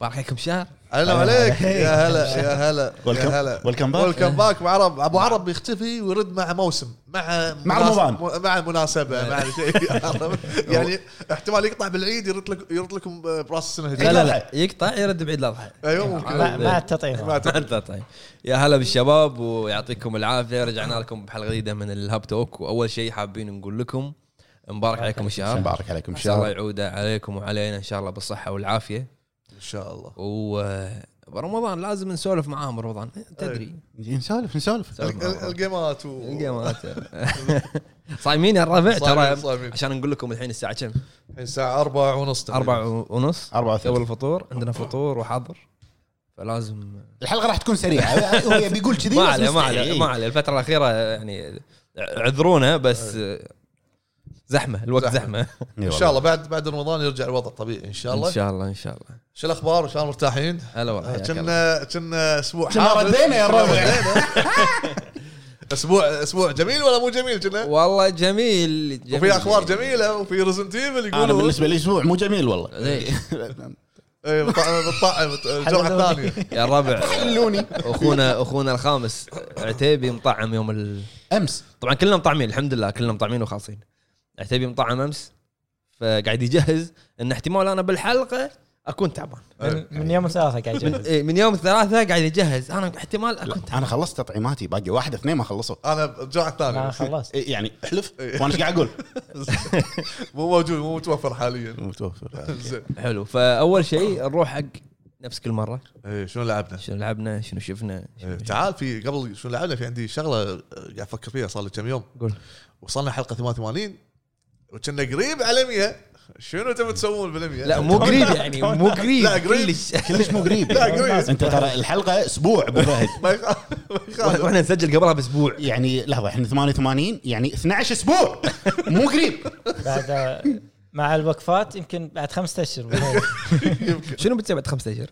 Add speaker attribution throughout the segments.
Speaker 1: بارك عليكم شهر
Speaker 2: هلا عليك يا هلا يا هلا
Speaker 3: Welcome-
Speaker 2: يا هلا
Speaker 3: welcome back.
Speaker 2: ويلكم باك مع عرب ابو عرب يختفي ويرد مع موسم مع
Speaker 3: مع
Speaker 2: مناس-
Speaker 3: رمضان.
Speaker 2: مع مناسبه مع شيء يعني احتمال يقطع بالعيد يرد لك يرد لكم براس السنه
Speaker 1: لا
Speaker 2: الجديدة.
Speaker 1: لا لا يقطع يرد بعيد الاضحى
Speaker 2: ايوه ممكن
Speaker 4: ما
Speaker 1: إيه.
Speaker 4: ما تطعيم
Speaker 2: ما تدري.
Speaker 1: انت طيب يا هلا بالشباب ويعطيكم العافيه رجعنا لكم بحلقه جديده من الهاب توك واول شيء حابين نقول لكم مبارك عليكم الشهر
Speaker 3: مبارك عليكم
Speaker 1: ان شاء الله
Speaker 3: شهر
Speaker 1: يعوده عليكم وعلينا ان شاء الله بالصحه والعافيه
Speaker 2: ان شاء الله
Speaker 1: ورمضان لازم نسولف معاهم رمضان تدري
Speaker 3: نسولف نسولف
Speaker 1: سولف
Speaker 2: ال-
Speaker 1: معاهم.
Speaker 2: ال- الجيمات و
Speaker 1: الجيمات صايمين يا الربع
Speaker 2: صايمين-
Speaker 1: ترى
Speaker 2: صايمين.
Speaker 1: عشان نقول لكم الحين الساعه كم؟
Speaker 2: الحين الساعه 4 ونص
Speaker 1: أربعة ونص قبل
Speaker 3: 34
Speaker 1: الفطور عندنا فطور وحظر فلازم
Speaker 3: الحلقه راح تكون سريعه هو يبي يقول كذي
Speaker 1: ما
Speaker 3: بس
Speaker 1: عليه ما
Speaker 3: مستحيل.
Speaker 1: عليه ما عليه الفترة الأخيرة يعني عذرونا بس زحمة الوقت زحمة,
Speaker 3: إيه
Speaker 2: ان شاء الله بعد بعد رمضان يرجع الوضع طبيعي ان شاء
Speaker 1: إن
Speaker 2: الله
Speaker 1: شاء الله إن شاء الله
Speaker 2: شو الاخبار ان شاء الله مرتاحين
Speaker 1: هلا والله
Speaker 2: آه، كنا كنا اسبوع
Speaker 3: كنا
Speaker 2: حافل.
Speaker 3: ردينا يا
Speaker 2: كنا
Speaker 3: الربع.
Speaker 2: ردينا. اسبوع اسبوع جميل ولا مو جميل كنا؟
Speaker 1: والله جميل جميل
Speaker 2: وفي اخبار جميله وفي ريزنت ايفل
Speaker 3: انا
Speaker 2: يقولوا
Speaker 3: بالنسبه لي اسبوع مو جميل والله
Speaker 1: إيه.
Speaker 2: إيه، بطعم بطعم الجرعه الثانيه
Speaker 1: يا الربع خلوني اخونا اخونا الخامس عتيبي مطعم يوم ال...
Speaker 3: امس
Speaker 1: طبعا كلنا مطعمين الحمد لله كلنا مطعمين وخالصين عتيبي مطعم امس فقاعد يجهز ان احتمال انا بالحلقه اكون تعبان
Speaker 4: من-
Speaker 2: يعني
Speaker 4: من يوم الثلاثاء قاعد
Speaker 1: من,
Speaker 4: يجهز.
Speaker 1: إيه، من يوم الثلاثاء قاعد يجهز انا احتمال اكون تعبان
Speaker 3: انا خلصت تطعيماتي باقي واحد اثنين ما خلصوا
Speaker 2: انا الجرعه
Speaker 4: انا
Speaker 2: الثانيه
Speaker 4: خلصت
Speaker 3: إيه، يعني احلف وانا ايش قاعد اقول
Speaker 2: مو موجود مو متوفر حاليا
Speaker 3: متوفر
Speaker 2: زين
Speaker 1: حلو فاول شيء نروح حق نفس كل مره
Speaker 2: إيه، شنو لعبنا؟
Speaker 1: شنو لعبنا شنو شفنا
Speaker 2: إيه،
Speaker 1: شنو
Speaker 2: تعال في قبل شنو لعبنا في عندي شغله آه، قاعد افكر فيها صار لي كم يوم
Speaker 1: قول
Speaker 2: وصلنا حلقه 88 وكنا قريب على 100 شنو تبي تسوون بال 100
Speaker 1: لا مو قريب يعني مو قريب
Speaker 2: لا، قريب.
Speaker 1: كلش
Speaker 3: كلش مو قريب
Speaker 2: لا، قريب.
Speaker 3: انت ترى الحلقه اسبوع ابو فهد
Speaker 2: ما يخالف ما يخالف.
Speaker 1: واحنا نسجل قبلها باسبوع
Speaker 3: يعني لحظه احنا 88 يعني 12 اسبوع مو قريب
Speaker 2: إيه.
Speaker 4: بعد آه، مع الوقفات يمكن بعد خمسة اشهر
Speaker 2: يمكن.
Speaker 1: شنو بتسوي بعد خمسة اشهر؟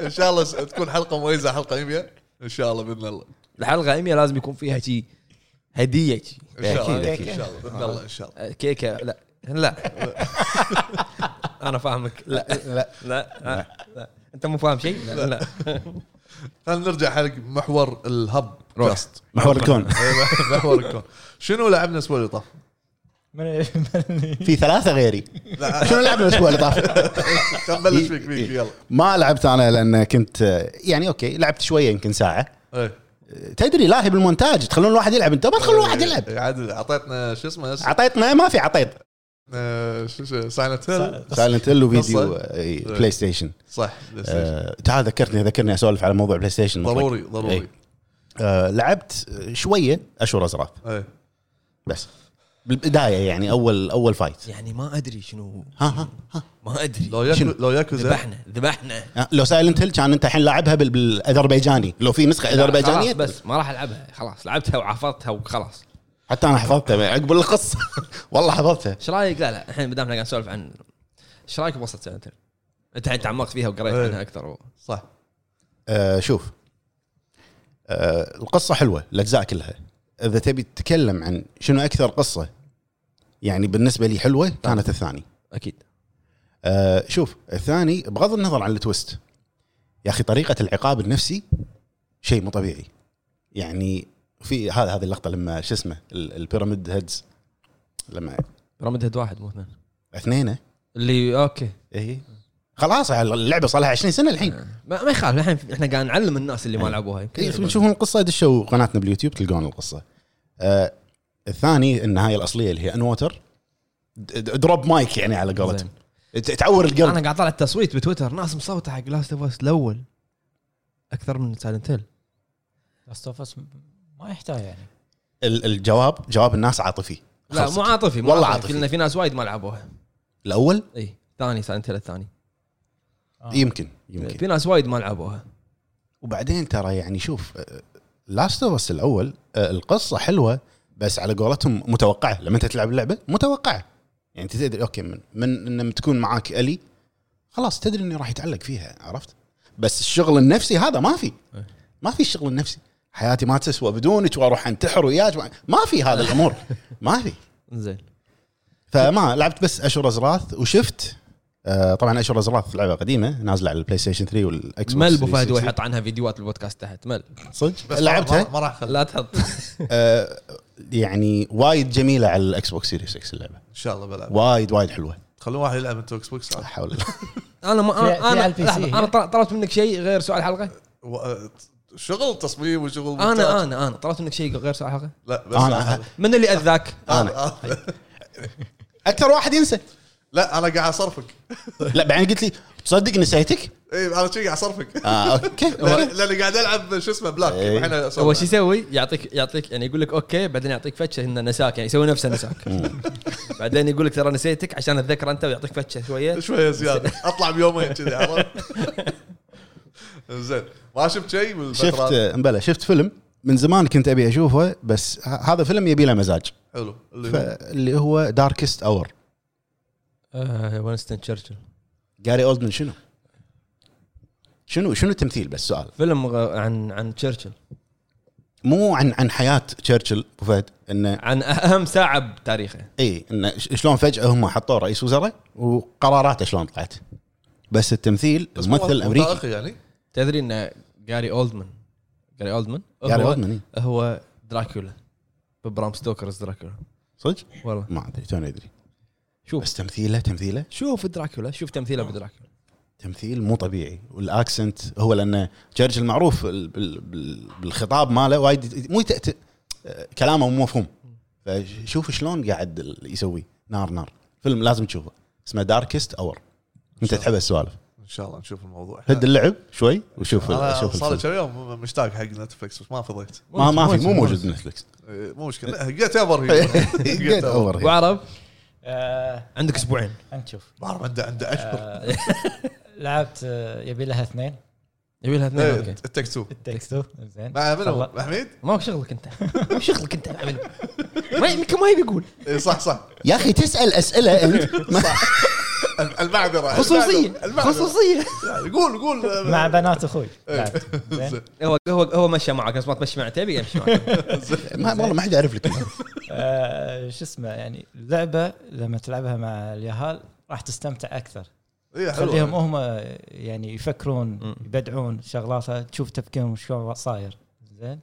Speaker 2: ان شاء الله س- تكون حلقه مميزه حلقه 100 ان شاء الله باذن الله
Speaker 1: الحلقه 100 لازم يكون فيها شي هديه شي
Speaker 2: ان شاء الله
Speaker 3: أكيد، أكيد.
Speaker 2: ان شاء الله باذن الله ان شاء الله
Speaker 1: أه، كيكه لا لا انا فاهمك لا
Speaker 3: لا
Speaker 1: لا لا, لا. انت مو فاهم شيء لا, لا.
Speaker 2: خلينا نرجع حق محور الهب
Speaker 1: روح.
Speaker 2: كاست
Speaker 3: محور الكون
Speaker 2: إيه، محور الكون شنو لعبنا الاسبوع اللي طاف؟
Speaker 4: من من-
Speaker 3: في ثلاثه غيري
Speaker 2: لا.
Speaker 3: شنو لعبنا الاسبوع اللي طاف؟
Speaker 2: خلينا نبلش فيك
Speaker 3: إيه،
Speaker 2: فيك يلا
Speaker 3: ما لعبت انا لان كنت يعني اوكي لعبت شويه يمكن ساعه
Speaker 2: إيه.
Speaker 3: تدري لاهي بالمونتاج تخلون الواحد يلعب انت ما تخلون الواحد يلعب
Speaker 2: إيه، عاد اعطيتنا شو اسمه هسه؟
Speaker 3: عطيتنا ما في عطيت
Speaker 2: آه، شو اسمه سايلنت هيل
Speaker 3: سايلنت هيل وفيديو
Speaker 2: قصة. إيه.
Speaker 3: إي، بلاي ستيشن
Speaker 2: صح بلاي ستيشن.
Speaker 3: آه، تعال ذكرتني ذكرني اسولف على موضوع بلاي ستيشن مطلق.
Speaker 2: ضروري ضروري
Speaker 3: إي. آه، لعبت شويه اشهر ازرار
Speaker 2: إيه.
Speaker 3: بس بالبدايه يعني اول اول فايت
Speaker 1: يعني ما ادري شنو
Speaker 3: ها ها
Speaker 1: ما ادري
Speaker 2: لو ياكو
Speaker 3: شنو؟
Speaker 2: لو ياكوزا
Speaker 1: ذبحنا ذبحنا
Speaker 3: آه، لو سايلنت هيل كان انت الحين لاعبها بال- بالاذربيجاني لو في نسخه اذربيجانيه
Speaker 1: خلاص بس ما راح العبها خلاص لعبتها وعفضتها وخلاص
Speaker 3: حتى انا حفظتها عقب القصه والله حفظتها
Speaker 1: ايش رايك لا لا الحين ما دامنا قاعد نسولف عن ايش رايك بوسط سنتين؟ انت الحين تعمقت فيها وقريت
Speaker 2: إيه.
Speaker 1: عنها اكثر و...
Speaker 2: صح
Speaker 3: آه، شوف آه، القصه حلوه الاجزاء كلها اذا تبي تتكلم عن شنو اكثر قصه يعني بالنسبه لي حلوه كانت الثاني
Speaker 1: اكيد
Speaker 3: آه، شوف الثاني بغض النظر عن التويست يا اخي طريقه العقاب النفسي شيء مو طبيعي يعني في هذا هذه اللقطه لما شو اسمه ال- البيراميد هيدز لما
Speaker 1: بيراميد هيد واحد مو اثنين
Speaker 3: اثنينه
Speaker 1: اللي اوكي
Speaker 3: اي خلاص اللعبه صار لها 20 سنه الحين
Speaker 1: ما, ما يخالف الحين احنا قاعد نعلم الناس اللي ما لعبوها
Speaker 3: إيه،
Speaker 1: يمكن
Speaker 3: تشوفون القصه دشوا قناتنا باليوتيوب تلقون القصه آه الثاني النهايه الاصليه اللي هي ان ووتر د- د- دروب مايك يعني على قولتهم ت- تعور
Speaker 1: انا
Speaker 3: القلب
Speaker 1: قاعد طالع التصويت بتويتر ناس مصوته حق لاست اوف اس الاول اكثر من سايلنت هيل
Speaker 4: لاست اوف اس ما يحتاج يعني
Speaker 3: ال- الجواب جواب الناس عاطفي
Speaker 1: لا
Speaker 3: خلصت.
Speaker 1: مو عاطفي مو
Speaker 3: والله
Speaker 1: عاطفي
Speaker 3: عاطفي.
Speaker 1: لان في ناس وايد ما لعبوها
Speaker 3: الاول
Speaker 1: اي ثاني سايلنت هيل الثاني
Speaker 4: آه.
Speaker 3: يمكن يمكن
Speaker 1: في ناس وايد ما لعبوها
Speaker 3: وبعدين ترى يعني شوف لاست اوف اس الاول آه، القصه حلوه بس على قولتهم متوقعه لما انت تلعب اللعبه متوقعه يعني انت تدري اوكي من من لما تكون معاك الي خلاص تدري اني راح يتعلق فيها عرفت بس الشغل النفسي هذا ما في
Speaker 1: إيه.
Speaker 3: ما في الشغل النفسي حياتي ما تسوى بدونك واروح انتحر وياك ما- ما في هذا الامور ما في
Speaker 1: زين
Speaker 3: فما لعبت بس اشهر ازراث وشفت آه، طبعا اشهر الزراث لعبه قديمه نازله على البلاي ستيشن 3 والاكس بوكس
Speaker 1: مل ابو فهد
Speaker 3: 360.
Speaker 1: ويحط عنها فيديوهات البودكاست تحت مل
Speaker 3: صدق
Speaker 2: بس
Speaker 3: لعبتها
Speaker 2: ما- ما راح أخذ.
Speaker 1: لا تحط
Speaker 3: آه، يعني وايد جميله على الاكس بوكس سيريس اكس اللعبه
Speaker 2: ان شاء الله بلعب
Speaker 3: وايد وايد حلوه
Speaker 2: خلوا واحد يلعب انت اكس بوكس عاد.
Speaker 3: حول
Speaker 1: انا ما
Speaker 4: في- في
Speaker 1: انا
Speaker 4: على
Speaker 1: انا
Speaker 4: البي سي.
Speaker 1: لحظة، انا طل- طلبت منك شيء غير سؤال الحلقه
Speaker 2: و- آه، شغل تصميم وشغل مونتاج.
Speaker 1: انا انا انا طلبت منك شيء غير سؤال الحلقه
Speaker 2: لا بس
Speaker 3: انا
Speaker 1: من اللي اذاك
Speaker 2: انا
Speaker 3: اكثر واحد ينسى
Speaker 2: لا انا قاعد اصرفك
Speaker 3: لا بعدين قلت لي تصدق نسيتك؟
Speaker 2: اي انا إيه، شي قاعد اصرفك
Speaker 3: اه اوكي
Speaker 2: لأن- لاني قاعد العب شو اسمه بلاك
Speaker 3: إي.
Speaker 2: الحين أسولف
Speaker 1: اول شيء
Speaker 2: عنه.
Speaker 1: يسوي يعطيك يعطيك يعني يقول لك اوكي بعدين يعطيك فتشه انه نساك يعني يسوي نفسه نساك بعدين يقول لك ترى نسيتك عشان اتذكر انت ويعطيك فتشه شويه
Speaker 2: شويه زياده اطلع بيومين كذي عرفت زين ما شفت شيء بالفتره
Speaker 3: شفت آه، مبلى شفت فيلم من زمان كنت ابي اشوفه بس ه- هذا فيلم يبي له مزاج
Speaker 2: حلو اللي هو
Speaker 3: فاللي هو داركست اور
Speaker 1: آه، وينستون تشرشل
Speaker 3: جاري اولدمان شنو؟ شنو شنو التمثيل بس سؤال
Speaker 1: فيلم غ- عن عن تشرشل
Speaker 3: مو عن عن حياه تشرشل أبو فهد انه
Speaker 1: عن اهم ساعه بتاريخه
Speaker 3: اي انه ش- شلون فجاه هم حطوه رئيس وزراء وقراراته شلون طلعت بس التمثيل
Speaker 2: بس
Speaker 3: ممثل
Speaker 2: هو
Speaker 3: امريكي
Speaker 2: وثائقي يعني
Speaker 1: تدري ان جاري اولدمان جاري اولدمان
Speaker 3: جاري
Speaker 1: هو-
Speaker 3: اولدمان إي.
Speaker 1: هو دراكولا برام ستوكرز دراكولا
Speaker 3: صدق؟
Speaker 1: والله
Speaker 3: ما ادري توني ادري
Speaker 1: شوف. آه.
Speaker 3: بس تمثيله تمثيله
Speaker 1: شوف دراكولا شوف تمثيله بدراكولا
Speaker 3: تمثيل مو طبيعي والاكسنت هو لانه جرج المعروف ال- بال- بال- بالخطاب ماله وايد مو يتأت... كلامه مو مفهوم فشوف شلون قاعد ال- يسوي نار نار فيلم لازم تشوفه اسمه داركست اور انت تحب السوالف
Speaker 2: ان شاء الله نشوف الموضوع
Speaker 3: هد اللعب شوي وشوف ال-
Speaker 2: انا
Speaker 3: شوف
Speaker 2: صار لي
Speaker 3: الفيلم.
Speaker 2: كم يوم مشتاق حق نتفلكس بس ما فضيت
Speaker 3: ما ما في مو موجود نتفلكس
Speaker 2: إيه، مو مشكله جيت افر جيت افر
Speaker 1: ابو عرب
Speaker 4: آه
Speaker 1: عندك اسبوعين
Speaker 4: نشوف
Speaker 2: ما اعرف عنده عنده
Speaker 3: آه،
Speaker 2: اشهر
Speaker 4: لعبت آه، يبي لها اثنين
Speaker 1: يبي لها
Speaker 3: إيه،
Speaker 1: اثنين اوكي
Speaker 2: إيه، التك تو
Speaker 4: تكستو زين
Speaker 2: مع منو
Speaker 4: تفضل.
Speaker 2: حميد
Speaker 1: ما هو شغلك انت ما شغلك انت ما يمكن ما يبي يقول
Speaker 2: إيه، صح صح
Speaker 3: يا اخي تسال اسئله انت ما-
Speaker 2: الم- المعذره
Speaker 1: خصوصيه
Speaker 2: المعذرة.
Speaker 1: خصوصيه
Speaker 2: يعني قول قول
Speaker 4: مع بنات اخوي
Speaker 2: إيه.
Speaker 4: لعبت زين
Speaker 2: زين.
Speaker 1: هو هو هو مشى معك بس ما تمشي معك تبي يمشي معك
Speaker 3: ما- والله ما حد يعرف لك
Speaker 4: آه، شو اسمه يعني اللعبه لما تلعبها مع اليهال راح تستمتع اكثر
Speaker 2: إيه، حلوة.
Speaker 4: خليهم هم يعني يفكرون
Speaker 1: مم.
Speaker 4: يبدعون شغلاتها تشوف تفكيرهم شلون صاير زين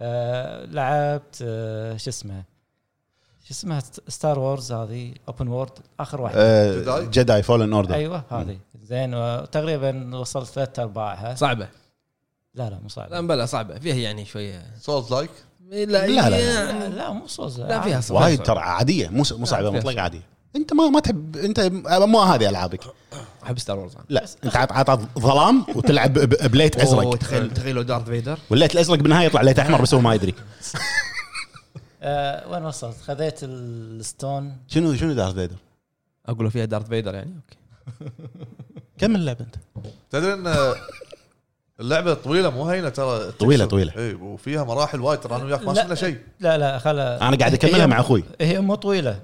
Speaker 4: آه لعبت آه شو اسمه شو اسمها ستار وورز هذه اوبن وورد اخر واحده
Speaker 2: إيه،
Speaker 3: آه،
Speaker 2: جداي.
Speaker 3: جداي فولن اوردر
Speaker 4: ايوه هذه زين وتقريبا وصلت ثلاث ارباعها
Speaker 1: صعبه
Speaker 4: لا لا مو
Speaker 1: لا
Speaker 4: صعبه
Speaker 1: بلا صعبه فيها يعني شويه
Speaker 2: سولز لايك
Speaker 1: لا يعني
Speaker 3: لا، لا.
Speaker 4: لا, لا مو صوز
Speaker 1: لا فيها صعبه
Speaker 3: وايد ترى عاديه مو مو صعبه
Speaker 1: فيها
Speaker 3: مطلقه عاديه انت ما ما تحب انت مو هذه العابك
Speaker 1: احب ستار وورز
Speaker 3: لا انت عاد عاد ظلام وتلعب ب- ب- بليت ازرق
Speaker 1: تخيل تخيل لو دارث فيدر
Speaker 3: والليت الازرق بالنهايه يطلع ليت احمر بس هو ما يدري
Speaker 4: آه وين وصلت؟ خذيت الستون
Speaker 3: شنو شنو دارث فيدر؟
Speaker 1: اقول له فيها دارث فيدر يعني اوكي
Speaker 3: كمل اللعبه انت
Speaker 2: تدري ان اللعبه طويله مو هينه ترى
Speaker 3: طويلة، طويلة.
Speaker 2: اي وفيها مراحل وايد ترى انا وياك ما
Speaker 4: لا.
Speaker 2: شفنا شيء
Speaker 4: لا لا خلا
Speaker 3: انا قاعد اكملها
Speaker 4: هي-
Speaker 3: مع اخوي
Speaker 4: هي مو طويله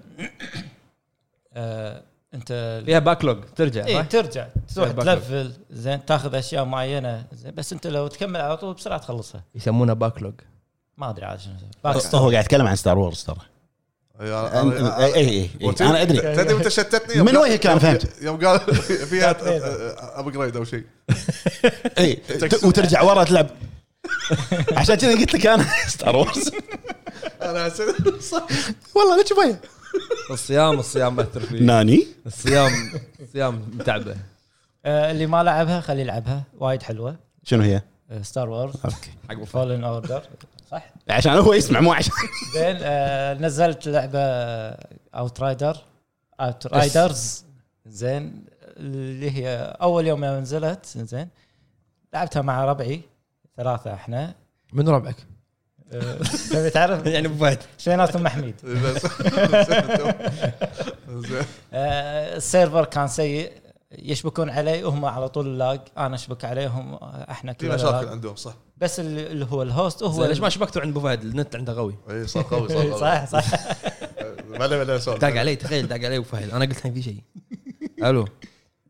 Speaker 4: آه انت
Speaker 1: فيها باكلوج ترجع
Speaker 4: اي
Speaker 1: يعني، صح؟
Speaker 4: إيه، ترجع تروح
Speaker 1: باكلوج.
Speaker 4: تلفل زين تاخذ اشياء معينه زين بس انت لو تكمل على طول بسرعه تخلصها
Speaker 1: يسمونه باكلوج
Speaker 4: ما ادري عاد شنو
Speaker 3: هو قاعد يتكلم عن ستار وورز ترى إيه،
Speaker 2: اي يعني أنا-
Speaker 3: اي
Speaker 2: أنا-
Speaker 3: اي اي انا ادري
Speaker 2: تدري متى شتتني يوم
Speaker 3: من
Speaker 2: قال-
Speaker 3: وين الكلام فهمت؟
Speaker 2: يوم قال فيها
Speaker 4: Darth Vader.
Speaker 2: ابجريد او شيء
Speaker 3: اي إيه. ت- وترجع ورا تلعب عشان كذا قلت لك انا ستار وورز
Speaker 2: انا حسيت صح
Speaker 3: والله لا تشوفها
Speaker 1: الصيام الصيام مأثر فيه
Speaker 3: ناني
Speaker 1: الصيام الصيام متعبه
Speaker 4: آه اللي ما لعبها خليه يلعبها وايد آه، حلوه
Speaker 3: شنو هي؟
Speaker 4: ستار وورز
Speaker 3: اوكي
Speaker 1: حق أبو فهد.
Speaker 4: فولن اوردر صح
Speaker 3: عشان هو يسمع مو عشان
Speaker 4: زين آه نزلت لعبه اوت رايدر اوت رايدرز زين اللي هي اول يوم يوم نزلت زين لعبتها مع ربعي ثلاثه احنا
Speaker 1: من ربعك؟
Speaker 4: آه، تبي تعرف
Speaker 1: يعني ابو فهد
Speaker 4: شيناتهم محميد
Speaker 2: بس- زين.
Speaker 4: آه، السيرفر كان سيء يشبكون علي وهم على طول لاج انا اشبك عليهم آه، احنا
Speaker 2: في
Speaker 4: كلنا
Speaker 2: مشاكل
Speaker 4: لاج.
Speaker 2: عندهم صح
Speaker 4: بس اللي اللي هو الهوست هو
Speaker 1: زين، ليش ما شبكتوا عند ابو فهد النت عنده قوي
Speaker 2: اي إيه، صار قوي صار قوي
Speaker 4: صح صح
Speaker 2: بلا بلا سؤال
Speaker 1: داق علي تخيل داق علي ابو فهد انا قلت الحين في شيء الو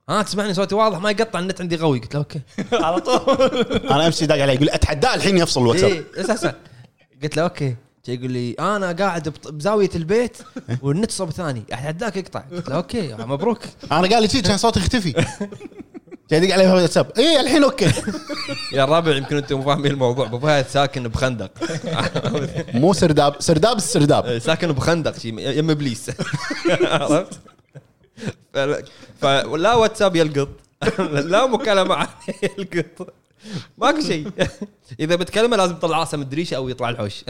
Speaker 1: ها تسمعني صوتي واضح ما يقطع النت عندي قوي قلت له اوكي
Speaker 4: على طول
Speaker 3: انا امس داق عليه يقول اتحداه الحين يفصل الواتساب
Speaker 1: إيه، اساسا إيه، قلت له اوكي جاي يقول لي انا قاعد بط- بزاويه البيت والنت صوب ثاني اتحداك يقطع قلت له اوكي مبروك
Speaker 3: انا قال لي شي كان صوتي يختفي جاي يدق علي في الواتساب اي الحين اوكي
Speaker 1: يا الربع يمكن انتم مو فاهمين الموضوع ابو فهد ساكن بخندق
Speaker 3: مو سرداب سرداب السرداب
Speaker 1: إيه، ساكن بخندق شي يم ابليس عرفت؟ فلا- فلا واتساب يلقط لا مكالمه يلقط ماكو شيء اذا بتكلمه لازم يطلع راسه من الدريشه او يطلع الحوش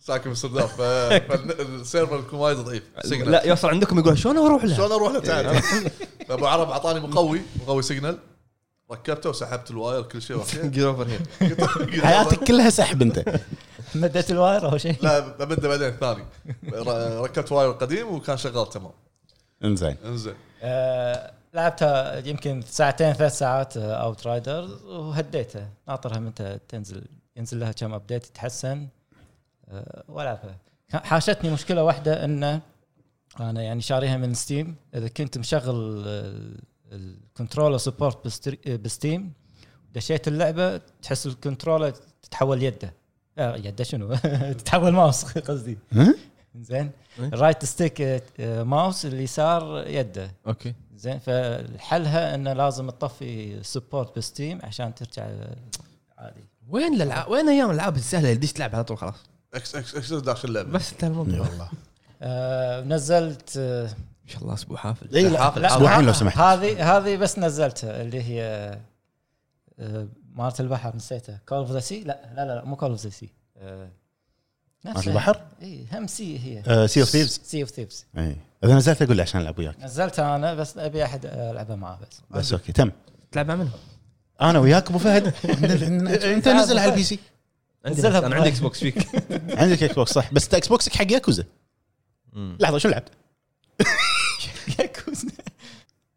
Speaker 2: ساكن بالسرداب فالسيرفر يكون وايد ضعيف سيجنال
Speaker 1: لا يوصل عندكم يقول شلون اروح له
Speaker 2: شلون اروح له تعرف ابو عرب اعطاني مقوي مقوي سيجنال ركبته وسحبت الواير كل شيء أوكي.
Speaker 1: جيت اوفر هير
Speaker 3: حياتك كلها سحب انت
Speaker 4: مدت الواير او شيء
Speaker 2: لا ببدا بعدين ثاني ر- ركبت واير قديم وكان شغال تمام
Speaker 3: انزين
Speaker 2: انزين
Speaker 4: آه، لعبتها يمكن ساعتين ثلاث ساعات اوت رايدر وهديتها ناطرها متى تنزل ينزل لها كم ابديت يتحسن آه، والعبها كان- حاشتني مشكله واحده انه انا يعني شاريها من ستيم اذا كنت مشغل الكنترولر سبورت بستيم دشيت اللعبه تحس الكنترولر تتحول يده آه يده شنو تتحول ماوس قصدي
Speaker 3: ها؟
Speaker 4: زين
Speaker 1: إيه.
Speaker 4: الرايت ستيك آه، ماوس اليسار يده
Speaker 1: اوكي
Speaker 4: زين فحلها انه لازم تطفي سبورت بستيم عشان ترجع آه، عادي
Speaker 1: وين الالعاب وين ايام الالعاب السهله اللي تدش تلعب على طول خلاص
Speaker 2: اكس اكس اكس داخل اللعبه
Speaker 1: بس انت الموضوع ما
Speaker 3: والله
Speaker 4: آه نزلت آه
Speaker 1: شاء الله اسبوع حافل
Speaker 3: اي لا
Speaker 2: حافل
Speaker 4: لا،
Speaker 3: أسبوعين
Speaker 4: ها-
Speaker 3: لو سمحت.
Speaker 4: هذه هذه بس نزلتها اللي هي آه مالت البحر نسيتها كول اوف ذا سي لا لا لا مو كول اوف ذا سي
Speaker 3: مالت البحر؟ آه،
Speaker 4: اي آه، هم سي هي
Speaker 3: سي اوف ثيفز
Speaker 4: سي اوف ثيفز
Speaker 3: اي اذا نزلت اقول لي عشان العب وياك
Speaker 4: نزلتها انا بس ابي احد العبها معاه بس
Speaker 3: بس اوكي تم
Speaker 1: تلعب مع منو؟
Speaker 3: انا وياك ابو فهد انت نزل على البي سي
Speaker 1: عندي
Speaker 4: نزلها
Speaker 1: انا عندي اكس بوكس فيك
Speaker 3: عندك اكس بوكس صح بس اكس بوكسك حق ياكوزا لحظه شو لعبت؟
Speaker 4: ياكوزا.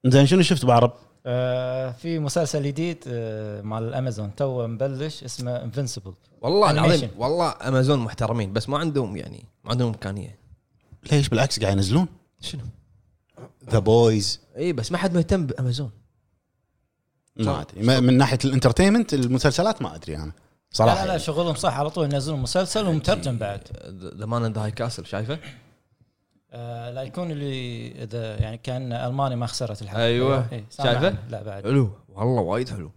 Speaker 3: زين شنو شفت بعرب؟
Speaker 4: آه، في مسلسل جديد آه، مال امازون تو مبلش اسمه انفنسبل
Speaker 1: والله العظيم
Speaker 4: Animation.
Speaker 1: والله امازون محترمين بس ما عندهم يعني ما عندهم امكانيه
Speaker 3: ليش بالعكس قاعد ينزلون
Speaker 1: شنو؟
Speaker 3: ذا بويز
Speaker 1: اي إيه، بس ما حد مهتم بامازون
Speaker 3: ما ادري ما- من ناحيه الانترتينمنت المسلسلات ما ادري انا
Speaker 4: لا
Speaker 3: صراحه
Speaker 4: لا شغلهم صح على طول ينزلون مسلسل ومترجم بعد
Speaker 1: ذا مان اند هاي كاسل شايفه؟
Speaker 4: آه، لا يكون اللي اذا يعني كان الماني ما خسرت الحلقه
Speaker 1: أيوة.
Speaker 4: إيه، سامع
Speaker 1: شايفة؟
Speaker 4: عنه. لا بعد
Speaker 1: حلو والله وايد حلو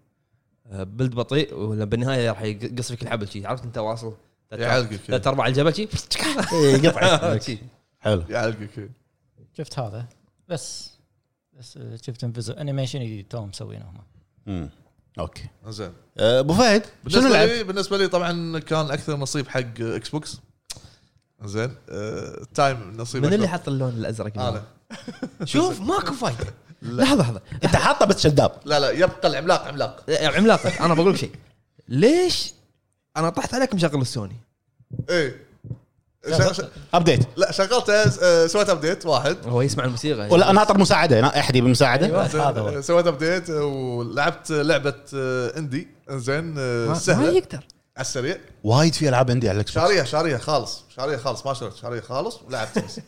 Speaker 1: آه، بلد بطيء ولا بالنهايه راح يقص فيك الحبل شي عرفت انت واصل
Speaker 2: يعلقك.
Speaker 1: لا تربع الجبل شي آه،
Speaker 3: إيه، قطعه
Speaker 1: شي.
Speaker 3: حلو
Speaker 2: يعلقك
Speaker 4: شفت هذا بس بس آه، شفت انفيزو انيميشن جديد توهم مسوينه هم
Speaker 3: مم. اوكي
Speaker 2: زين
Speaker 3: أه، ابو فهد شنو
Speaker 2: بالنسبه
Speaker 3: لعبت؟
Speaker 2: لي بالنسبه لي طبعا كان اكثر نصيب حق اكس بوكس زين آه، تايم نصيب
Speaker 1: من اللي
Speaker 2: أكثر.
Speaker 1: حط اللون الازرق
Speaker 2: انا
Speaker 1: شوف ماكو فايده لحظه لحظه
Speaker 3: انت حاطه بس شداب
Speaker 2: لا لا يبقى العملاق عملاق
Speaker 1: يا عملاق انا بقول لك شيء ليش انا طحت عليك مشغل السوني
Speaker 2: ايه
Speaker 4: لا،
Speaker 2: ش- ش-
Speaker 3: ابديت
Speaker 2: لا شغلته آه، سويت ابديت واحد
Speaker 1: هو يسمع الموسيقى
Speaker 3: ولا أنا ناطر مساعده نا- احد يبي مساعده
Speaker 4: أيوة. هذا هو.
Speaker 2: آه، سويت ابديت ولعبت لعبه آه، اندي زين
Speaker 1: ما-
Speaker 2: آه،
Speaker 1: ما
Speaker 2: سهله على
Speaker 1: يقدر
Speaker 2: السريع
Speaker 3: وايد في العاب عندي على الاكس بوكس
Speaker 2: شاريها شاريها خالص شاريها خالص ما شريت شاريها خالص ولعبت بس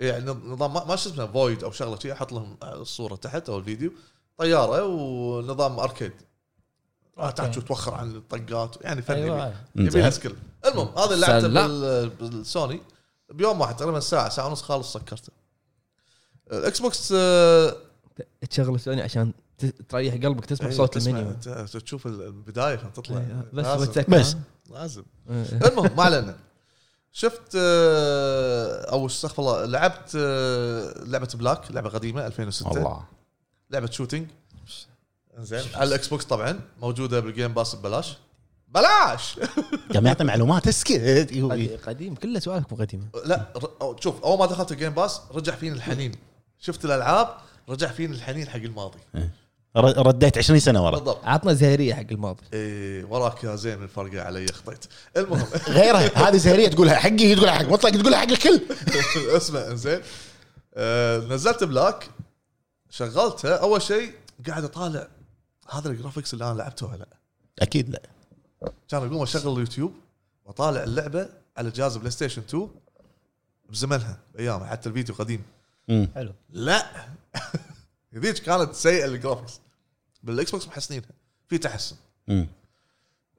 Speaker 2: يعني نظام ما- ما شو اسمه فويد او شغله شي احط لهم الصوره تحت او الفيديو طياره ونظام اركيد آه، تعال شو توخر عن الطقات يعني فن
Speaker 4: ايوه
Speaker 2: يبي-
Speaker 4: أيوة.
Speaker 2: يبي لها سكيل المهم هذا اللي لعبته
Speaker 1: سلام.
Speaker 2: بال- بالسوني بيوم واحد تقريبا ساعه ساعه ونص خالص سكرته الاكس بوكس آه،
Speaker 1: تشغل السوني عشان ت- تريح قلبك تسمع
Speaker 2: إيه،
Speaker 1: صوت
Speaker 2: تسمع-
Speaker 1: المنيو
Speaker 2: ت- تشوف البدايه عشان تطلع
Speaker 1: إيه، بس
Speaker 2: لازم,
Speaker 1: وتسكر.
Speaker 3: بس.
Speaker 2: لازم
Speaker 1: إيه.
Speaker 2: المهم ما علينا شفت آه، او استغفر الله لعبت آه، لعبه بلاك لعبه قديمه 2006
Speaker 3: الله
Speaker 2: لعبه شوتينج زين على الاكس بوكس طبعا موجوده بالجيم باس ببلاش بلاش
Speaker 3: قام يعطي معلومات اسكت
Speaker 1: قديم- قديم كله سؤالك مو قديم
Speaker 2: لا ر- أو- شوف اول ما دخلت الجيم باس رجع فيني الحنين شفت الالعاب رجع فيني الحنين حق الماضي
Speaker 3: ر- رديت 20 سنه ورا
Speaker 2: بالضبط
Speaker 1: عطنا زهريه حق الماضي
Speaker 2: إيه وراك يا زين الفرقه علي خطيت المهم
Speaker 3: غيرها هذه زهريه تقولها حقي هي تقولها حق مطلق تقولها حق الكل
Speaker 2: اسمع انزين آه، نزلت بلاك شغلتها اول شيء قاعد اطالع هذا الجرافكس اللي انا لعبته ولا لا
Speaker 3: اكيد لا
Speaker 2: كان اقوم اشغل اليوتيوب واطالع اللعبه على جهاز بلاي ستيشن 2 بزمنها بايامها حتى الفيديو قديم
Speaker 3: مم.
Speaker 4: حلو
Speaker 2: لا هذيك كانت سيئه الجرافكس بالاكس بوكس محسنينها في تحسن
Speaker 3: مم.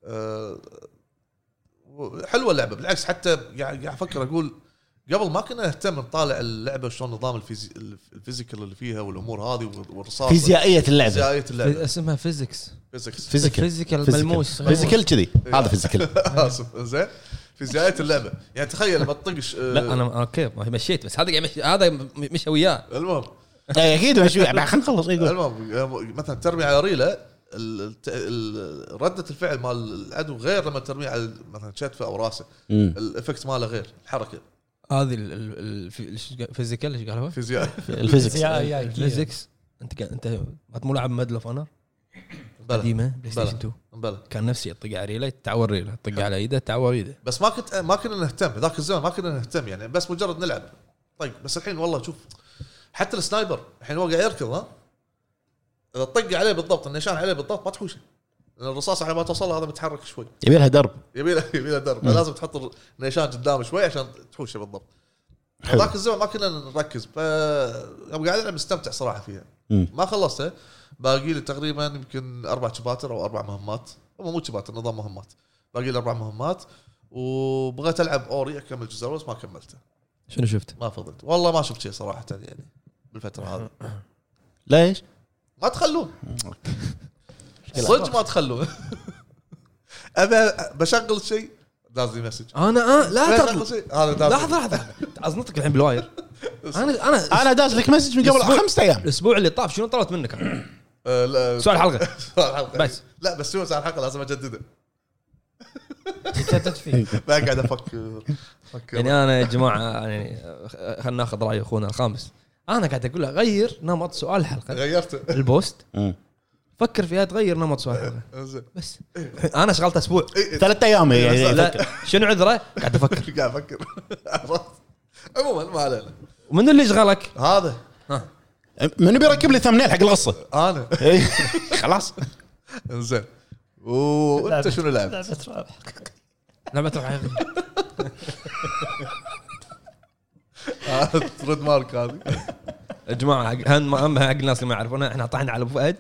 Speaker 2: أه حلوه اللعبه آه، بالعكس حتى يعني قاعد قاعد افكر اقول قبل ما كنا نهتم نطالع اللعبه شلون نظام الفيزي... الفيزيكال اللي فيها والامور هذه والرصاص
Speaker 5: فيزيائيه اللعبه
Speaker 2: فيزيائيه اللعبه
Speaker 1: اسمها فيزكس
Speaker 2: فيزكس
Speaker 3: فيزيكال
Speaker 1: فيزيكال ملموس
Speaker 3: فيزيكال كذي هذا فيزيكال
Speaker 2: اسف زين فيزيائيه اللعبه يعني تخيل لما تطقش آه،
Speaker 1: لا انا اوكي ما مشيت بس هذا قاعد يمشي- هذا مشى وياه
Speaker 2: المهم
Speaker 5: إيه، اكيد مشوي بعد خلينا نخلص إيه،
Speaker 3: أيوة.
Speaker 5: قول.
Speaker 2: المهم مثلا ترمي على ريله ال- الت- ال- رده الفعل مال العدو غير لما ترميه على مثلا شتفه او راسه
Speaker 3: مم.
Speaker 2: الافكت ماله غير الحركه
Speaker 1: هذه الفيزيكال ايش قالوا؟
Speaker 2: فيزيائيه
Speaker 5: الفيزيكس
Speaker 1: فيزكس انت كان انت انت مو لاعب ميدل اوف انر
Speaker 2: بلى
Speaker 1: قديمه بلاي ستيشن 2
Speaker 2: بلى
Speaker 1: كان نفسي يطق على ريله يتعور ريله يطق على ايده يتعور ايده
Speaker 2: بس ما كنت ما كنا نهتم ذاك الزمن ما كنا نهتم يعني بس مجرد نلعب طيب بس الحين والله شوف حتى السنايبر الحين هو قاعد يركض ها اذا طق عليه بالضبط النشان عليه بالضبط ما تحوشه لان الرصاص على ما توصل هذا متحرك شوي
Speaker 5: يبي لها درب
Speaker 2: يبي له يبي له درب لازم تحط النيشان قدامه شوي عشان تحوشه بالضبط ذاك الزمن ما كنا نركز ف يوم قاعد العب مستمتع صراحه فيها
Speaker 3: مم.
Speaker 2: ما خلصتها باقي لي تقريبا يمكن اربع شباتر او اربع مهمات هو مو شباتر نظام مهمات باقي لي اربع مهمات وبغيت العب اوري اكمل الجزء الاول بس ما كملته
Speaker 1: شنو شفت؟
Speaker 2: ما فضلت والله ما شفت شيء صراحه يعني بالفتره هذه
Speaker 5: ليش؟
Speaker 2: ما تخلون صدق ما تخلون ابى بشغل شيء لازم مسج
Speaker 1: انا آه لا
Speaker 2: بشغل
Speaker 1: تعطل
Speaker 2: شيء هذا لازم.
Speaker 1: لحظه لحظه ازنطك الحين بالواير انا انا
Speaker 5: انا داز لك مسج من قبل
Speaker 1: أسبوع.
Speaker 5: خمسة ايام
Speaker 1: الاسبوع اللي طاف شنو طلبت منك أنا؟
Speaker 2: آه، لا
Speaker 1: سؤال الحلقه
Speaker 2: سؤال الحلقه
Speaker 1: بس.
Speaker 2: بس لا بس شو سؤال الحلقه لازم اجدده
Speaker 4: جددت فيه
Speaker 2: ما قاعد افكر افكر
Speaker 1: يعني انا يا جماعه يعني خلينا ناخذ راي اخونا الخامس انا قاعد اقول له غير نمط سؤال الحلقه
Speaker 2: غيرته
Speaker 1: البوست
Speaker 3: مم.
Speaker 1: فكر فيها تغير نمط سؤال الحلقه
Speaker 2: زين.
Speaker 1: بس انا شغلت اسبوع
Speaker 5: ثلاث ايام إيه.
Speaker 3: إيه،
Speaker 5: يعني
Speaker 1: لا شنو عذره؟ قاعد افكر
Speaker 2: قاعد افكر عرفت عموما ما علينا
Speaker 1: ومنو اللي شغلك؟
Speaker 2: هذا
Speaker 5: منو بيركب لي ثمنيل حق القصه؟
Speaker 2: انا
Speaker 5: إيه، خلاص
Speaker 2: زين وانت شنو لعبت؟
Speaker 4: لعبه رابح
Speaker 1: لما تروح
Speaker 2: آه، ترد مارك هذه
Speaker 1: يا جماعه حق- هم اما حق الناس اللي ما يعرفونها احنا طحنا على ابو فهد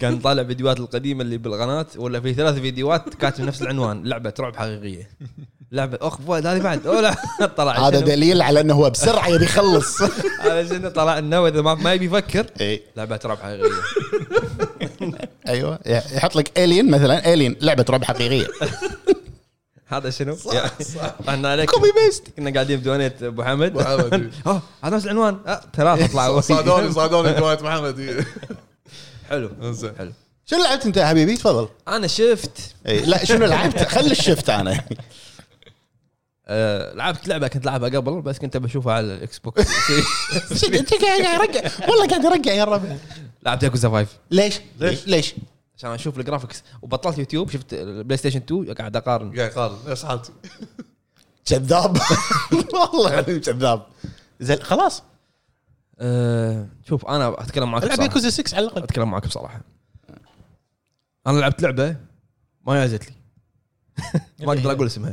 Speaker 1: كان طالع فيديوهات القديمه اللي بالقناه ولا في ثلاث فيديوهات كاتب نفس العنوان لعبه رعب حقيقيه لعبه اخ فهد هذه بعد أو لا طلع
Speaker 5: هذا
Speaker 1: شنو؟
Speaker 5: دليل على انه هو بسرعه يبي يخلص
Speaker 1: هذا شنو طلع انه اذا ما- ما يبي يفكر
Speaker 5: إيه،
Speaker 1: لعبه رعب حقيقيه
Speaker 5: ايوه يحط لك الين مثلا الين لعبه رعب حقيقيه
Speaker 1: هذا شنو؟ احنا عليك
Speaker 5: كوبي بيست
Speaker 1: كنا قاعدين بدونيت ابو حمد
Speaker 2: أبو حمد. إيه،
Speaker 1: اه هذا نفس العنوان آه، ثلاثه طلعوا
Speaker 2: صادوني صادوني جوايه محمد
Speaker 1: حلو
Speaker 2: زين
Speaker 1: حلو
Speaker 5: شنو لعبت انت يا حبيبي تفضل
Speaker 1: انا شفت
Speaker 5: إيه، لا شنو لعبت خلي الشفت انا
Speaker 1: آه، لعبت لعبه كنت لعبها قبل بس كنت بشوفها على الاكس بوكس
Speaker 5: شنو- انت قاعد ارجع والله قاعد ارجع يا الربع
Speaker 1: لعبت ياكوزا 5
Speaker 5: ليش؟
Speaker 2: ليش؟
Speaker 5: ليش؟
Speaker 1: عشان اشوف الجرافكس وبطلت يوتيوب شفت البلاي ستيشن 2 قاعد اقارن
Speaker 2: قاعد يقارن نفس حالتي
Speaker 5: كذاب والله العظيم كذاب زين خلاص
Speaker 1: أه شوف انا اتكلم معك
Speaker 5: العب
Speaker 1: بصراحه
Speaker 5: ياكوزا 6 على الاقل
Speaker 1: اتكلم معك بصراحه انا لعبت لعبه ما يازت لي ما اقدر اقول اسمها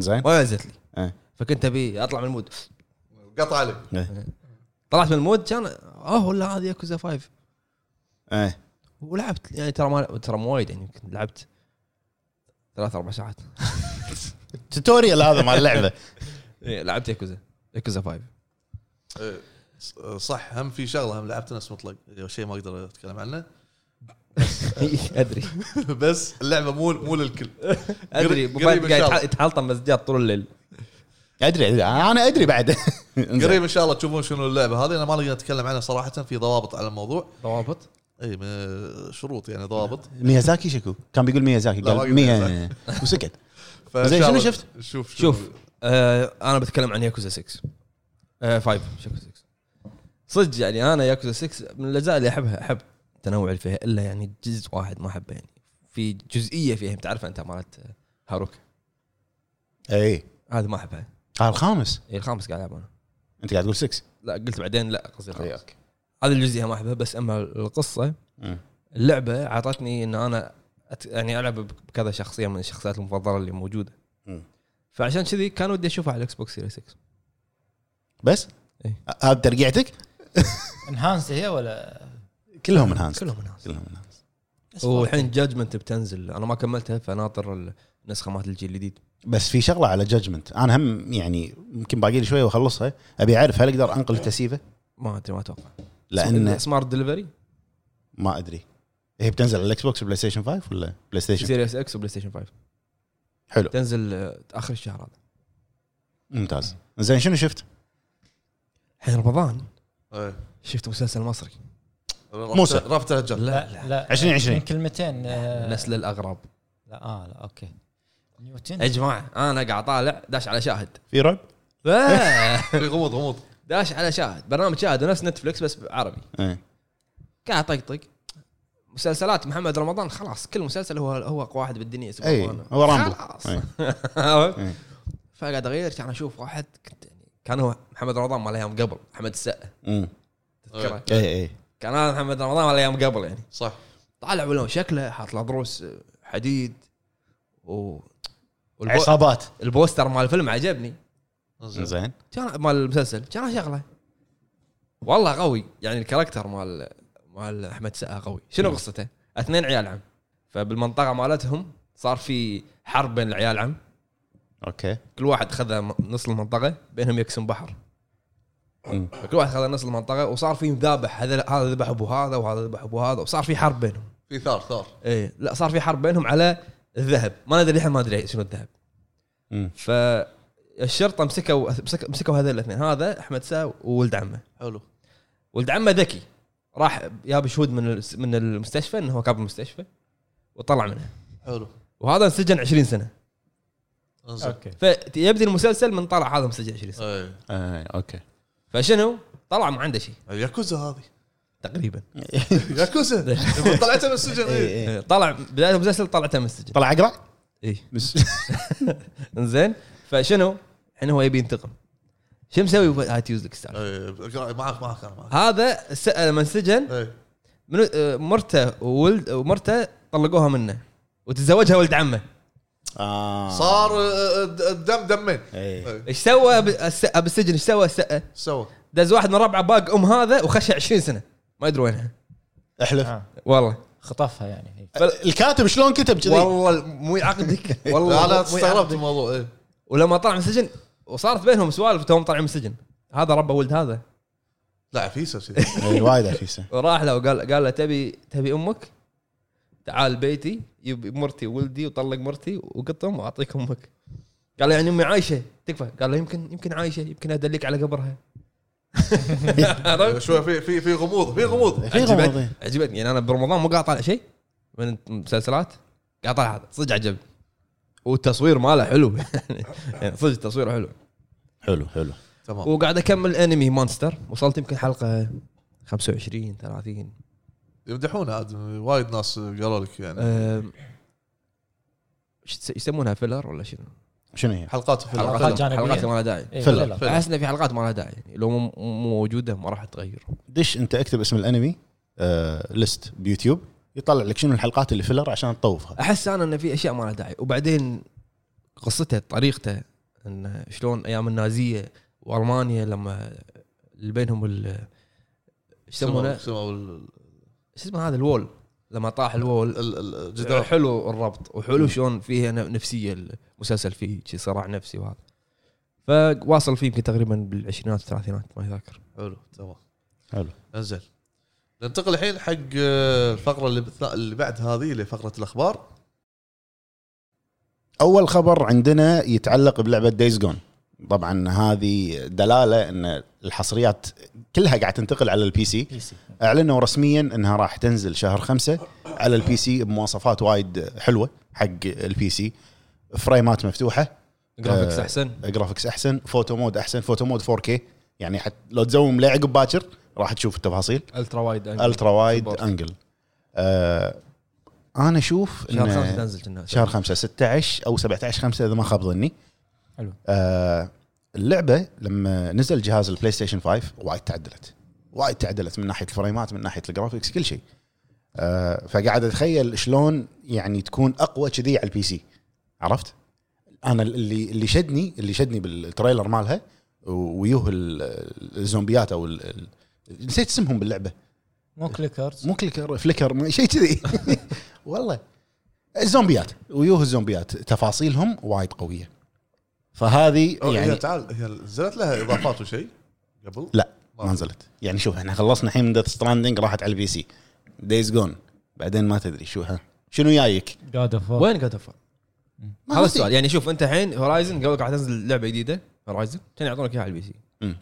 Speaker 5: زين
Speaker 1: ما يازت لي
Speaker 5: إيه.
Speaker 1: فكنت ابي اطلع من المود
Speaker 2: قطع عليك
Speaker 5: إيه.
Speaker 1: طلعت من المود كان اه ولا هذه ياكوزا 5
Speaker 5: ايه
Speaker 1: ولعبت يعني ترى ما ترى مو وايد يعني يمكن لعبت ثلاث اربع ساعات
Speaker 5: توتوريال هذا مال اللعبه
Speaker 1: إيه، لعبت ياكوزا ياكوزا 5
Speaker 2: إيه، ص- صح هم في شغله هم لعبت ناس مطلق أيوة، شيء ما اقدر اتكلم عنه
Speaker 1: ادري
Speaker 2: بس اللعبه مو مو للكل
Speaker 1: ادري ابو
Speaker 2: قريب
Speaker 1: فهد
Speaker 2: إن
Speaker 1: قاعد
Speaker 2: شاء الله.
Speaker 1: يتح- يتحلطم مسجات طول الليل
Speaker 5: ادري أدري، انا ادري بعد إنزين.
Speaker 2: قريب ان شاء الله تشوفون شنو اللعبه هذه انا ما نقدر نتكلم عنها صراحه في ضوابط على الموضوع
Speaker 1: ضوابط
Speaker 2: اي من- شروط يعني ضوابط
Speaker 5: ميازاكي شكو كان بيقول ميازاكي
Speaker 2: لا، ما
Speaker 5: قال
Speaker 2: قلت
Speaker 5: ميا وسكت
Speaker 2: فإن
Speaker 5: زين،
Speaker 2: شاء
Speaker 5: شنو
Speaker 2: الله
Speaker 5: شفت؟
Speaker 2: شوف
Speaker 1: شوف آه انا بتكلم عن ياكوزا 6 آه 5 مش ياكوزا 6 صدق يعني انا ياكوزا 6 من الاجزاء اللي احبها احب تنوع الفئه الا يعني جزء واحد ما احبه يعني في جزئيه فيها تعرفها انت مالت هاروك
Speaker 5: اي
Speaker 1: هذا ما احبها
Speaker 3: آه،
Speaker 5: قال الخامس
Speaker 1: إيه، الخامس قاعد العب انا
Speaker 5: انت قاعد تقول 6
Speaker 1: لا قلت بعدين لا قصدي
Speaker 5: إيه،
Speaker 1: الخامس هذه الجزئيه ما احبها بس اما القصه
Speaker 5: مم.
Speaker 1: اللعبه اعطتني ان انا أت... يعني العب بكذا شخصيه من الشخصيات المفضله اللي موجوده
Speaker 5: مم.
Speaker 1: فعشان كذي كان ودي اشوفها على الاكس بوكس سيريس 6
Speaker 5: بس
Speaker 1: إيه.
Speaker 3: آه،
Speaker 5: هذا ترقيعتك
Speaker 4: انهانس هي ولا
Speaker 5: كلهم انهانس
Speaker 1: آه، كلهم ناس
Speaker 5: كلهم انهانس
Speaker 1: والحين جادجمنت بتنزل انا ما كملتها فناطر النسخه مالت الجيل الجديد
Speaker 3: بس في شغله على جادجمنت انا هم يعني يمكن باقي لي شويه واخلصها ابي اعرف هل اقدر انقل التسيفه
Speaker 1: ما ادري ما اتوقع
Speaker 3: لان
Speaker 1: سمارت دليفري
Speaker 3: ما ادري هي بتنزل على الاكس بوكس بلاي ستيشن 5 ولا بلاي ستيشن
Speaker 1: سيريس اكس وبلاي ستيشن 5
Speaker 3: حلو
Speaker 1: تنزل آه، اخر الشهر هذا
Speaker 3: ممتاز زين شنو شفت؟
Speaker 1: الحين رمضان
Speaker 2: إيه.
Speaker 1: شفت مسلسل مصري
Speaker 2: رفت-
Speaker 3: موسى.
Speaker 2: رفت الهجر
Speaker 4: لا لا
Speaker 3: 2020.
Speaker 4: من كلمتين آه،
Speaker 1: نسل الاغراب
Speaker 4: لا اه لا اوكي
Speaker 1: يا
Speaker 4: نيوتن
Speaker 1: جماعه انا قاعد طالع داش على شاهد
Speaker 3: في رعب؟
Speaker 1: آه،
Speaker 2: في إيه، غموض غموض
Speaker 1: داش على شاهد برنامج شاهد ونفس نتفلكس بس عربي
Speaker 3: ايه
Speaker 1: قاعد طقطق مسلسلات محمد رمضان خلاص كل مسلسل هو هو اقوى واحد بالدنيا سبحان
Speaker 3: اي
Speaker 1: الله.
Speaker 3: إيه، هو رامبو
Speaker 1: خلاص
Speaker 3: إيه.
Speaker 1: عرفت؟
Speaker 3: إيه.
Speaker 1: فقاعد اغير كان اشوف واحد كنت يعني كان هو محمد رمضان مال ايام قبل احمد السقا
Speaker 3: أمم.
Speaker 1: تذكره
Speaker 3: ايه ايه
Speaker 1: كان هذا محمد رمضان مال ايام قبل يعني
Speaker 2: صح
Speaker 1: طالع ولون شكله حاط له ضروس حديد و والبو-
Speaker 3: عصابات
Speaker 1: البوستر مال الفيلم عجبني
Speaker 2: زين
Speaker 3: زين
Speaker 1: كان مال المسلسل كان شغله والله قوي يعني الكاركتر مال مال احمد سقا قوي شنو قصته؟ اثنين عيال عم فبالمنطقه مالتهم صار في حرب بين العيال عم
Speaker 3: اوكي
Speaker 1: كل واحد خذ م- نص المنطقه بينهم يقسم بحر
Speaker 3: مم.
Speaker 1: فكل واحد خذ نص المنطقه وصار في مذابح هذا هذا ذبح ابو هذا وهذا ذبح ابو هذا وصار في حرب بينهم
Speaker 2: في ثار ثار
Speaker 1: ايه لا صار في حرب بينهم على الذهب ما ندري الحين ما ادري شنو الذهب
Speaker 3: مم.
Speaker 1: فالشرطه مسكوا مسك- مسكوا هذول الاثنين هذا احمد سا وولد عمه
Speaker 2: حلو
Speaker 1: ولد عمه ذكي راح جاب شهود من الس- من المستشفى انه هو كان بالمستشفى وطلع منها
Speaker 2: حلو
Speaker 1: وهذا انسجن 20 سنه
Speaker 2: انزين
Speaker 4: اوكي
Speaker 1: فيبدي المسلسل من طلع هذا مسجن 20 سنه
Speaker 2: ايه
Speaker 1: إيه،
Speaker 3: آه، اوكي
Speaker 1: فشنو طلع ما عنده شيء
Speaker 2: الياكوزا إيه، هذه
Speaker 1: تقريبا
Speaker 2: ياكوزا لما طلعتها من السجن إيه.
Speaker 3: إيه، إيه.
Speaker 1: طلع بدايه المسلسل طلعته من السجن
Speaker 3: طلع اقرا
Speaker 1: اي
Speaker 3: بس
Speaker 1: انزين فشنو الحين هو يبي ينتقم شو مسوي هاي تيوزلك ستار
Speaker 2: إيه، اقرأ، معك معك انا معك
Speaker 1: هذا س- لما انسجن
Speaker 2: ايه
Speaker 1: منو- آه، مرته وولد مرته طلقوها منه وتزوجها ولد عمه
Speaker 3: اه
Speaker 2: صار آه، د- الدم دمين
Speaker 3: إيه.
Speaker 2: إيه.
Speaker 1: ايش سوى ب- الس- بالسجن ايش سوى السقه
Speaker 2: سوى
Speaker 1: دز واحد من ربعه باق ام هذا وخش 20 سنه ما يدري وينها
Speaker 3: احلف
Speaker 4: آه،
Speaker 1: والله
Speaker 4: خطفها يعني
Speaker 3: الكاتب شلون كتب كذي
Speaker 1: والله مو يعقدك والله
Speaker 2: لا لا
Speaker 1: مو
Speaker 2: استغربت
Speaker 1: يعقدك.
Speaker 2: الموضوع ايه
Speaker 1: ولما طلع من السجن وصارت بينهم سوالف توهم طالعين من السجن هذا ربى ولد هذا
Speaker 2: لا عفيسه بشي.
Speaker 3: إيه، وايد عفيسه
Speaker 1: وراح له وقال قال له تبي تبي امك؟ تعال بيتي يب مرتي ولدي وطلق مرتي وقطهم واعطيك امك. قال له يعني امي عايشه تكفى قال له يمكن يمكن عايشه يمكن ادليك على قبرها. عرفت؟
Speaker 2: شوي في في في غموض في غموض
Speaker 3: في غموض
Speaker 1: عجبتني
Speaker 3: إيه.
Speaker 1: عجبتني يعني انا برمضان مو قاعد طالع شيء من المسلسلات قاعد طالع هذا صدق عجبني. والتصوير ماله حلو يعني صدق تصوير حلو
Speaker 3: حلو حلو
Speaker 2: تمام
Speaker 1: وقاعد اكمل انمي مونستر وصلت يمكن حلقه 25 30
Speaker 2: يمدحون عاد وايد ناس قالوا لك
Speaker 4: إيه.
Speaker 2: يعني
Speaker 1: أم، شو تس- يسمونها فيلر ولا شنو؟
Speaker 3: شنو هي؟
Speaker 2: حلقات في
Speaker 4: حلقات
Speaker 2: الحلقة.
Speaker 4: جانبية.
Speaker 1: حلقات ما لها داعي
Speaker 4: إيه،
Speaker 3: فيلر.
Speaker 4: فيلر.
Speaker 1: احس ان في حلقات ما لها داعي يعني لو مو مو موجوده ما راح تغير
Speaker 3: دش انت اكتب اسم الانمي آه ليست بيوتيوب يطلع لك شنو الحلقات اللي فيلر عشان تطوفها
Speaker 1: احس انا ان في اشياء ما لها داعي وبعدين قصته طريقته ان شلون ايام النازيه والمانيا لما اللي بينهم ال ايش يسمونه؟
Speaker 2: سموا ال-
Speaker 1: شو اسمه هذا الوول لما طاح الوول
Speaker 2: ال- ال- الجدار
Speaker 1: حلو الربط وحلو شلون فيه ن- نفسيه المسلسل فيه شي صراع نفسي وهذا فواصل فيه يمكن تقريبا بالعشرينات والثلاثينات ما يذاكر
Speaker 2: حلو تمام
Speaker 3: حلو
Speaker 2: انزين ننتقل الحين حق آه، الفقره اللي بث- اللي بعد هذه اللي فقره الاخبار
Speaker 3: اول خبر عندنا يتعلق بلعبه دايز جون طبعا هذه دلاله ان الحصريات كلها قاعد تنتقل على البي سي
Speaker 4: بي سي
Speaker 3: اعلنوا رسميا انها راح تنزل شهر خمسة على البي سي بمواصفات وايد حلوه حق البي سي فريمات مفتوحه آه،
Speaker 1: جرافيكس احسن
Speaker 3: جرافكس احسن فوتو مود احسن فوتو مود 4K يعني حت لو تزوم لعقب باكر راح تشوف التفاصيل
Speaker 1: الترا وايد أنجل.
Speaker 3: الترا وايد
Speaker 1: بالضبط.
Speaker 3: انجل آه انا اشوف
Speaker 1: شهر خمسة
Speaker 3: إنه-
Speaker 1: تنزل كنا
Speaker 3: شهر 5 16 او 17 5 اذا ما خاب ظني
Speaker 4: حلو.
Speaker 3: آه اللعبه لما نزل جهاز البلاي ستيشن 5 وايد تعدلت وايد تعدلت من ناحيه الفريمات من ناحيه الجرافيكس كل شيء آه فقاعد اتخيل شلون يعني تكون اقوى كذي على البي سي عرفت انا اللي اللي شدني اللي شدني بالتريلر مالها و- ويوه ال- الزومبيات او ال- ال- نسيت اسمهم باللعبه
Speaker 4: مو كليكرز
Speaker 3: مو كليكر فليكر ما- شيء كذي والله الزومبيات ويوه الزومبيات تفاصيلهم وايد قويه فهذه
Speaker 2: أو هي
Speaker 3: يعني
Speaker 2: تعال هي نزلت لها اضافات وشيء قبل
Speaker 3: لا
Speaker 2: ما
Speaker 3: ما نزلت يعني شوف احنا خلصنا الحين من ديث ستراندنج راحت على البي سي دايز جون بعدين ما تدري شو ها شنو جايك
Speaker 4: جاد اوف
Speaker 1: وين جاد اوف
Speaker 3: ما
Speaker 1: هذا
Speaker 3: ندري.
Speaker 1: السؤال يعني شوف انت الحين هورايزن قبل قاعد تنزل لعبه جديده هورايزن كان يعطونك اياها على البي سي
Speaker 3: مم.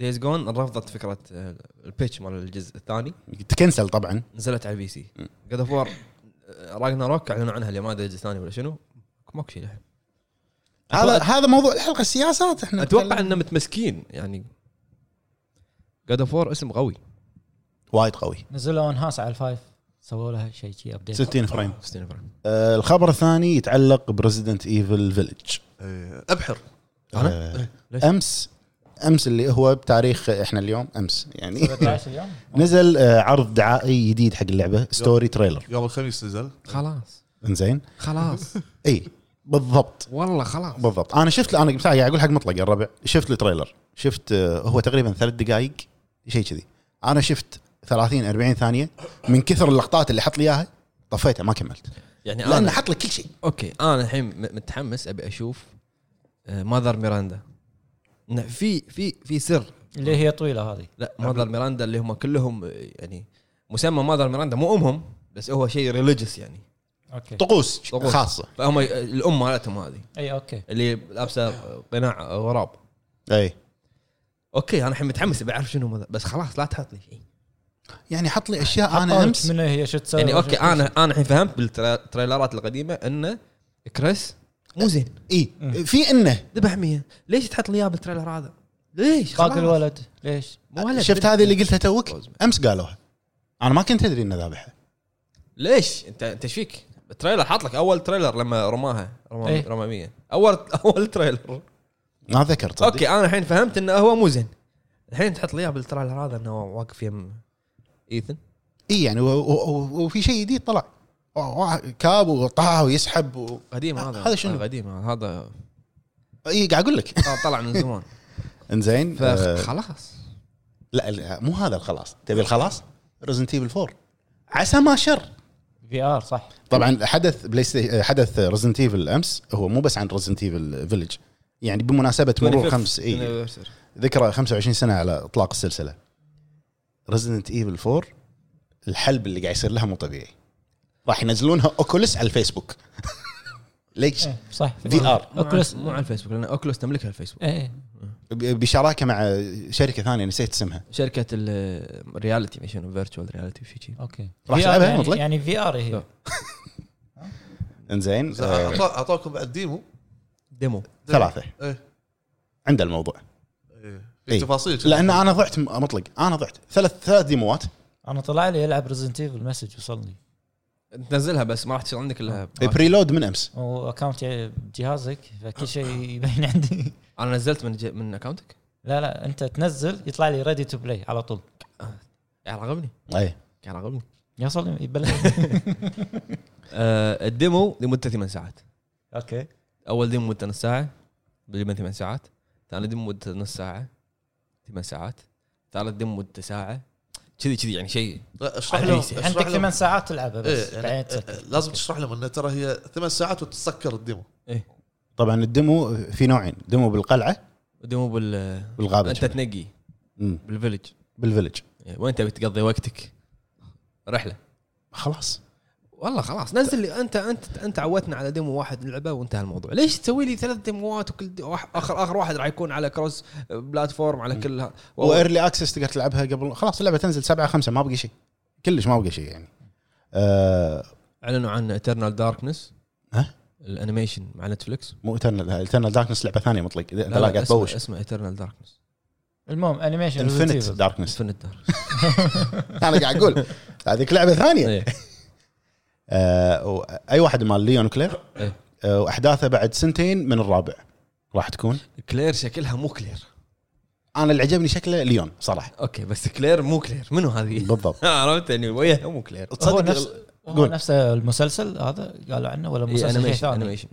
Speaker 1: دايز جون رفضت فكره آه، البيتش مال الجزء الثاني
Speaker 3: تكنسل طبعا
Speaker 1: نزلت على البي سي جاد اوف وور راجنا روك اعلنوا آه، عنها اللي ما ادري الجزء الثاني ولا شنو ماكو شيء الحين
Speaker 3: هذا هذا موضوع الحلقه السياسات احنا
Speaker 1: اتوقع
Speaker 3: نتكلم.
Speaker 1: انه متمسكين يعني جاد اوف وور اسم قوي
Speaker 3: وايد قوي
Speaker 4: نزلوا انهاس على الفايف سووا لها شيء شي ابديت
Speaker 3: 60 فريم
Speaker 1: ستيفن براون.
Speaker 3: آه الخبر الثاني يتعلق بريزيدنت ايفل فيلج
Speaker 2: إيه، ابحر
Speaker 1: أنا؟ إيه.
Speaker 3: آه
Speaker 1: ليش؟
Speaker 3: امس امس اللي هو بتاريخ احنا اليوم امس يعني
Speaker 4: 17 اليوم
Speaker 3: نزل آه عرض دعائي جديد حق اللعبه ستوري تريلر
Speaker 2: يوم الخميس نزل
Speaker 1: خلاص
Speaker 3: انزين
Speaker 1: خلاص
Speaker 3: اي بالضبط
Speaker 1: والله خلاص
Speaker 3: بالضبط انا شفت انا قاعد اقول حق مطلق الربع شفت التريلر شفت آه، هو تقريبا ثلاث دقائق شيء كذي انا شفت 30 40 ثانيه من كثر اللقطات اللي حط لي اياها طفيتها ما كملت
Speaker 1: يعني
Speaker 3: لانه
Speaker 1: انا
Speaker 3: حط لك كل شيء
Speaker 1: اوكي انا الحين م- متحمس ابي اشوف آه، ماذر ميراندا إنه في في في سر
Speaker 4: اللي هي طويله هذه
Speaker 1: لا ماذر ميراندا اللي هم كلهم آه، يعني مسمى ماذر ميراندا مو امهم بس هو شيء ريليجيوس يعني
Speaker 4: اوكي
Speaker 3: طقوس
Speaker 1: طقوس.
Speaker 3: خاصه
Speaker 1: فهم ي- الام مالتهم هذه
Speaker 4: اي اوكي
Speaker 1: اللي لابسه قناع غراب
Speaker 3: اي
Speaker 1: اوكي انا الحين متحمس بعرف شنو ماذا بس خلاص لا تحط لي شيء
Speaker 3: يعني حط لي اشياء انا امس
Speaker 4: من هي شو
Speaker 3: طيب،
Speaker 4: تسوي
Speaker 1: يعني
Speaker 4: وشو
Speaker 1: اوكي
Speaker 4: تسوي.
Speaker 1: انا انا الحين فهمت بالتريلرات القديمه انه كريس مو زين
Speaker 3: اي في انه
Speaker 1: ذبح 100 ليش تحط لي اياه بالتريلر هذا؟ ليش؟
Speaker 4: باقي
Speaker 1: خلاص.
Speaker 4: الولد ليش؟
Speaker 1: مو ولد.
Speaker 3: شفت هذه اللي قلتها توك
Speaker 1: لازم.
Speaker 3: امس قالوها انا ما كنت ادري انه ذابحها
Speaker 1: ليش؟ انت انت ايش فيك؟ التريلر حاط لك اول تريلر لما رماها رمى
Speaker 4: إيه.
Speaker 1: ايه؟ رمى 100 اول اول تريلر
Speaker 3: ما ذكرت صدق.
Speaker 1: اوكي انا الحين فهمت انه هو مو زين الحين تحط لي اياه بالتريلر هذا انه هو واقف يم ايثن
Speaker 3: اي يعني و- و- و- وفي شيء جديد طلع وا- كاب وطاح ويسحب و...
Speaker 1: قديم
Speaker 3: آه،
Speaker 1: هذا
Speaker 3: هذا شنو؟
Speaker 1: قديم هذا
Speaker 3: اي إيه، قاعد اقول لك
Speaker 1: طلع- طلع من زمان
Speaker 3: انزين آه،
Speaker 1: فخلاص
Speaker 3: لا لا، مو هذا الخلاص تبي الخلاص ريزنت ايفل 4 عسى ما شر
Speaker 4: في ار صح
Speaker 3: طبعا حدث بلاي ستيشن حدث ريزنت ايفل امس هو مو بس عن ريزنت ايفل فيلج يعني بمناسبه مرور
Speaker 1: 25th
Speaker 3: خمس إيه. اي
Speaker 1: anniversary.
Speaker 3: ذكرى 25 سنه على اطلاق السلسله ريزنت ايفل 4 الحلب اللي قاعد يصير لها مو طبيعي راح ينزلونها اوكولس على الفيسبوك ليش؟
Speaker 4: إيه، صح
Speaker 3: في ار
Speaker 1: مو على-
Speaker 4: أوكلس.
Speaker 1: مو على الفيسبوك لان اوكلوس تملكها الفيسبوك
Speaker 4: ايه
Speaker 3: بشراكه مع شركه ثانيه نسيت اسمها
Speaker 1: شركه الرياليتي شنو فيرتشوال رياليتي في شيء
Speaker 4: اوكي
Speaker 3: راح
Speaker 4: VR
Speaker 3: تلعبها
Speaker 4: يعني-
Speaker 3: مطلق؟
Speaker 4: يعني في ار هي
Speaker 1: لا.
Speaker 3: انزين
Speaker 2: زين،
Speaker 3: آه،
Speaker 2: أعطا- اعطاكم بعد ديمو
Speaker 1: ديمو
Speaker 3: ثلاثه
Speaker 2: ايه
Speaker 3: عند الموضوع
Speaker 2: إيه.
Speaker 3: إيه.
Speaker 2: في تفاصيل كذا.
Speaker 3: لان انا ضعت م- مطلق انا ضعت ثلاث ثلاث ديموات
Speaker 4: انا طلع لي يلعب ريزنت ايفل مسج وصلني
Speaker 1: تنزلها بس ما راح تصير عندك الا
Speaker 3: بريلود من امس
Speaker 4: واكونت جهازك فكل شيء يبين عندي
Speaker 1: انا نزلت من جي... من اكونتك
Speaker 4: لا لا انت تنزل يطلع لي ريدي تو بلاي على طول
Speaker 1: قاعد راغبني
Speaker 3: اي
Speaker 1: قاعد راغبني
Speaker 4: يوصل يبلش
Speaker 1: آه الديمو لمده ثمان ساعات
Speaker 4: اوكي
Speaker 1: اول ديمو مدته نص ساعه تقريبا ثمان ساعات ثاني ديمو مدته نص ساعه ثمان ساعات ثالث ديمو مدته ساعه كذي كذي يعني شيء
Speaker 2: لا، اشرح لهم
Speaker 1: عندك
Speaker 2: اشرح
Speaker 4: عندك
Speaker 2: لهم.
Speaker 4: ثمان ساعات تلعبها بس
Speaker 2: إيه،
Speaker 4: بعدين
Speaker 2: يعني
Speaker 4: تسكر
Speaker 2: لازم تشرح لهم انه ترى هي ثمان ساعات وتسكر الديمو
Speaker 3: طبعا الديمو في نوعين ديمو بالقلعه
Speaker 1: ديمو بال
Speaker 3: بالغابه
Speaker 1: انت
Speaker 3: شباب.
Speaker 1: تنقي
Speaker 3: مم.
Speaker 1: بالفيلج
Speaker 3: بالفيلج
Speaker 1: يعني وين تبي تقضي وقتك رحله
Speaker 3: خلاص
Speaker 1: والله خلاص نزل لي انت انت انت عودتنا على ديمو واحد نلعبه وانتهى الموضوع، ليش تسوي لي ثلاث ديموات وكل دي واح- اخر اخر واحد راح يكون على كروس آه، بلاتفورم على كل ها-
Speaker 3: وايرلي اكسس تقدر تلعبها قبل خلاص اللعبه تنزل 7 5 ما بقي شيء كلش ما بقي شيء يعني آه
Speaker 1: اعلنوا عن ايترنال داركنس
Speaker 3: ها؟
Speaker 1: الانيميشن مع نتفلكس
Speaker 3: مو ايترنال ايترنال داركنس لعبه ثانيه مطلق انت لا قاعد
Speaker 1: اسمه
Speaker 3: تبوش
Speaker 1: اسمه ايترنال داركنس
Speaker 4: المهم انيميشن
Speaker 3: انفنت
Speaker 4: Resident Evil.
Speaker 3: داركنس
Speaker 1: انفنت داركنس
Speaker 3: انا قاعد اقول هذيك لعبه ثانيه
Speaker 1: إيه.
Speaker 3: آه و- اي واحد مال ليون كلير
Speaker 1: إيه.
Speaker 3: آه واحداثه بعد سنتين من الرابع راح تكون
Speaker 1: كلير شكلها مو كلير
Speaker 3: انا اللي عجبني شكله ليون صراحه
Speaker 1: اوكي بس كلير مو كلير منو هذه؟
Speaker 3: بالضبط
Speaker 1: عرفت يعني وياها مو كلير
Speaker 4: إيه. هو
Speaker 3: تصدق
Speaker 4: نفس هو
Speaker 3: قول.
Speaker 4: نفسه المسلسل هذا قالوا عنه ولا
Speaker 1: إيه،
Speaker 4: مسلسل شيء
Speaker 1: انيميشن
Speaker 4: ثاني
Speaker 1: انيميشن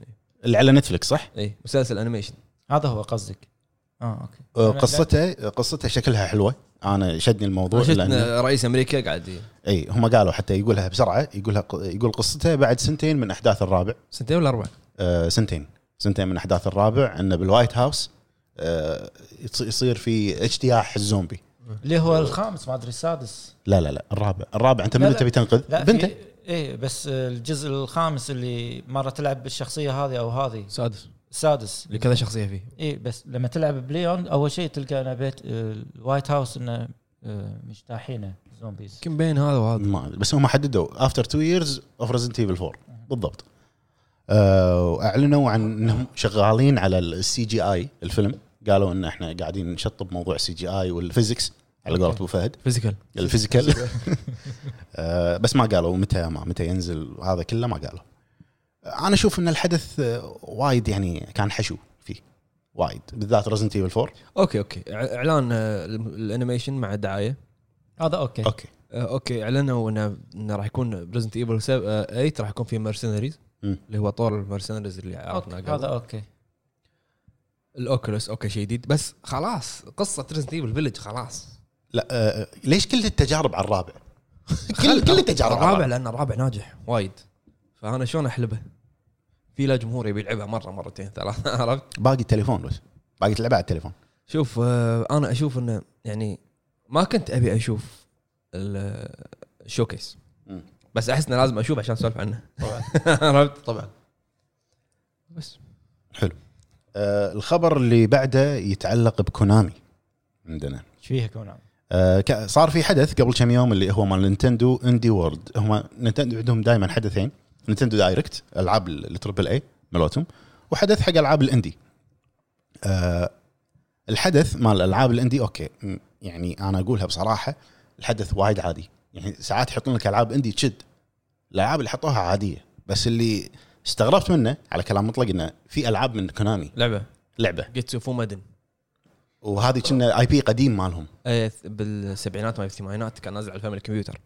Speaker 3: اللي على نتفلكس صح؟
Speaker 1: اي إيه، مسلسل انيميشن
Speaker 4: هذا هو قصدك اه اوكي
Speaker 3: آه، قصته قصته شكلها حلوه انا شدني الموضوع
Speaker 1: شفت
Speaker 3: لأن-
Speaker 1: رئيس امريكا قاعد
Speaker 3: اي هم قالوا حتى يقولها بسرعه يقولها ق- يقول قصته بعد سنتين من احداث الرابع
Speaker 1: سنتين ولا اربع
Speaker 3: آه، سنتين سنتين من احداث الرابع ان بالوايت هاوس آه، يص- يصير في اجتياح الزومبي
Speaker 2: إيه.
Speaker 4: اللي هو الخامس ما ادري السادس
Speaker 3: لا لا لا الرابع الرابع انت
Speaker 4: لا،
Speaker 3: من
Speaker 4: لا.
Speaker 3: تبي تنقذ
Speaker 4: في-
Speaker 3: بنته
Speaker 4: ايه بس الجزء الخامس اللي مره تلعب بالشخصيه هذه او هذه
Speaker 1: سادس
Speaker 4: السادس
Speaker 1: اللي كذا شخصيه فيه
Speaker 4: ايه بس لما تلعب بليون اول شيء تلقى انا بيت آه، الوايت هاوس انه آه، مجتاحينه زومبيز
Speaker 1: كم بين هذا وهذا
Speaker 3: ما بس هم حددوا افتر 2 ييرز اوف ريزنت ايفل 4 بالضبط آه، واعلنوا عن انهم شغالين على السي جي اي الفيلم قالوا ان احنا قاعدين نشطب موضوع السي جي اي والفيزكس على قولة ابو فهد
Speaker 1: فيزيكال
Speaker 3: الفيزيكال آه، بس ما قالوا متى ما متى ينزل هذا كله ما قالوا انا اشوف ان الحدث آه، وايد يعني كان حشو فيه وايد بالذات رزنت ايفل 4
Speaker 1: اوكي اوكي إع- اعلان آه، ال- الانيميشن مع دعايه
Speaker 4: هذا اوكي
Speaker 3: اوكي
Speaker 1: آه، اوكي اعلنوا انه انه راح يكون بريزنت ايفل 8 آه، راح يكون في مرسنريز
Speaker 3: مم.
Speaker 1: اللي هو طور المرسنريز اللي
Speaker 4: أوكي،
Speaker 1: عرفناه
Speaker 4: هذا
Speaker 1: قبل
Speaker 4: اوكي
Speaker 1: الاوكلس اوكي شيء جديد بس خلاص قصه بريزنت ايفل فيلج خلاص
Speaker 3: لا آه، ليش كل التجارب على الرابع؟ كل كل التجارب على
Speaker 1: الرابع
Speaker 3: الرابع
Speaker 1: لان الرابع ناجح وايد فانا شلون احلبه؟ في لا جمهور يبي يلعبها مره مرتين ثلاث عرفت؟
Speaker 3: باقي التليفون بس باقي تلعبها على التليفون
Speaker 1: شوف آه، انا اشوف انه يعني ما كنت ابي اشوف ال- الشوكيس
Speaker 3: مم.
Speaker 1: بس احس انه لازم اشوف عشان اسولف عنه
Speaker 2: طبعا
Speaker 1: عرفت؟
Speaker 2: طبعا
Speaker 1: بس
Speaker 3: آه، الخبر اللي بعده يتعلق بكونامي عندنا
Speaker 4: ايش فيها كمان
Speaker 3: آه، ك- صار في حدث قبل كم يوم اللي هو مال نينتندو اندي وورد هم نينتندو عندهم دائما حدثين نينتندو دايركت العاب ال- التربل اي مالتهم وحدث حق العاب الاندي آه، الحدث مال العاب الاندي اوكي م- يعني انا اقولها بصراحه الحدث وايد عادي يعني ساعات يحطون لك العاب اندي تشد الالعاب اللي حطوها عاديه بس اللي استغربت منه على كلام مطلق انه في العاب من كونامي
Speaker 1: لعبه
Speaker 3: لعبه
Speaker 1: جيتسو فومادن
Speaker 3: وهذه كنا اي بي قديم مالهم
Speaker 1: آه، بالسبعينات ما الثمانينات كان نازل على الفاميلي كمبيوتر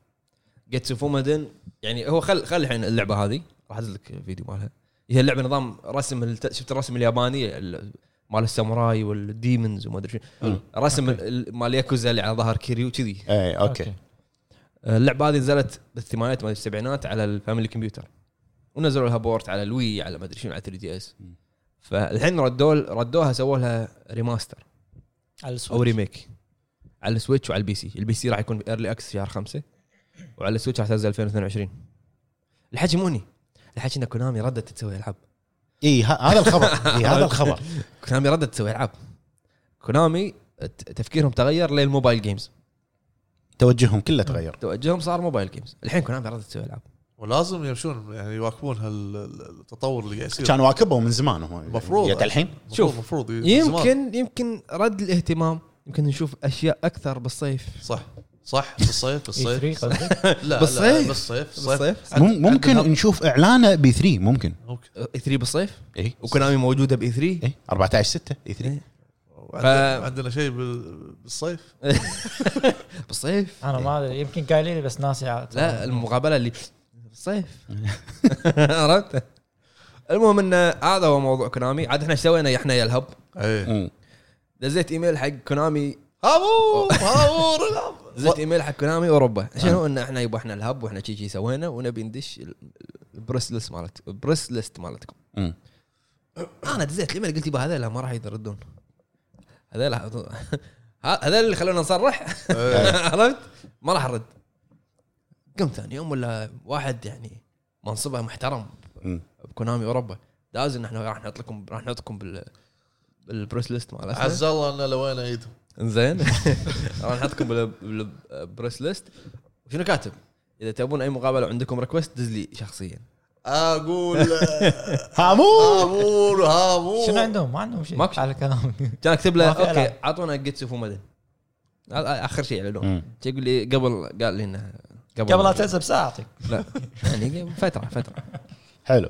Speaker 1: جيتسو فومادن يعني هو خل خل الحين اللعبه هذه راح انزل لك فيديو مالها هي اللعبه نظام رسم الت... شفت الرسم الياباني ال- مال الساموراي والديمونز وما ادري شنو
Speaker 3: مم.
Speaker 1: رسم ال- ال- مال ياكوزا اللي على ظهر كيريو كذي
Speaker 3: اي اوكي
Speaker 1: اللعبه هذه نزلت بالثمانينات ما السبعينات على الفاميلي كمبيوتر ونزلوا لها بورت على الوي على ما ادري شنو على 3 دي اس فالحين ردوا ردوها سووا لها ريماستر
Speaker 4: على
Speaker 1: او
Speaker 4: السويتش
Speaker 1: ريميك على السويتش وعلى البي سي البي سي راح يكون ايرلي اكس شهر خمسة وعلى السويتش راح تنزل 2022 الحكي موني الحكي ان كونامي ردت تسوي العاب
Speaker 3: اي ه- هذا الخبر اي هذا الخبر
Speaker 1: كونامي ردت تسوي العاب كونامي ت- تفكيرهم تغير للموبايل جيمز
Speaker 3: توجههم كله تغير
Speaker 1: توجههم صار موبايل جيمز الحين كونامي ردت تسوي العاب
Speaker 2: ولازم يمشون يعني يواكبون هالتطور اللي قاعد يصير
Speaker 3: كان واكبهم من زمان هم
Speaker 2: مفروض.
Speaker 3: يا الحين
Speaker 1: شوف،
Speaker 2: المفروض
Speaker 1: يمكن يمكن رد الاهتمام يمكن نشوف اشياء اكثر بالصيف
Speaker 2: صح صح بالصيف بالصيف
Speaker 4: إي 3 إيه، قصدك؟
Speaker 2: لا
Speaker 1: بالصيف.
Speaker 2: لا بالصيف بالصيف
Speaker 1: بالصيف
Speaker 3: مم- ممكن
Speaker 2: عندنا-
Speaker 3: نشوف اعلانه بي 3 ممكن
Speaker 2: ممكن
Speaker 1: اي 3 بالصيف
Speaker 2: إيه.
Speaker 3: اي
Speaker 1: وكونامي موجوده باي 3
Speaker 3: اي 14 6 اي 3
Speaker 1: إيه.
Speaker 2: عندنا- عندنا شيء بال- بالصيف
Speaker 1: بالصيف
Speaker 4: انا ما ادري يمكن قايلين لي بس ناسي عاد.
Speaker 1: لا المقابله اللي بالصيف عرفت المهم ان هذا هو موضوع كونامي عاد احنا ايش سوينا احنا يا الهب
Speaker 2: ايه
Speaker 3: مم.
Speaker 1: دزيت ايميل حق كونامي
Speaker 2: هامور هامور الهب.
Speaker 1: دزيت ايميل حق كونامي اوروبا شنو ان احنا يبا احنا الهب واحنا شي شي سوينا ونبي ندش ال- ال- البريس ليست مالت البريس ليست مالتكم
Speaker 3: مم.
Speaker 1: انا دزيت الايميل قلت يبا هذيلا ما راح يردون هذيلا هذا اللي خلونا نصرح
Speaker 2: إيه.
Speaker 1: عرفت؟ ما راح ارد قم ثاني يوم ولا واحد يعني منصبه محترم
Speaker 3: مم.
Speaker 1: بكونامي اوروبا داز ان احنا راح نحط لكم راح نحطكم بال بالبريس ليست مال
Speaker 2: عز الله انه لوين ايدهم
Speaker 1: زين راح نحطكم بال- بالبريس ليست وشنو كاتب؟ اذا تبون اي مقابله وعندكم ريكوست دز لي شخصيا
Speaker 2: اقول
Speaker 3: هامور
Speaker 2: هامور هامور
Speaker 4: شنو عندهم؟ ما عندهم
Speaker 1: ماكو
Speaker 4: شيء
Speaker 1: شيء.
Speaker 4: على كلامك
Speaker 1: كان اكتب له
Speaker 4: ما في
Speaker 1: اوكي
Speaker 4: ألعاب.
Speaker 1: اعطونا جيتسو فومادن هذا اخر شيء
Speaker 2: آه.
Speaker 1: اعلنوه
Speaker 3: مم.
Speaker 1: يقول لي قبل قال لي انه
Speaker 4: قبل لا تنسى بساعه اعطيك
Speaker 1: لا يعني قبل- فتره فتره
Speaker 3: حلو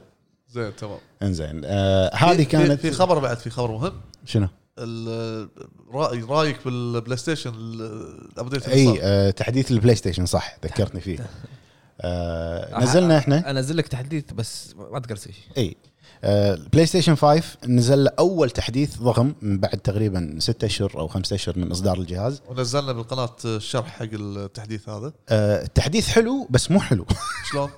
Speaker 2: زين تمام
Speaker 3: انزين آه،
Speaker 2: في-
Speaker 3: هذه
Speaker 2: في-
Speaker 3: كانت
Speaker 2: في خبر بعد في خبر مهم
Speaker 3: شنو؟
Speaker 2: ال- رأي رايك
Speaker 3: إيه،
Speaker 2: بالبلاي ستيشن ال- الابديت اللي صار.
Speaker 3: اي آه، تحديث البلاي ستيشن صح ذكرتني فيه آه نزلنا احنا
Speaker 1: انزل لك تحديث بس ما تقرص شيء
Speaker 3: اي آه، بلاي ستيشن 5 نزل له اول تحديث ضخم من بعد تقريبا ستة اشهر او خمسة اشهر من اصدار الجهاز
Speaker 2: ونزلنا بالقناه الشرح حق التحديث هذا
Speaker 3: آه، التحديث حلو بس مو حلو
Speaker 2: شلون؟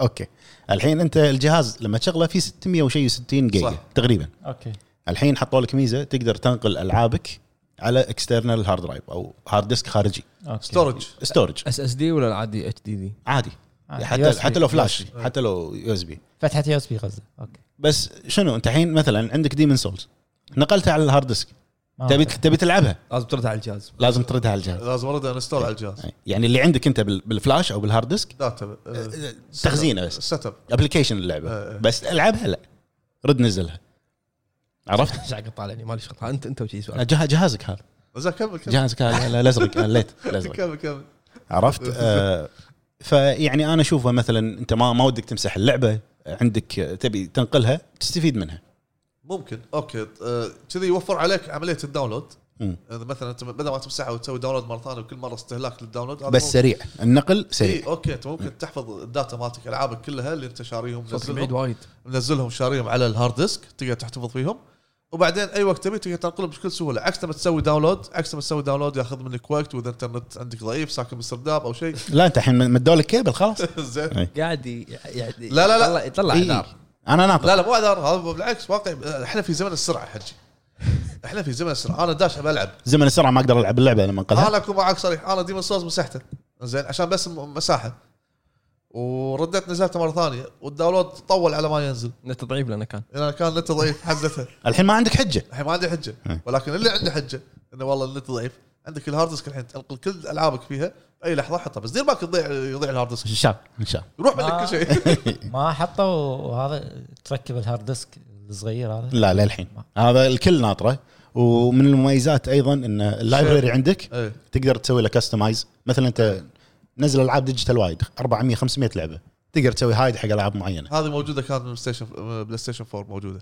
Speaker 3: اوكي الحين انت الجهاز لما تشغله فيه 600 وشيء 60 جيجا
Speaker 2: صح.
Speaker 3: تقريبا
Speaker 4: اوكي
Speaker 3: الحين حطوا لك ميزه تقدر تنقل العابك على اكسترنال هارد درايف او هارد ديسك خارجي
Speaker 4: اوكي
Speaker 2: ستورج
Speaker 3: ستورج
Speaker 1: اس اس دي ولا العادي اتش دي دي؟
Speaker 3: عادي
Speaker 4: آه،
Speaker 3: حتى
Speaker 4: USB.
Speaker 3: حتى لو فلاش حتى لو يو اس بي
Speaker 4: فتحه يو اس بي قصدي اوكي
Speaker 3: بس شنو انت الحين مثلا عندك ديمن سولز نقلتها على الهارد ديسك
Speaker 4: ما
Speaker 3: تبي
Speaker 4: أعرف.
Speaker 3: تبي تلعبها
Speaker 1: لازم ترد على الجهاز
Speaker 3: لازم تردها على الجهاز
Speaker 2: لازم ارد انستول على الجهاز
Speaker 3: يعني اللي عندك انت بال- بالفلاش او بالهارد ديسك
Speaker 2: داتا
Speaker 4: آه،
Speaker 3: إيه. آه، تخزينه بس
Speaker 2: سيت اب
Speaker 3: ابلكيشن اللعبه
Speaker 2: آه.
Speaker 3: بس العبها لا رد نزلها عرفت؟
Speaker 1: ايش عقب طالعني مالي شغل انت انت وشي سؤال
Speaker 3: آه، جه- جهازك هذا
Speaker 2: زين كمل كمل
Speaker 3: جهازك هذا الازرق الليت الازرق
Speaker 2: كمل كمل
Speaker 3: عرفت آه، فيعني انا اشوفه مثلا انت ما ما ودك تمسح اللعبه عندك آه، تبي تنقلها تستفيد منها
Speaker 2: ممكن اوكي آه، كذي يوفر عليك عمليه الداونلود
Speaker 3: مم.
Speaker 2: إذا مثلا انت بدل ما تمسحها وتسوي داونلود مره ثانيه وكل مره استهلاك للداونلود هذا
Speaker 3: بس
Speaker 2: مو-
Speaker 3: سريع النقل سريع
Speaker 2: اي اوكي انت ممكن تحفظ الداتا مالتك العابك كلها اللي انت شاريهم
Speaker 1: صوتك بعيد
Speaker 2: منزلهم
Speaker 1: وايد
Speaker 2: منزلهم شاريهم على الهارد ديسك تقدر تحتفظ فيهم وبعدين اي وقت تبي تقدر تنقلهم بكل سهوله عكس لما تسوي داونلود عكس لما تسوي داونلود ياخذ منك وقت واذا الانترنت عندك ضعيف ساكن باسترداب او شيء
Speaker 3: لا انت الحين مدوا لك كيبل خلاص
Speaker 2: زين
Speaker 1: قاعد ي- يعني
Speaker 2: لا، لا،
Speaker 1: يطلع-
Speaker 2: لا.
Speaker 1: يطلع
Speaker 3: إي.
Speaker 1: عذار
Speaker 3: انا ناطر
Speaker 2: لا لا مو اعذار هذا بالعكس واقع احنا في زمن السرعه حجي احنا في زمن السرعه انا داش بلعب
Speaker 3: زمن السرعه ما اقدر العب اللعبه لما انقلها
Speaker 2: انا اكون معك صريح انا ديمون سولز مسحته زين عشان بس الم- مساحه وردت نزلته مره ثانيه والداونلود طول على ما ينزل
Speaker 1: نت ضعيف لانه كان
Speaker 2: لان يعني كان النت ضعيف حزتها
Speaker 3: الحين ما عندك حجه
Speaker 2: الحين ما عندي حجه
Speaker 3: إيه.
Speaker 2: ولكن اللي عنده حجه انه والله النت ضعيف عندك الهارد ديسك الحين تنقل كل العابك فيها اي لحظه حطها بس دير بالك يضيع يضيع الهارد ديسك
Speaker 3: ان شاء الله ان شاء الله
Speaker 2: يروح
Speaker 4: آه.
Speaker 2: منك كل شيء
Speaker 4: ما حطوا هذا تركب الهارد ديسك الصغير هذا
Speaker 3: لا للحين هذا الكل ناطره ومن المميزات ايضا ان اللايبرري عندك
Speaker 2: إيه.
Speaker 3: تقدر تسوي له كستمايز مثلا انت نزل العاب ديجيتال وايد 400 500 لعبه تقدر تسوي هايد حق العاب معينه
Speaker 2: هذه موجوده كانت من ستيشن بلاي ستيشن 4 موجوده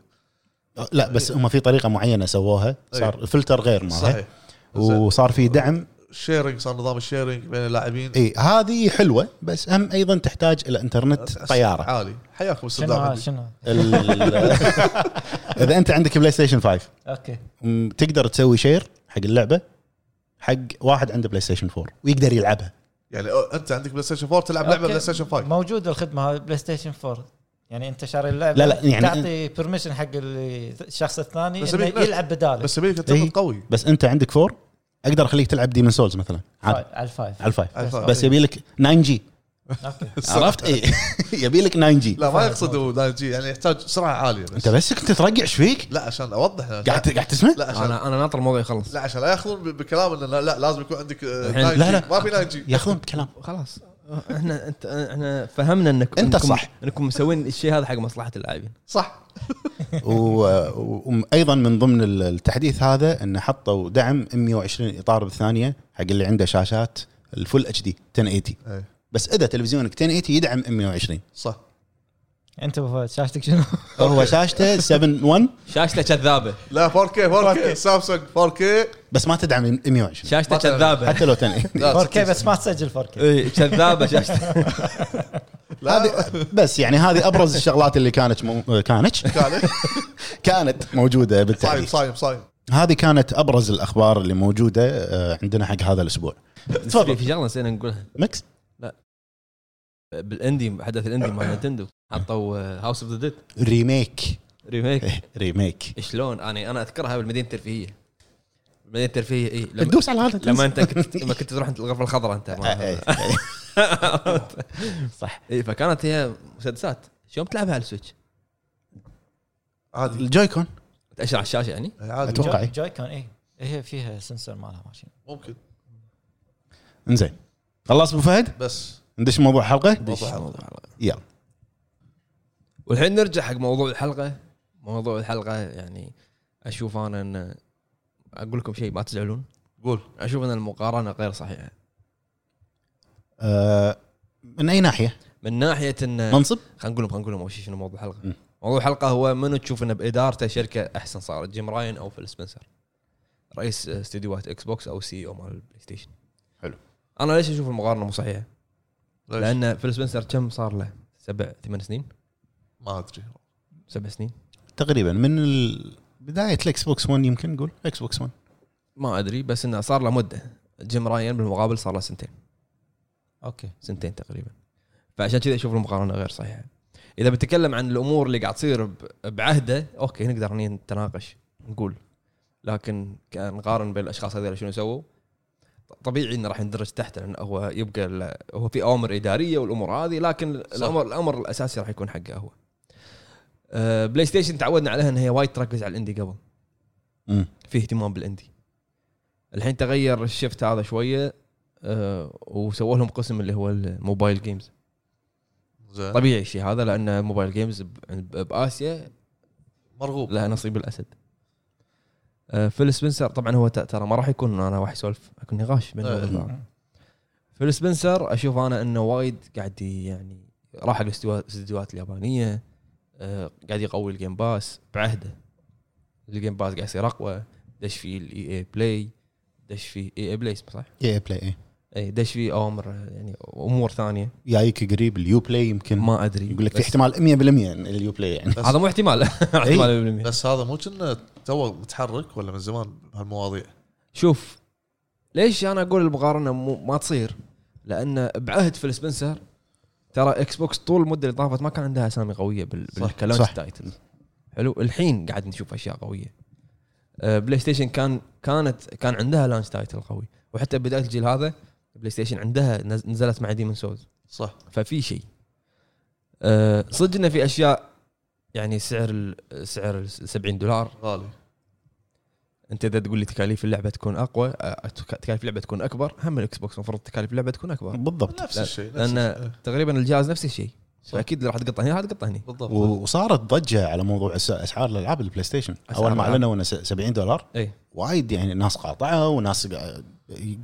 Speaker 3: لا بس هم في طريقه معينه سووها صار الفلتر غير مالها
Speaker 2: إيه. صحيح
Speaker 3: وصار في دعم
Speaker 2: شيرنج صار نظام الشيرنج بين اللاعبين
Speaker 3: اي هذه حلوه بس هم ايضا تحتاج الى انترنت طياره
Speaker 2: عالي حياكم
Speaker 4: شنو
Speaker 2: استاذ
Speaker 4: هذا؟ شنو هذا؟
Speaker 3: ال- اذا انت عندك بلاي ستيشن 5
Speaker 4: اوكي
Speaker 3: م- تقدر تسوي شير حق اللعبه حق واحد عنده بلاي ستيشن 4 ويقدر يلعبها
Speaker 2: يعني أو- انت عندك بلاي ستيشن 4 تلعب
Speaker 4: أوكي.
Speaker 2: لعبه بلاي ستيشن
Speaker 3: طيب.
Speaker 2: 5
Speaker 4: موجوده الخدمه هذه بلاي ستيشن 4 يعني انت شاري اللعبه
Speaker 3: لا، لا، يعني-
Speaker 4: تعطي بيرميشن حق ال- الشخص الثاني
Speaker 2: بس
Speaker 4: انه
Speaker 2: أبيك نت.
Speaker 4: يلعب بدالك
Speaker 2: بس ابيك انت
Speaker 3: إي.
Speaker 2: قوي
Speaker 3: بس انت عندك 4 اقدر اخليك تلعب ديمن سولز مثلا عادي
Speaker 4: على الفايف
Speaker 3: على الفايف
Speaker 2: على الفايف.
Speaker 3: بس يبي لك 9 جي
Speaker 4: اوكي
Speaker 3: عرفت اي يبي لك 9 جي
Speaker 2: لا ما يقصد هو ناجي يعني يحتاج سرعه عاليه بس.
Speaker 3: انت بس كنت ترقع ايش فيك؟
Speaker 2: لا عشان اوضح أنا-
Speaker 3: قاعد قاعد تسمع؟
Speaker 2: لا عشان
Speaker 1: انا انا ناطر الموضوع يخلص
Speaker 2: لا عشان لا ياخذون ب- بكلام انه لا, لا لازم يكون عندك آه،
Speaker 1: الحين-
Speaker 2: 9G.
Speaker 3: لا، لا.
Speaker 2: ما في 9G
Speaker 3: ياخذون بكلام
Speaker 1: خلاص احنا انت احنا فهمنا انك
Speaker 3: أنت
Speaker 1: إنكم-
Speaker 3: صح.
Speaker 1: انكم مسوين الشيء هذا حق مصلحه اللاعبين
Speaker 2: صح
Speaker 3: وايضا من ضمن ال- التحديث هذا انه حطوا دعم 120 اطار بالثانيه حق اللي عنده شاشات الفل اتش دي 1080
Speaker 2: إيه.
Speaker 3: بس اذا تلفزيونك 1080 يدعم 120
Speaker 2: صح
Speaker 4: انت أبو فهد شاشتك شنو؟
Speaker 3: هو شاشته 7.1
Speaker 1: شاشته كذابه
Speaker 2: لا 4K 4K سامسونج 4K
Speaker 3: بس ما تدعم 120
Speaker 1: شاشته
Speaker 2: ما تعرف.
Speaker 1: كذابه
Speaker 3: حتى لو 1080
Speaker 2: لا
Speaker 4: 4K بس ما تسجل 4K
Speaker 1: اي كذابه شاشته
Speaker 2: لا
Speaker 3: بس يعني هذه ابرز الشغلات اللي كانت مو... كانت
Speaker 2: كان-
Speaker 3: كانت موجوده
Speaker 2: صايم
Speaker 3: بالتحديث
Speaker 2: صايم صايم
Speaker 3: هذه كانت ابرز الاخبار اللي موجوده آه، عندنا حق هذا الاسبوع
Speaker 1: تفضل في شغله نسينا نقولها
Speaker 3: مكس
Speaker 1: بالاندي حدث الاندي مال نتندو حطوا آه، هاوس اوف ذا ديد
Speaker 3: ريميك
Speaker 1: ريميك
Speaker 3: إيه، ريميك
Speaker 1: شلون انا انا اذكرها بالمدينه الترفيهيه المدينه الترفيهيه اي لما,
Speaker 3: تدوس إيه، على هذا
Speaker 1: لما انت كنت لما كنت تروح انت الغرفه الخضراء انت ما-
Speaker 3: صح
Speaker 1: اي إيه، فكانت هي مسدسات شلون بتلعبها على السويتش؟
Speaker 2: عادي إيه،
Speaker 3: الجويكون
Speaker 1: تاشر على الشاشه يعني؟
Speaker 2: عادي
Speaker 3: أتوقع.
Speaker 4: جوي- جوي كون اي هي فيها سنسور مالها ماشي
Speaker 2: ممكن
Speaker 3: انزين خلاص ابو فهد
Speaker 2: بس
Speaker 3: ندش موضوع الحلقه
Speaker 2: موضوع حلقة.
Speaker 1: موضوع الحلقة.
Speaker 3: يلا
Speaker 1: والحين نرجع حق موضوع الحلقه موضوع الحلقه يعني اشوف انا ان اقول لكم شيء ما تزعلون
Speaker 2: قول
Speaker 1: اشوف ان المقارنه غير صحيحه
Speaker 3: آه، من اي ناحيه
Speaker 1: من ناحيه ان
Speaker 3: منصب
Speaker 1: خلينا نقول خلينا نقول اول شيء شنو موضوع الحلقه
Speaker 3: م.
Speaker 1: موضوع الحلقه هو منو تشوف انه بادارته شركه احسن صارت جيم راين او فيل سبنسر رئيس استديوهات اكس بوكس او سي او مال البلاي ستيشن
Speaker 3: حلو.
Speaker 1: انا ليش اشوف المقارنه مو صحيحه؟
Speaker 2: ليش؟
Speaker 1: لان فيل سبنسر كم صار له؟ سبع ثمان سنين؟
Speaker 2: ما ادري
Speaker 1: سبع سنين؟
Speaker 3: تقريبا من ال- بدايه الاكس بوكس 1 يمكن نقول اكس بوكس 1
Speaker 1: ما ادري بس انه صار له مده جيم راين بالمقابل صار له سنتين
Speaker 4: اوكي
Speaker 1: سنتين تقريبا فعشان كذا اشوف المقارنه غير صحيحه اذا بتكلم عن الامور اللي قاعد تصير ب- بعهده اوكي نقدر نتناقش نقول لكن كان نقارن بين الاشخاص هذول شنو سووا ط- طبيعي انه راح ندرج تحته لان هو يبقى ال- هو في اوامر اداريه والامور هذه لكن الامر الامر الاساسي راح يكون حقه هو أه، بلاي ستيشن تعودنا عليها ان هي وايد تركز على الاندي قبل
Speaker 3: مم.
Speaker 1: في اهتمام بالاندي الحين تغير الشفت هذا شويه أه، وسووا لهم قسم اللي هو الموبايل جيمز
Speaker 2: زين
Speaker 1: طبيعي الشيء هذا لان الموبايل جيمز ب- باسيا
Speaker 2: مرغوب
Speaker 1: لها نصيب الاسد أه، فيل سبنسر طبعا هو ت- ترى ما راح يكون انا واحد يسولف اكون نقاش بين
Speaker 2: إيه.
Speaker 1: الموضوع هذا. فيل سبنسر اشوف انا انه وايد قاعد ي- يعني راح حق الاستوا- الاستديوهات اليابانيه أه، قاعد يقوي الجيم باس بعهده الجيم باس قاعد يصير اقوى دش فيه الاي اي بلاي دش فيه اي اي بلاي صح؟
Speaker 3: اي بلاي اي
Speaker 1: اي دش فيه اوامر يعني امور ثانيه
Speaker 3: جايك قريب اليو بلاي يمكن
Speaker 1: ما ادري
Speaker 3: يقول لك في
Speaker 1: بس-
Speaker 3: احتمال 100% إن اليو بلاي يعني
Speaker 2: بس-
Speaker 1: هذا مو احتمال احتمال 100%
Speaker 2: بس هذا مو كنا تو متحرك ولا من زمان هالمواضيع
Speaker 1: شوف ليش انا اقول المقارنه مو ما تصير؟ لان بعهد فيل سبنسر ترى اكس بوكس طول المده اللي طافت ما كان عندها اسامي قويه بال
Speaker 2: صح،
Speaker 1: بالكلانش
Speaker 3: صح.
Speaker 1: تايتل حلو الحين قاعد نشوف اشياء قويه آه، بلاي ستيشن كان كانت كان عندها لانش تايتل قوي وحتى بدايه الجيل هذا بلاي ستيشن عندها نز- نزلت مع ديمون سولز
Speaker 2: صح
Speaker 1: ففي شيء آه، صدق انه في اشياء يعني سعر ال- سعر ال 70 دولار
Speaker 2: غالي
Speaker 1: انت اذا تقول لي تكاليف اللعبه تكون اقوى آه، تكاليف اللعبه تكون اكبر هم الاكس بوكس المفروض تكاليف اللعبه تكون اكبر
Speaker 3: بالضبط
Speaker 2: نفس
Speaker 1: لا-
Speaker 2: الشيء نفس الشيء.
Speaker 4: آه.
Speaker 1: لان
Speaker 2: إيه،
Speaker 1: تقريبا الجهاز نفس الشيء
Speaker 2: صح.
Speaker 1: فاكيد راح تقطع هنا راح تقطع هني
Speaker 2: بالضبط
Speaker 3: و- وصارت ضجه على موضوع أس- اسعار الالعاب البلاي ستيشن
Speaker 1: أسعار
Speaker 3: اول ما
Speaker 1: الألعاب. إيه.
Speaker 3: اعلنوا انه س- 70 دولار
Speaker 1: اي
Speaker 3: وايد يعني الناس قاطعه وناس قا-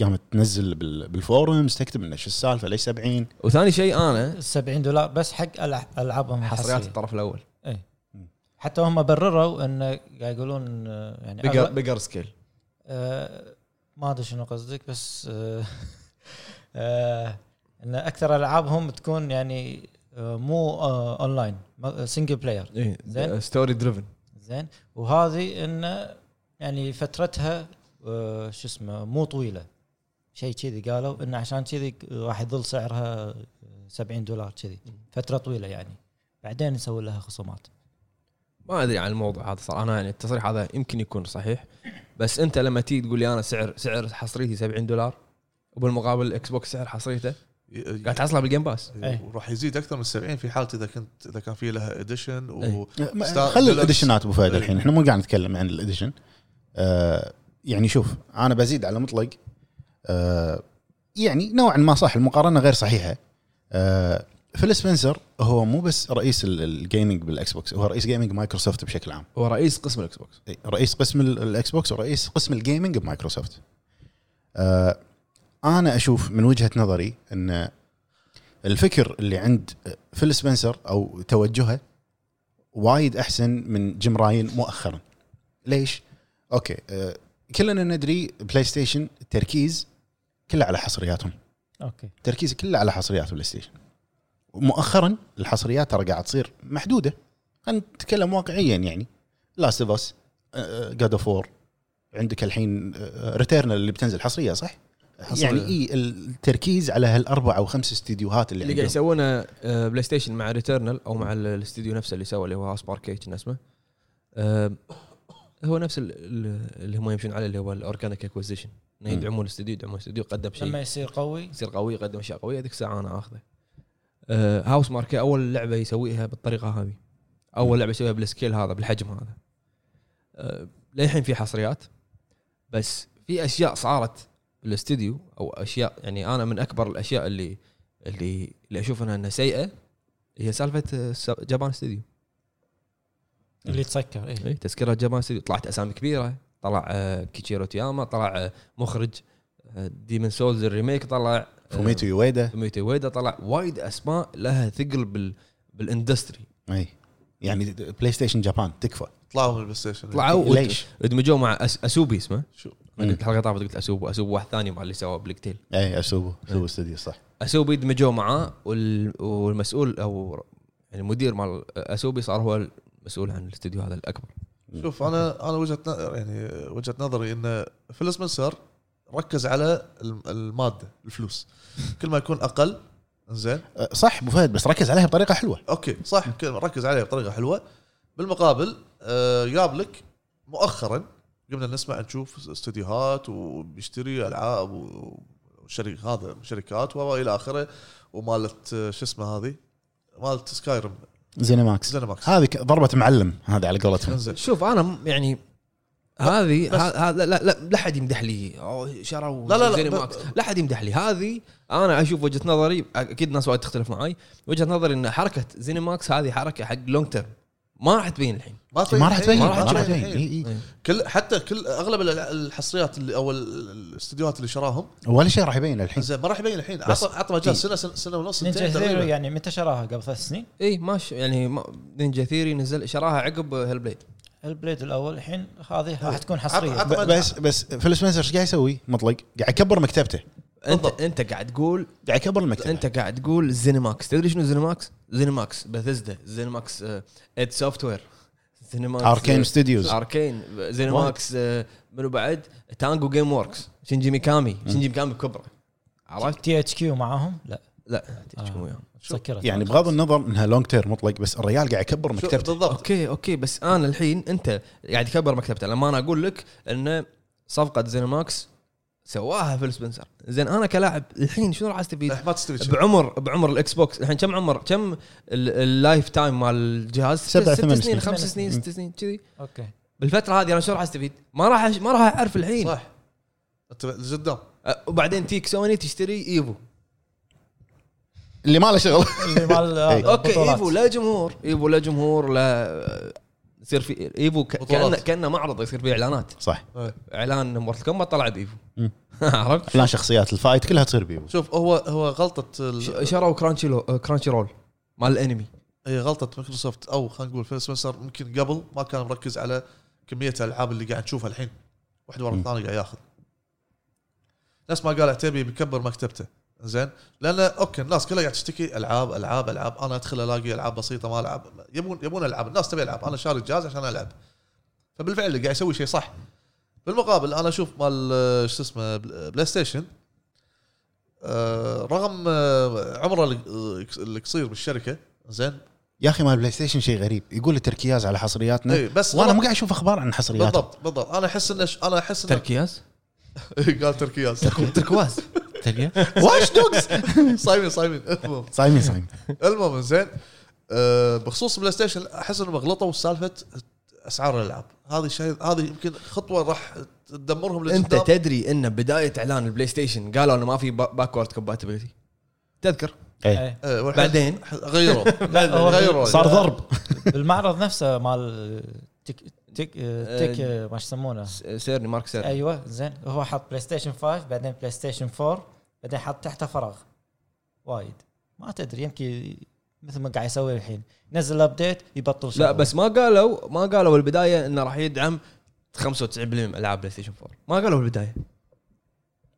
Speaker 3: قامت تنزل بال- بالفورمز تكتب انه شو السالفه ليش 70
Speaker 1: وثاني شيء انا
Speaker 4: 70 دولار بس حق ألع- العابهم
Speaker 1: حصريات
Speaker 4: الحصريه
Speaker 1: الطرف الاول
Speaker 4: حتى هم برروا ان قاعد يقولون آه، يعني
Speaker 1: بيجر
Speaker 4: أغلب-
Speaker 1: بيجر سكيل
Speaker 4: آه، ما ادري شنو قصدك بس آه، آه، ان اكثر العابهم تكون يعني آه، مو آه، اونلاين سنجل بلاير
Speaker 1: اي
Speaker 4: إيه، زين.
Speaker 1: ستوري دريفن
Speaker 4: زين وهذه انه يعني فترتها آه، شو اسمه مو طويله شيء كذي قالوا انه عشان كذي راح يظل سعرها 70 دولار كذي فتره طويله يعني بعدين نسوي لها خصومات
Speaker 1: ما ادري عن الموضوع هذا صراحه انا يعني التصريح هذا يمكن يكون صحيح بس انت لما تيجي تقول لي انا سعر سعر حصريتي 70 دولار وبالمقابل الاكس بوكس سعر حصريته
Speaker 2: ي- ي-
Speaker 1: قاعد تحصلها بالجيم باس
Speaker 4: إيه.
Speaker 2: وراح يزيد اكثر من 70 في حاله اذا كنت اذا كان في لها اديشن و
Speaker 3: ما-
Speaker 2: ستار-
Speaker 3: خلي
Speaker 2: ديلوكس.
Speaker 3: الاديشنات ابو فهد
Speaker 2: إيه.
Speaker 3: الحين احنا مو قاعد نتكلم عن الاديشن آه يعني شوف انا بزيد على مطلق آه يعني نوعا ما صح المقارنه غير صحيحه آه فيل سبنسر هو مو بس رئيس ال- الجيمنج بالاكس بوكس هو رئيس جيمنج مايكروسوفت بشكل عام
Speaker 1: هو رئيس قسم الاكس بوكس
Speaker 3: إيه، رئيس قسم ال- الاكس بوكس ورئيس قسم الجيمنج بمايكروسوفت آه انا اشوف من وجهه نظري ان الفكر اللي عند فيل سبنسر او توجهه وايد احسن من جيم راين مؤخرا ليش اوكي آه كلنا ندري بلاي ستيشن التركيز كله على حصرياتهم
Speaker 4: اوكي
Speaker 3: تركيز كله على حصريات بلاي ستيشن مؤخرا الحصريات ترى قاعد تصير محدوده خلينا نتكلم واقعيا يعني لاست اوف اس جاد اوف وور عندك الحين ريتيرنال اللي بتنزل حصريه صح؟
Speaker 2: حصرية.
Speaker 3: يعني اي التركيز على هالاربع او خمس استديوهات اللي,
Speaker 1: اللي قاعد
Speaker 3: عندهم
Speaker 1: يسوونه آه، بلاي ستيشن مع ريتيرنال او مع ال- الاستديو نفسه اللي سوى اللي هو اسبار كيت كان اسمه آه، هو نفس ال- ال- اللي هم يمشون عليه اللي هو الاورجانيك اكوزيشن انه
Speaker 3: مم.
Speaker 1: يدعمون الاستديو يدعمون الاستديو قدم شيء
Speaker 4: لما يصير قوي
Speaker 1: يصير قوي يقدم اشياء قويه ذيك الساعه انا اخذه آه، هاوس ماركي اول لعبه يسويها بالطريقه هذه اول لعبه يسويها بالسكيل هذا بالحجم هذا آه، للحين في حصريات بس في اشياء صارت بالاستديو او اشياء يعني انا من اكبر الاشياء اللي اللي اللي اشوف انها انها سيئه هي سالفه آه، س- جابان استديو
Speaker 4: اللي تسكر اي
Speaker 1: إيه، تذكره جابان استديو طلعت اسامي كبيره طلع آه، كيتشيرو تياما طلع آه، مخرج آه، ديمن سولز الريميك طلع آه،
Speaker 3: فوميتو يويدا
Speaker 1: ميتي ويدا طلع وايد اسماء لها ثقل بال بالاندستري
Speaker 3: اي يعني بلاي ستيشن جابان تكفى
Speaker 2: طلعوا من البلاي ستيشن
Speaker 1: طلعوا
Speaker 3: ليش؟
Speaker 1: ادمجوه مع أس... اسوبي اسمه
Speaker 2: شو
Speaker 1: ما قلت الحلقه طافت قلت اسوبو اسوبو واحد ثاني مع اللي سواه بليك تيل
Speaker 3: اي اسوبه اسوبه استديو صح
Speaker 1: اسوبي دمجوه معاه وال- والمسؤول او يعني المدير مال اسوبي صار هو المسؤول عن الاستديو هذا الاكبر
Speaker 2: شوف انا انا وجهه ن- يعني وجهه نظري ان فيل سبنسر ركز على الم- الماده الفلوس كل ما يكون اقل زين
Speaker 3: أه، صح ابو فهد بس ركز عليها بطريقه حلوه
Speaker 2: اوكي صح كل- ركز عليها بطريقه حلوه بالمقابل آه، جاب لك مؤخرا قمنا نسمع نشوف استديوهات وبيشتري العاب و- وشركة هذا شركات والى اخره ومالت آه، شو اسمه هذه مالت سكايرم
Speaker 3: زينا ماكس
Speaker 2: زينماكس
Speaker 3: هذه ك- ضربه معلم هذه على قولتهم
Speaker 2: انزين
Speaker 1: شوف انا م- يعني هذه ه- ه- لا لا لا لا حد يمدح لي أوه، شروا
Speaker 2: لا- لا- لا،
Speaker 1: زيني
Speaker 2: ب-
Speaker 1: ماكس. لا حد يمدح لي هذه انا اشوف وجهه نظري اكيد ناس وايد تختلف معي وجهه نظري ان حركه زينماكس هذه حركه حق لونج تيرم ما راح تبين الحين
Speaker 3: ما راح تبين
Speaker 2: ما
Speaker 3: ما راح
Speaker 2: الحين.
Speaker 3: تبين إي، إي.
Speaker 2: كل حتى كل اغلب الألع- الحصريات اللي او ال- الاستديوهات اللي شراهم
Speaker 3: ولا شيء راح يبين الحين
Speaker 2: زين ما راح يبين الحين
Speaker 3: بس- إيه.
Speaker 2: عطى عطى مجال سنه سنه, سنة ونص
Speaker 4: نينجا
Speaker 2: سنتين
Speaker 4: ثيرو
Speaker 2: تقريبا
Speaker 4: يعني متى شراها قبل ثلاث سنين؟
Speaker 1: اي ماشي يعني ما- نينجا ثيري نزل شراها عقب هيل بليد
Speaker 4: البليد الاول الحين
Speaker 1: إيه.
Speaker 4: هذه راح تكون
Speaker 2: عط-
Speaker 4: حصريه
Speaker 2: عط-
Speaker 3: ب- بس بس فيل سبنسر ايش قاعد يسوي مطلق؟ قاعد يكبر مكتبته
Speaker 1: انت انت قاعد تقول
Speaker 3: قاعد يكبر المكتبه
Speaker 1: انت قاعد تقول زينماكس تدري شنو زينماكس؟ زينماكس بثزدا زينماكس آه، اد سوفت وير زينماكس
Speaker 3: اركين
Speaker 1: آه،
Speaker 3: ستوديوز
Speaker 1: اركين زينماكس آه، منو بعد؟ تانجو جيم وركس شينجي ميكامي شينجي ميكامي كبرى عرفت؟ آه.
Speaker 4: تي اتش كيو معاهم؟ لا
Speaker 1: لا تحكم وياهم
Speaker 4: تسكرت
Speaker 3: يعني بغض النظر انها لونج تيرم مطلق بس الرجال قاعد يكبر
Speaker 2: شو-
Speaker 3: مكتبته
Speaker 2: بالضبط
Speaker 1: اوكي اوكي بس انا الحين انت قاعد تكبر مكتبته لما انا اقول لك ان صفقه زينماكس سواها فيل سبنسر زين انا كلاعب الحين شنو راح استفيد؟
Speaker 2: ما تستوي شيء.
Speaker 1: بعمر بعمر الاكس بوكس الحين كم عمر كم اللايف تايم مال الجهاز؟
Speaker 3: سبع،
Speaker 1: ست
Speaker 3: ثمان
Speaker 1: سنين
Speaker 3: سنين.
Speaker 1: خمس سنين ست سنين كذي
Speaker 4: اوكي
Speaker 1: بالفتره هذه انا شو راح استفيد؟ ما راح أش- ما راح اعرف الحين
Speaker 2: صح انت قدام
Speaker 1: أه، وبعدين تيك سوني تشتري ايفو
Speaker 3: اللي ما له شغل
Speaker 4: اللي مال
Speaker 1: اوكي
Speaker 4: البطولات.
Speaker 1: ايفو لا جمهور ايفو لا جمهور لا يصير في ايفو ك- كانه
Speaker 2: بطولات.
Speaker 1: كانه معرض يصير فيه اعلانات
Speaker 3: صح
Speaker 1: اعلان مورتل كومبات طلع بايفو
Speaker 3: مم.
Speaker 1: عرفت؟
Speaker 3: فلان شخصيات الفايت كلها تصير بيبو
Speaker 2: شوف هو هو غلطه ال-
Speaker 1: ش- شروا كرانشي لو كرانشي رول مال الانمي
Speaker 2: هي غلطه إيه، مايكروسوفت او خلينا نقول فيل سبنسر ممكن قبل ما كان مركز على كميه الالعاب اللي قاعد نشوفها الحين واحد ورا الثاني قاعد ياخذ نفس ما قال عتيبي بيكبر مكتبته زين لان اوكي الناس كلها قاعد تشتكي العاب العاب العاب انا ادخل الاقي العاب بسيطه ما العب يبون يبون العاب الناس تبي العاب انا شاري الجهاز عشان العب فبالفعل اللي قاعد يسوي شيء صح بالمقابل انا اشوف مال آه، شو اسمه بل- بلاي ستيشن آه، رغم آه، عمره الق- القصير بالشركه زين
Speaker 3: يا اخي مال بلاي ستيشن شيء غريب يقول لي تركياز على حصرياتنا
Speaker 2: اي إيه، بس
Speaker 3: وانا
Speaker 2: غلط.
Speaker 3: مو قاعد اشوف اخبار عن حصرياتهم
Speaker 2: بالضبط بالضبط انا احس انه ش- انا احس انه
Speaker 1: تركياز
Speaker 2: قال تركياز
Speaker 1: تركواز تركياز
Speaker 3: واش دوجز
Speaker 2: صايمين صايمين المهم
Speaker 3: صايمين صايمين
Speaker 2: المهم زين آه، بخصوص بلاي ستيشن احس انهم غلطوا سالفه اسعار الالعاب هذه شيء هذه يمكن خطوه راح تدمرهم
Speaker 1: انت
Speaker 2: للقدام
Speaker 1: تدري ان بدايه اعلان البلاي ستيشن قالوا انه ما في باكورد كومباتيبلتي تذكر
Speaker 3: إي.
Speaker 4: إيه.
Speaker 2: آه، والحين
Speaker 1: بعدين
Speaker 2: ح- غيروا
Speaker 4: لا، هو
Speaker 2: غيروا
Speaker 3: صار ضرب
Speaker 4: بالمعرض نفسه مال تك تك تك آه، ما يسمونه
Speaker 1: سيرني مارك سيرني
Speaker 4: ايوه زين هو حط بلاي ستيشن 5 بعدين بلاي ستيشن 4 بعدين حط تحته فراغ وايد ما تدري يمكن مثل ما قاعد يسوي الحين نزل ابديت يبطل
Speaker 1: لا
Speaker 4: شغله.
Speaker 1: بس ما قالوا ما قالوا البدايه انه راح يدعم 95% من العاب بلاي ستيشن 4 ما قالوا البدايه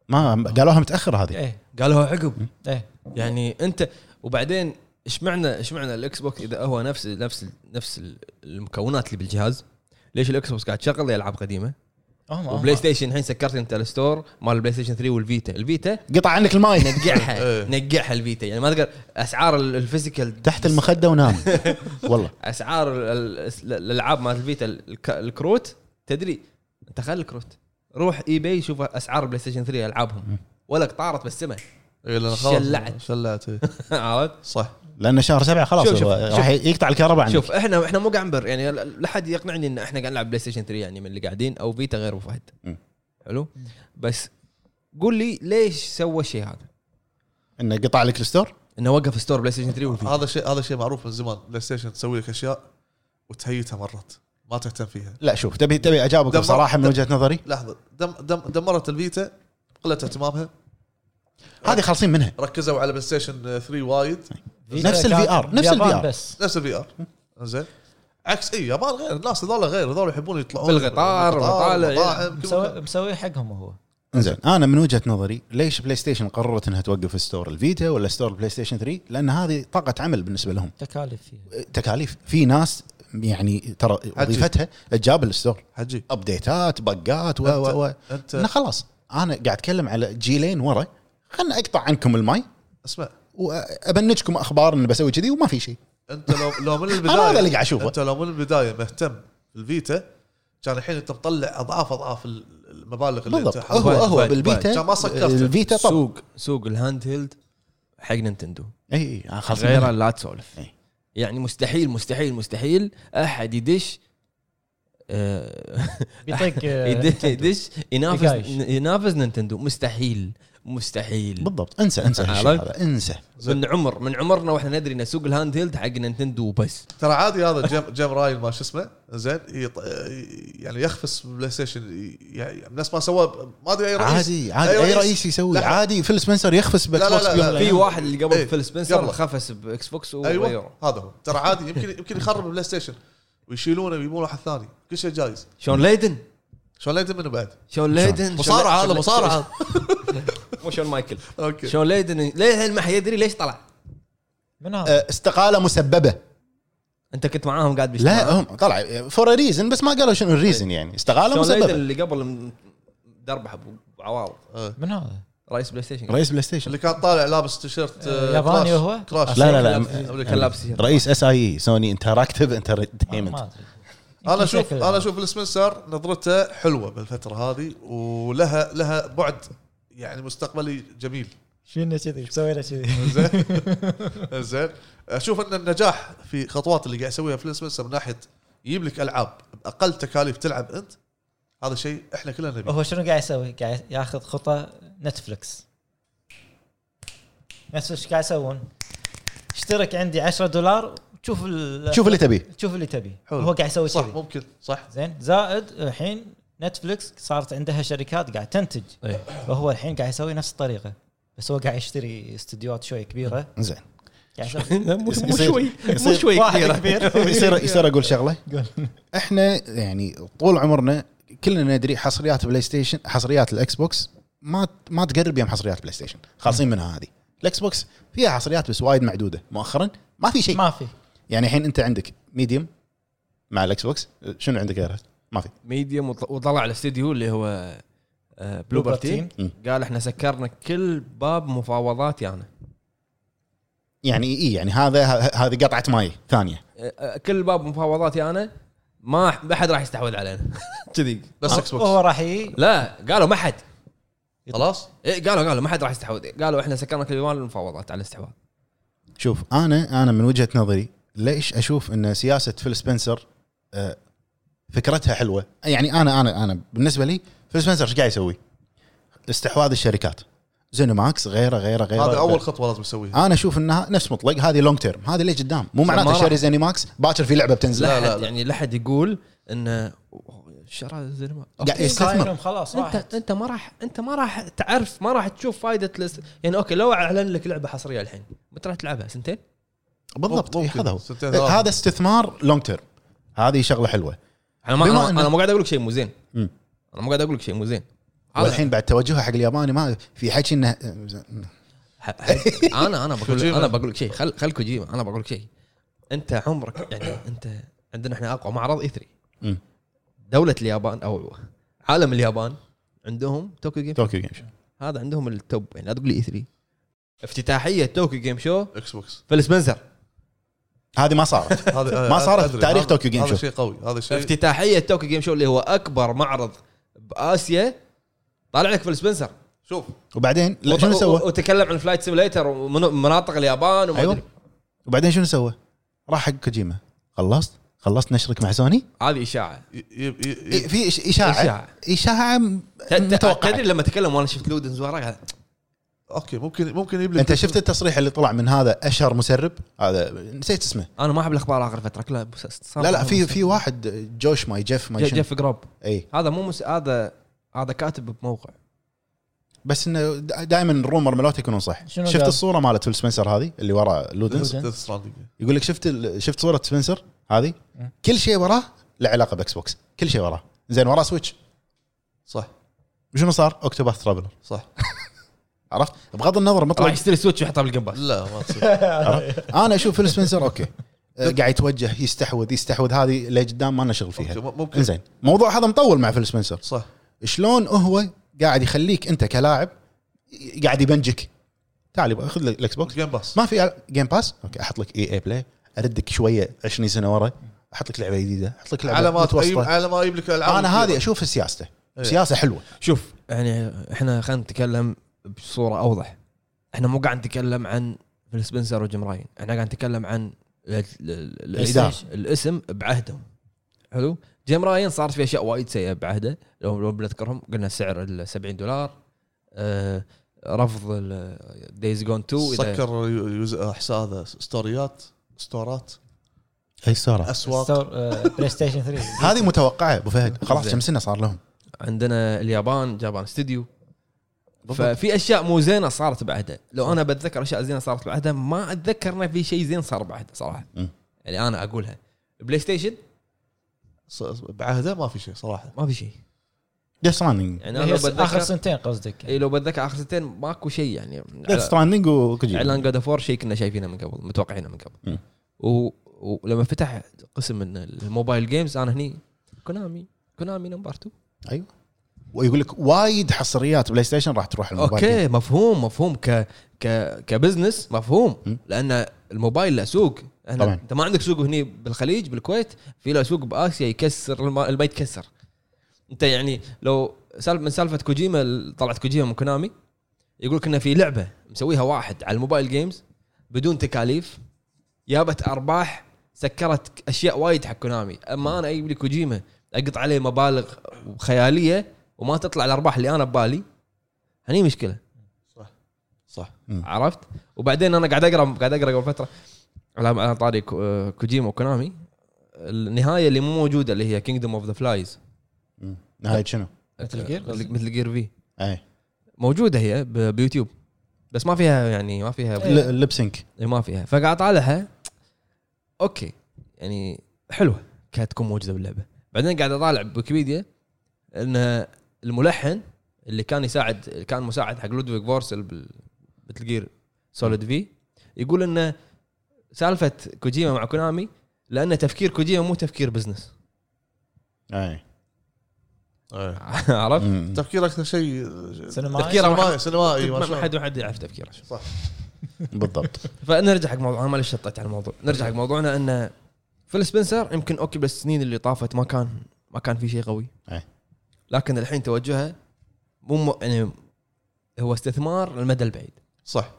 Speaker 3: ما قالوها متاخر هذه
Speaker 4: ايه
Speaker 1: قالوها عقب
Speaker 4: ايه
Speaker 1: يعني انت وبعدين ايش معنى ايش معنى الاكس بوكس اذا هو نفس نفس نفس المكونات اللي بالجهاز ليش الاكس بوكس قاعد تشغل لي العاب قديمه
Speaker 4: هم هم
Speaker 1: وبلاي ستيشن الحين سكرت انت الستور مال البلاي ستيشن 3 والفيتا الفيتا
Speaker 3: قطع عنك الماي
Speaker 1: نقعها
Speaker 2: إيه.
Speaker 1: نقعها الفيتا يعني ما تقدر اسعار ال- الفيزيكال
Speaker 3: تحت المخده ونام والله
Speaker 1: اسعار ال- ال- الالعاب مال الفيتا الك- الكروت تدري انت خلي الكروت روح اي باي شوف اسعار البلاي ستيشن 3 العابهم ولك طارت بالسماء
Speaker 2: إيه، لأن خلاص
Speaker 1: شلعت.
Speaker 2: شلعت إيه.
Speaker 1: عرفت
Speaker 2: صح
Speaker 3: لان شهر سبعه خلاص
Speaker 1: شوف- شوف-
Speaker 3: هو راح يقطع الكهرباء عنك
Speaker 1: شوف احنا احنا مو قاعد نبر يعني لا حد يقنعني ان احنا قاعد نلعب بلاي ستيشن 3 يعني من اللي قاعدين او فيتا غير ابو فهد
Speaker 3: مم.
Speaker 1: حلو بس قول لي ليش سوى الشيء هذا؟
Speaker 3: انه قطع لك الستور
Speaker 1: انه وقف ستور بلاي ستيشن 3
Speaker 3: آه،
Speaker 1: والفيتا
Speaker 2: هذا شيء هذا شيء معروف من زمان بلاي ستيشن تسوي لك اشياء وتهيتها مرات ما تهتم فيها
Speaker 3: لا شوف تبي تبي اجاوبك
Speaker 2: دمر-
Speaker 3: بصراحه من
Speaker 2: دم-
Speaker 3: وجهه نظري
Speaker 2: لحظه دم دم دمرت الفيتا قلت اهتمامها
Speaker 3: هذه خالصين منها
Speaker 2: ركزوا على بلاي ستيشن 3 وايد
Speaker 3: نفس ال VR نفس ال
Speaker 4: اليابان
Speaker 3: VR.
Speaker 4: بس
Speaker 2: نفس الفي ار زين عكس اي يابان غير الناس هذول غير هذول يحبون يطلعون
Speaker 1: بالقطار،
Speaker 2: بالقطار،
Speaker 1: والمطالع.
Speaker 2: مطاعم، كل
Speaker 4: مسوي
Speaker 2: مكان.
Speaker 4: مسوي حقهم هو
Speaker 3: انزين انا من وجهه نظري ليش بلاي ستيشن قررت انها توقف ستور الفيتا ولا ستور البلاي ستيشن 3 لان هذه طاقه عمل بالنسبه لهم
Speaker 4: تكاليف فيها
Speaker 3: تكاليف في ناس يعني ترى
Speaker 2: عجيب.
Speaker 3: وظيفتها تجاب الستور
Speaker 2: حجي
Speaker 3: ابديتات بقات و و و انا
Speaker 2: انت
Speaker 3: خلاص انا قاعد اتكلم على جيلين ورا خلنا اقطع عنكم الماي
Speaker 2: اسمع
Speaker 3: وابنجكم اخبار ان بسوي كذي وما في شيء
Speaker 2: انت لو لو من البدايه
Speaker 3: انا هذا اللي قاعد اشوفه
Speaker 2: انت لو من البدايه مهتم بالفيتا كان الحين انت مطلع اضعاف اضعاف المبالغ اللي
Speaker 3: بالضبط
Speaker 2: انت
Speaker 3: هو
Speaker 2: حاطها.
Speaker 3: هو
Speaker 1: بعد-
Speaker 3: بالفيتا
Speaker 2: كان ما سكرت.
Speaker 3: الفيتا طب
Speaker 1: سوق سوق الهاند هيلد حق نينتندو
Speaker 3: اي إي، آه، خلاص
Speaker 1: غيره لا تسولف
Speaker 3: إيه.
Speaker 1: يعني مستحيل مستحيل مستحيل احد يدش آه،
Speaker 4: بيطق
Speaker 1: يدش يدش ينافس
Speaker 4: يقايش.
Speaker 1: ينافس نينتندو مستحيل مستحيل
Speaker 3: إيه. بالضبط انسى انسى هالشيء
Speaker 1: عرفت؟
Speaker 3: هذا انسى
Speaker 1: من عمر من عمرنا واحنا ندري ان سوق الهاند هيلد حق نينتندو بس
Speaker 2: ترى عادي هذا جيم جيم رايل ما شو اسمه زين يط- يعني يخفس بلاي ستيشن يعني نفس ما سواه ما ادري اي رئيس
Speaker 3: عادي عادي اي رئيس يسوي
Speaker 2: لحظة.
Speaker 3: عادي فيل سبنسر يخفس بالاكس
Speaker 2: لا، لا،
Speaker 3: بوكس
Speaker 2: لا،
Speaker 1: في
Speaker 2: لا.
Speaker 3: بيوم من الأيام.
Speaker 1: واحد اللي قبل
Speaker 2: إيه،
Speaker 1: فيل سبنسر
Speaker 2: قبل.
Speaker 1: خفس باكس بوكس
Speaker 3: أيوة.
Speaker 1: وغيره
Speaker 2: ايوه هذا هو ترى عادي يمكن يمكن يخرب بلاي ستيشن ويشيلونه ويجيبون واحد ثاني كل شيء جايز
Speaker 1: شون ليدن
Speaker 2: شلون لا يدري منه بعد
Speaker 1: شون ليدن
Speaker 2: مصارعه
Speaker 1: شون-
Speaker 2: هذا مصارعه
Speaker 1: مو شون مايكل
Speaker 2: اوكي
Speaker 1: شون ليدن للحين ما حد يدري ليش طلع
Speaker 4: من هذا؟
Speaker 3: آه، استقاله مسببه
Speaker 1: انت كنت معاهم قاعد باجتماع.
Speaker 3: لا هم طلع فور ريزن بس ما قالوا شنو الريزن يعني استقاله
Speaker 1: شون ليدن
Speaker 3: مسببه
Speaker 1: اللي قبل دربح ابو عوارض
Speaker 3: آه.
Speaker 4: من هذا؟
Speaker 1: رئيس بلاي ستيشن
Speaker 3: رئيس بلاي ستيشن
Speaker 2: اللي كان طالع لابس تيشيرت آه،
Speaker 4: ياباني
Speaker 2: كراش.
Speaker 4: هو؟
Speaker 2: كراش
Speaker 3: لا، لا، لا.
Speaker 1: كان لابس هيرو.
Speaker 3: رئيس E، اس اي سوني انتراكتيف
Speaker 4: ما
Speaker 2: آه،
Speaker 3: انترتينمنت
Speaker 4: أدري.
Speaker 2: انا
Speaker 4: يمكن
Speaker 2: اشوف
Speaker 4: شكل-
Speaker 2: انا اشوف السبنسر نظرته حلوه بالفتره هذه ولها لها بعد يعني مستقبلي جميل
Speaker 4: شنو كذي مسوينا كذي
Speaker 2: زين زين اشوف ان النجاح في خطوات اللي قاعد يسويها فيل سبنسر من ناحيه يجيب لك العاب باقل تكاليف تلعب انت هذا شيء احنا كلنا نبيه
Speaker 4: هو شنو قاعد يسوي؟ قاعد ياخذ خطى نتفلكس نفس ايش قاعد يسوون؟ اشترك عندي 10 دولار وتشوف ال...
Speaker 3: شوف اللي تبيه
Speaker 4: تشوف اللي تبي
Speaker 2: حلو.
Speaker 4: هو قاعد يسوي
Speaker 2: صح
Speaker 4: كذي
Speaker 2: ممكن صح
Speaker 4: زين زائد الحين نتفلكس صارت عندها شركات قاعد تنتج
Speaker 1: إيه.
Speaker 4: فهو الحين قاعد يسوي نفس الطريقه بس هو قاعد يشتري استديوهات شوي كبيره
Speaker 3: زين
Speaker 4: قاعد يسوي
Speaker 1: مو
Speaker 3: يصير-
Speaker 1: شوي مو
Speaker 3: يصير-
Speaker 1: شوي
Speaker 4: واحد
Speaker 1: كثيرة.
Speaker 4: كبير
Speaker 1: إيه.
Speaker 3: يصير يصير اقول شغله
Speaker 4: قول.
Speaker 3: احنا يعني طول عمرنا كلنا ندري حصريات بلاي ستيشن حصريات الاكس بوكس ما ما تقرب يم حصريات بلاي ستيشن خالصين منها هذه الاكس بوكس فيها حصريات بس وايد معدوده مؤخرا ما في شيء
Speaker 4: ما في
Speaker 3: يعني الحين انت عندك ميديوم مع الاكس بوكس شنو عندك غيرها ما في
Speaker 1: ميديوم وط- وطلع الاستديو اللي هو آه، بلوبر
Speaker 4: بلوبر تيم.
Speaker 1: تيم قال احنا سكرنا كل باب مفاوضات يعني
Speaker 3: يعني اي يعني هذا ه- هذه قطعه ماي ثانيه
Speaker 1: آه، آه، كل باب مفاوضات يعني ما ما حد راح يستحوذ علينا كذي
Speaker 2: بس اكس
Speaker 4: هو
Speaker 2: بوكس
Speaker 4: راح ي-
Speaker 1: لا قالوا ما حد
Speaker 2: خلاص
Speaker 1: إيه قالوا قالوا ما حد راح يستحوذ قالوا احنا سكرنا كل باب المفاوضات على الاستحواذ
Speaker 3: شوف انا انا من وجهه نظري ليش اشوف ان سياسه فيل سبنسر آه، فكرتها حلوه يعني انا انا انا بالنسبه لي فيل سبنسر ايش قاعد يسوي؟ استحواذ الشركات زينوماكس غيره غيره غيره
Speaker 2: هذا اول خطوه لازم يسويها
Speaker 3: انا اشوف انها نفس مطلق هذه لونج تيرم هذه ليه قدام مو
Speaker 1: ما
Speaker 3: معناته
Speaker 1: راح-
Speaker 3: شاري زينوماكس باكر في لعبه بتنزل
Speaker 1: لا
Speaker 2: لا،
Speaker 1: لا
Speaker 2: لا.
Speaker 1: يعني لا حد يقول انه أوه، شرى زينما
Speaker 3: قاعد يستثمر
Speaker 4: كاينهم خلاص راحت
Speaker 1: انت انت ما راح انت ما راح تعرف ما راح تشوف فائده لس... يعني اوكي لو اعلن لك لعبه حصريه الحين متى راح تلعبها سنتين؟
Speaker 3: بالضبط إي،
Speaker 2: ممكن.
Speaker 3: هذا هو
Speaker 2: ستين ثلاثة.
Speaker 3: هذا استثمار لونج تيرم هذه شغله حلوه
Speaker 1: انا ما
Speaker 3: بما
Speaker 1: انا,
Speaker 3: ان-
Speaker 1: أنا مو قاعد اقول لك شيء مو زين
Speaker 3: مم.
Speaker 1: انا مو قاعد اقول لك شيء مو زين هذا-
Speaker 3: والحين بعد توجهها حق الياباني ما في حكي انه
Speaker 1: ح- ح- انا انا بقول
Speaker 2: كوجيما.
Speaker 1: انا بقول لك شيء خل خل كوجيما انا بقول لك شيء انت عمرك يعني انت عندنا احنا اقوى معرض اي 3
Speaker 3: مم.
Speaker 1: دوله اليابان او عالم اليابان عندهم طوكيو جيم
Speaker 3: طوكيو جيم شو
Speaker 1: هذا عندهم التوب يعني لا تقول لي اي 3 افتتاحيه طوكيو جيم شو
Speaker 2: اكس بوكس
Speaker 1: فيل سبنسر
Speaker 3: هذه ما صارت
Speaker 2: هذا
Speaker 3: ما صارت في تاريخ
Speaker 2: هذا-
Speaker 3: طوكيو جيم شو.
Speaker 2: هذا شيء قوي هذا
Speaker 3: إيه.
Speaker 2: شيء
Speaker 1: افتتاحيه طوكيو جيم شو اللي هو اكبر معرض باسيا طالع لك فيل سبنسر
Speaker 2: شوف
Speaker 3: وبعدين لا
Speaker 1: وط-
Speaker 3: شنو سوى؟
Speaker 1: و- وتكلم عن فلايت سيميليتر ومناطق اليابان وما
Speaker 3: أيوة.
Speaker 1: أدري.
Speaker 3: وبعدين شنو سوى؟ راح حق كوجيما خلصت؟ خلصت نشرك مع سوني؟
Speaker 1: هذه اشاعه
Speaker 2: ي- ي- ي-
Speaker 3: إيه، في إش- اشاعه
Speaker 1: إشاعة.
Speaker 3: اشاعه م-
Speaker 1: ت- ت-
Speaker 3: متوقعه
Speaker 1: تدري لما تكلم وانا شفت لودنز ورا قاعد-
Speaker 2: اوكي ممكن ممكن يجيب لك
Speaker 3: انت شفت التصريح اللي طلع من هذا اشهر مسرب هذا نسيت اسمه
Speaker 1: انا ما احب الاخبار اخر فتره كلها بس- صار-
Speaker 3: لا لا في في واحد جوش ماي جيف
Speaker 1: ج-
Speaker 3: ماي شنو
Speaker 1: آه،
Speaker 3: إيه.
Speaker 1: جيف جروب
Speaker 3: اي
Speaker 1: هذا مو مس... هذا هذا كاتب بموقع
Speaker 3: بس انه دائما الرومر مالته يكونون صح
Speaker 4: شنو
Speaker 3: شفت
Speaker 4: قال؟
Speaker 3: الصوره مالت فيل سبنسر هذه اللي ورا لودنز
Speaker 4: لودنز.
Speaker 2: Death Stranding.
Speaker 3: يقول لك شفت ال- شفت صوره سبنسر هذه
Speaker 1: إيه.
Speaker 3: كل شيء وراه له علاقه باكس بوكس كل شيء وراه زين وراه سويتش
Speaker 2: صح
Speaker 3: شنو صار؟ اوكتوباث ترافلر
Speaker 2: صح
Speaker 3: عرفت؟ بغض النظر
Speaker 1: راح
Speaker 3: مطلق
Speaker 1: يشتري سويتش ويحطها بالجيم باس
Speaker 2: لا ما تصير
Speaker 3: انا اشوف فيل سبنسر اوكي أه، قاعد يتوجه يستحوذ يستحوذ هذه اللي قدام ما لنا شغل فيها
Speaker 2: ممكن- ممكن.
Speaker 3: انزين الموضوع هذا مطول مع فيل سبنسر
Speaker 2: صح
Speaker 3: شلون هو قاعد يخليك انت كلاعب ي- قاعد يبنجك تعال يبا، خذ لك الاكس بوكس
Speaker 2: جيم باس
Speaker 3: ما في جيم باس اوكي احط لك اي اي بلاي اردك شويه 20 سنه ورا احط لك لعبه جديده احط لك لعبه
Speaker 2: على ما تجيب-
Speaker 3: متوسطه
Speaker 2: على ما يجيب لك العاب
Speaker 3: انا هذه
Speaker 2: كثيرة.
Speaker 3: اشوف سياسته سياسه حلوه
Speaker 1: شوف يعني احنا خلينا نتكلم بصوره اوضح احنا مو قاعد نتكلم عن فيل سبنسر وجيم راين احنا قاعد نتكلم عن ال- ال- ال-
Speaker 3: الإدارة.
Speaker 1: الاسم بعهدهم حلو جيم راين صارت في اشياء وايد سيئه بعهده لو لو بنذكرهم قلنا سعر ال 70 دولار آه، رفض دايز جون 2 إذا-
Speaker 2: سكر يو- يوز- حسابه ستوريات ستورات
Speaker 3: اي صار
Speaker 2: اسواق
Speaker 4: ستور آه، بلاي ستيشن 3
Speaker 3: هذه متوقعه ابو فهد خلاص
Speaker 1: زين.
Speaker 3: كم سنه صار لهم
Speaker 1: عندنا اليابان جابان استديو ففي اشياء مو زينه صارت بعدها لو انا بتذكر اشياء زينه صارت بعدها ما اتذكر انه في شيء زين صار بعدها صراحه
Speaker 3: مم.
Speaker 1: يعني انا اقولها بلاي ستيشن
Speaker 2: ص- بعهده ما في شيء صراحه
Speaker 1: ما في شيء
Speaker 3: ديث ستراندنج
Speaker 1: يعني انا
Speaker 4: هي
Speaker 1: لو
Speaker 4: اخر
Speaker 1: بتذكر
Speaker 4: سنتين قصدك
Speaker 1: اي لو بتذكر اخر سنتين ماكو شيء يعني
Speaker 3: ديث ستراندنج وكوجيما
Speaker 1: اعلان جاد فور شيء كنا شايفينه من قبل متوقعينه من قبل
Speaker 3: مم.
Speaker 1: و... ولما فتح قسم من الموبايل جيمز انا هني كونامي كونامي نمبر 2
Speaker 3: ايوه ويقول لك وايد حصريات بلاي ستيشن راح تروح الموبايل جيم.
Speaker 1: اوكي مفهوم مفهوم ك ك كبزنس مفهوم
Speaker 3: مم.
Speaker 1: لان الموبايل له سوق احنا
Speaker 3: طبعاً.
Speaker 1: انت ما عندك سوق هني بالخليج بالكويت في له سوق باسيا يكسر الما, الما يتكسر انت يعني لو سالف من سالفه كوجيما ال- طلعت كوجيما من كونامي يقول لك انه في لعبه مسويها واحد على الموبايل جيمز بدون تكاليف جابت ارباح سكرت اشياء وايد حق كونامي اما انا اجيب لي كوجيما اقط عليه مبالغ خياليه وما تطلع الارباح اللي انا ببالي هني مشكله
Speaker 2: صح
Speaker 1: عرفت وبعدين انا قاعد اقرا قاعد اقرا قبل فتره على على طاري كو- آه، كوجيما وكونامي النهايه اللي مو موجوده اللي هي كينجدوم اوف ذا فلايز
Speaker 3: مم. نهايه شنو؟
Speaker 4: Metal Gear؟
Speaker 1: مثل جير في
Speaker 3: اي
Speaker 1: موجوده هي ب- بيوتيوب بس ما فيها يعني ما فيها
Speaker 3: ل- لب سينك
Speaker 1: إيه، ما فيها فقاعد اطالعها اوكي يعني حلوه كانت تكون موجوده باللعبه بعدين قاعد اطالع بويكيبيديا ان الملحن اللي كان يساعد كان مساعد حق لودفيج فورسل مثل جير سوليد في يقول انه سالفه كوجيما مع كونامي لان تفكير كوجيما مو تفكير بزنس
Speaker 3: اي
Speaker 2: إيه.
Speaker 1: عرفت؟
Speaker 3: مم.
Speaker 2: تفكير اكثر شيء
Speaker 4: سينمائي.
Speaker 1: تفكيره ما
Speaker 2: سينمائي
Speaker 1: حد
Speaker 2: سينمائي ما
Speaker 1: ما- ما
Speaker 2: شاء الله.
Speaker 1: حد ما حد يعرف تفكيره
Speaker 2: صح
Speaker 3: بالضبط
Speaker 1: فنرجع حق موضوع انا معلش شطيت على الموضوع نرجع حق موضوعنا انه فيل سبنسر يمكن اوكي بالسنين اللي طافت ما كان ما كان في شيء قوي
Speaker 3: أي.
Speaker 1: لكن الحين توجهه مو م- يعني هو استثمار المدى البعيد
Speaker 2: صح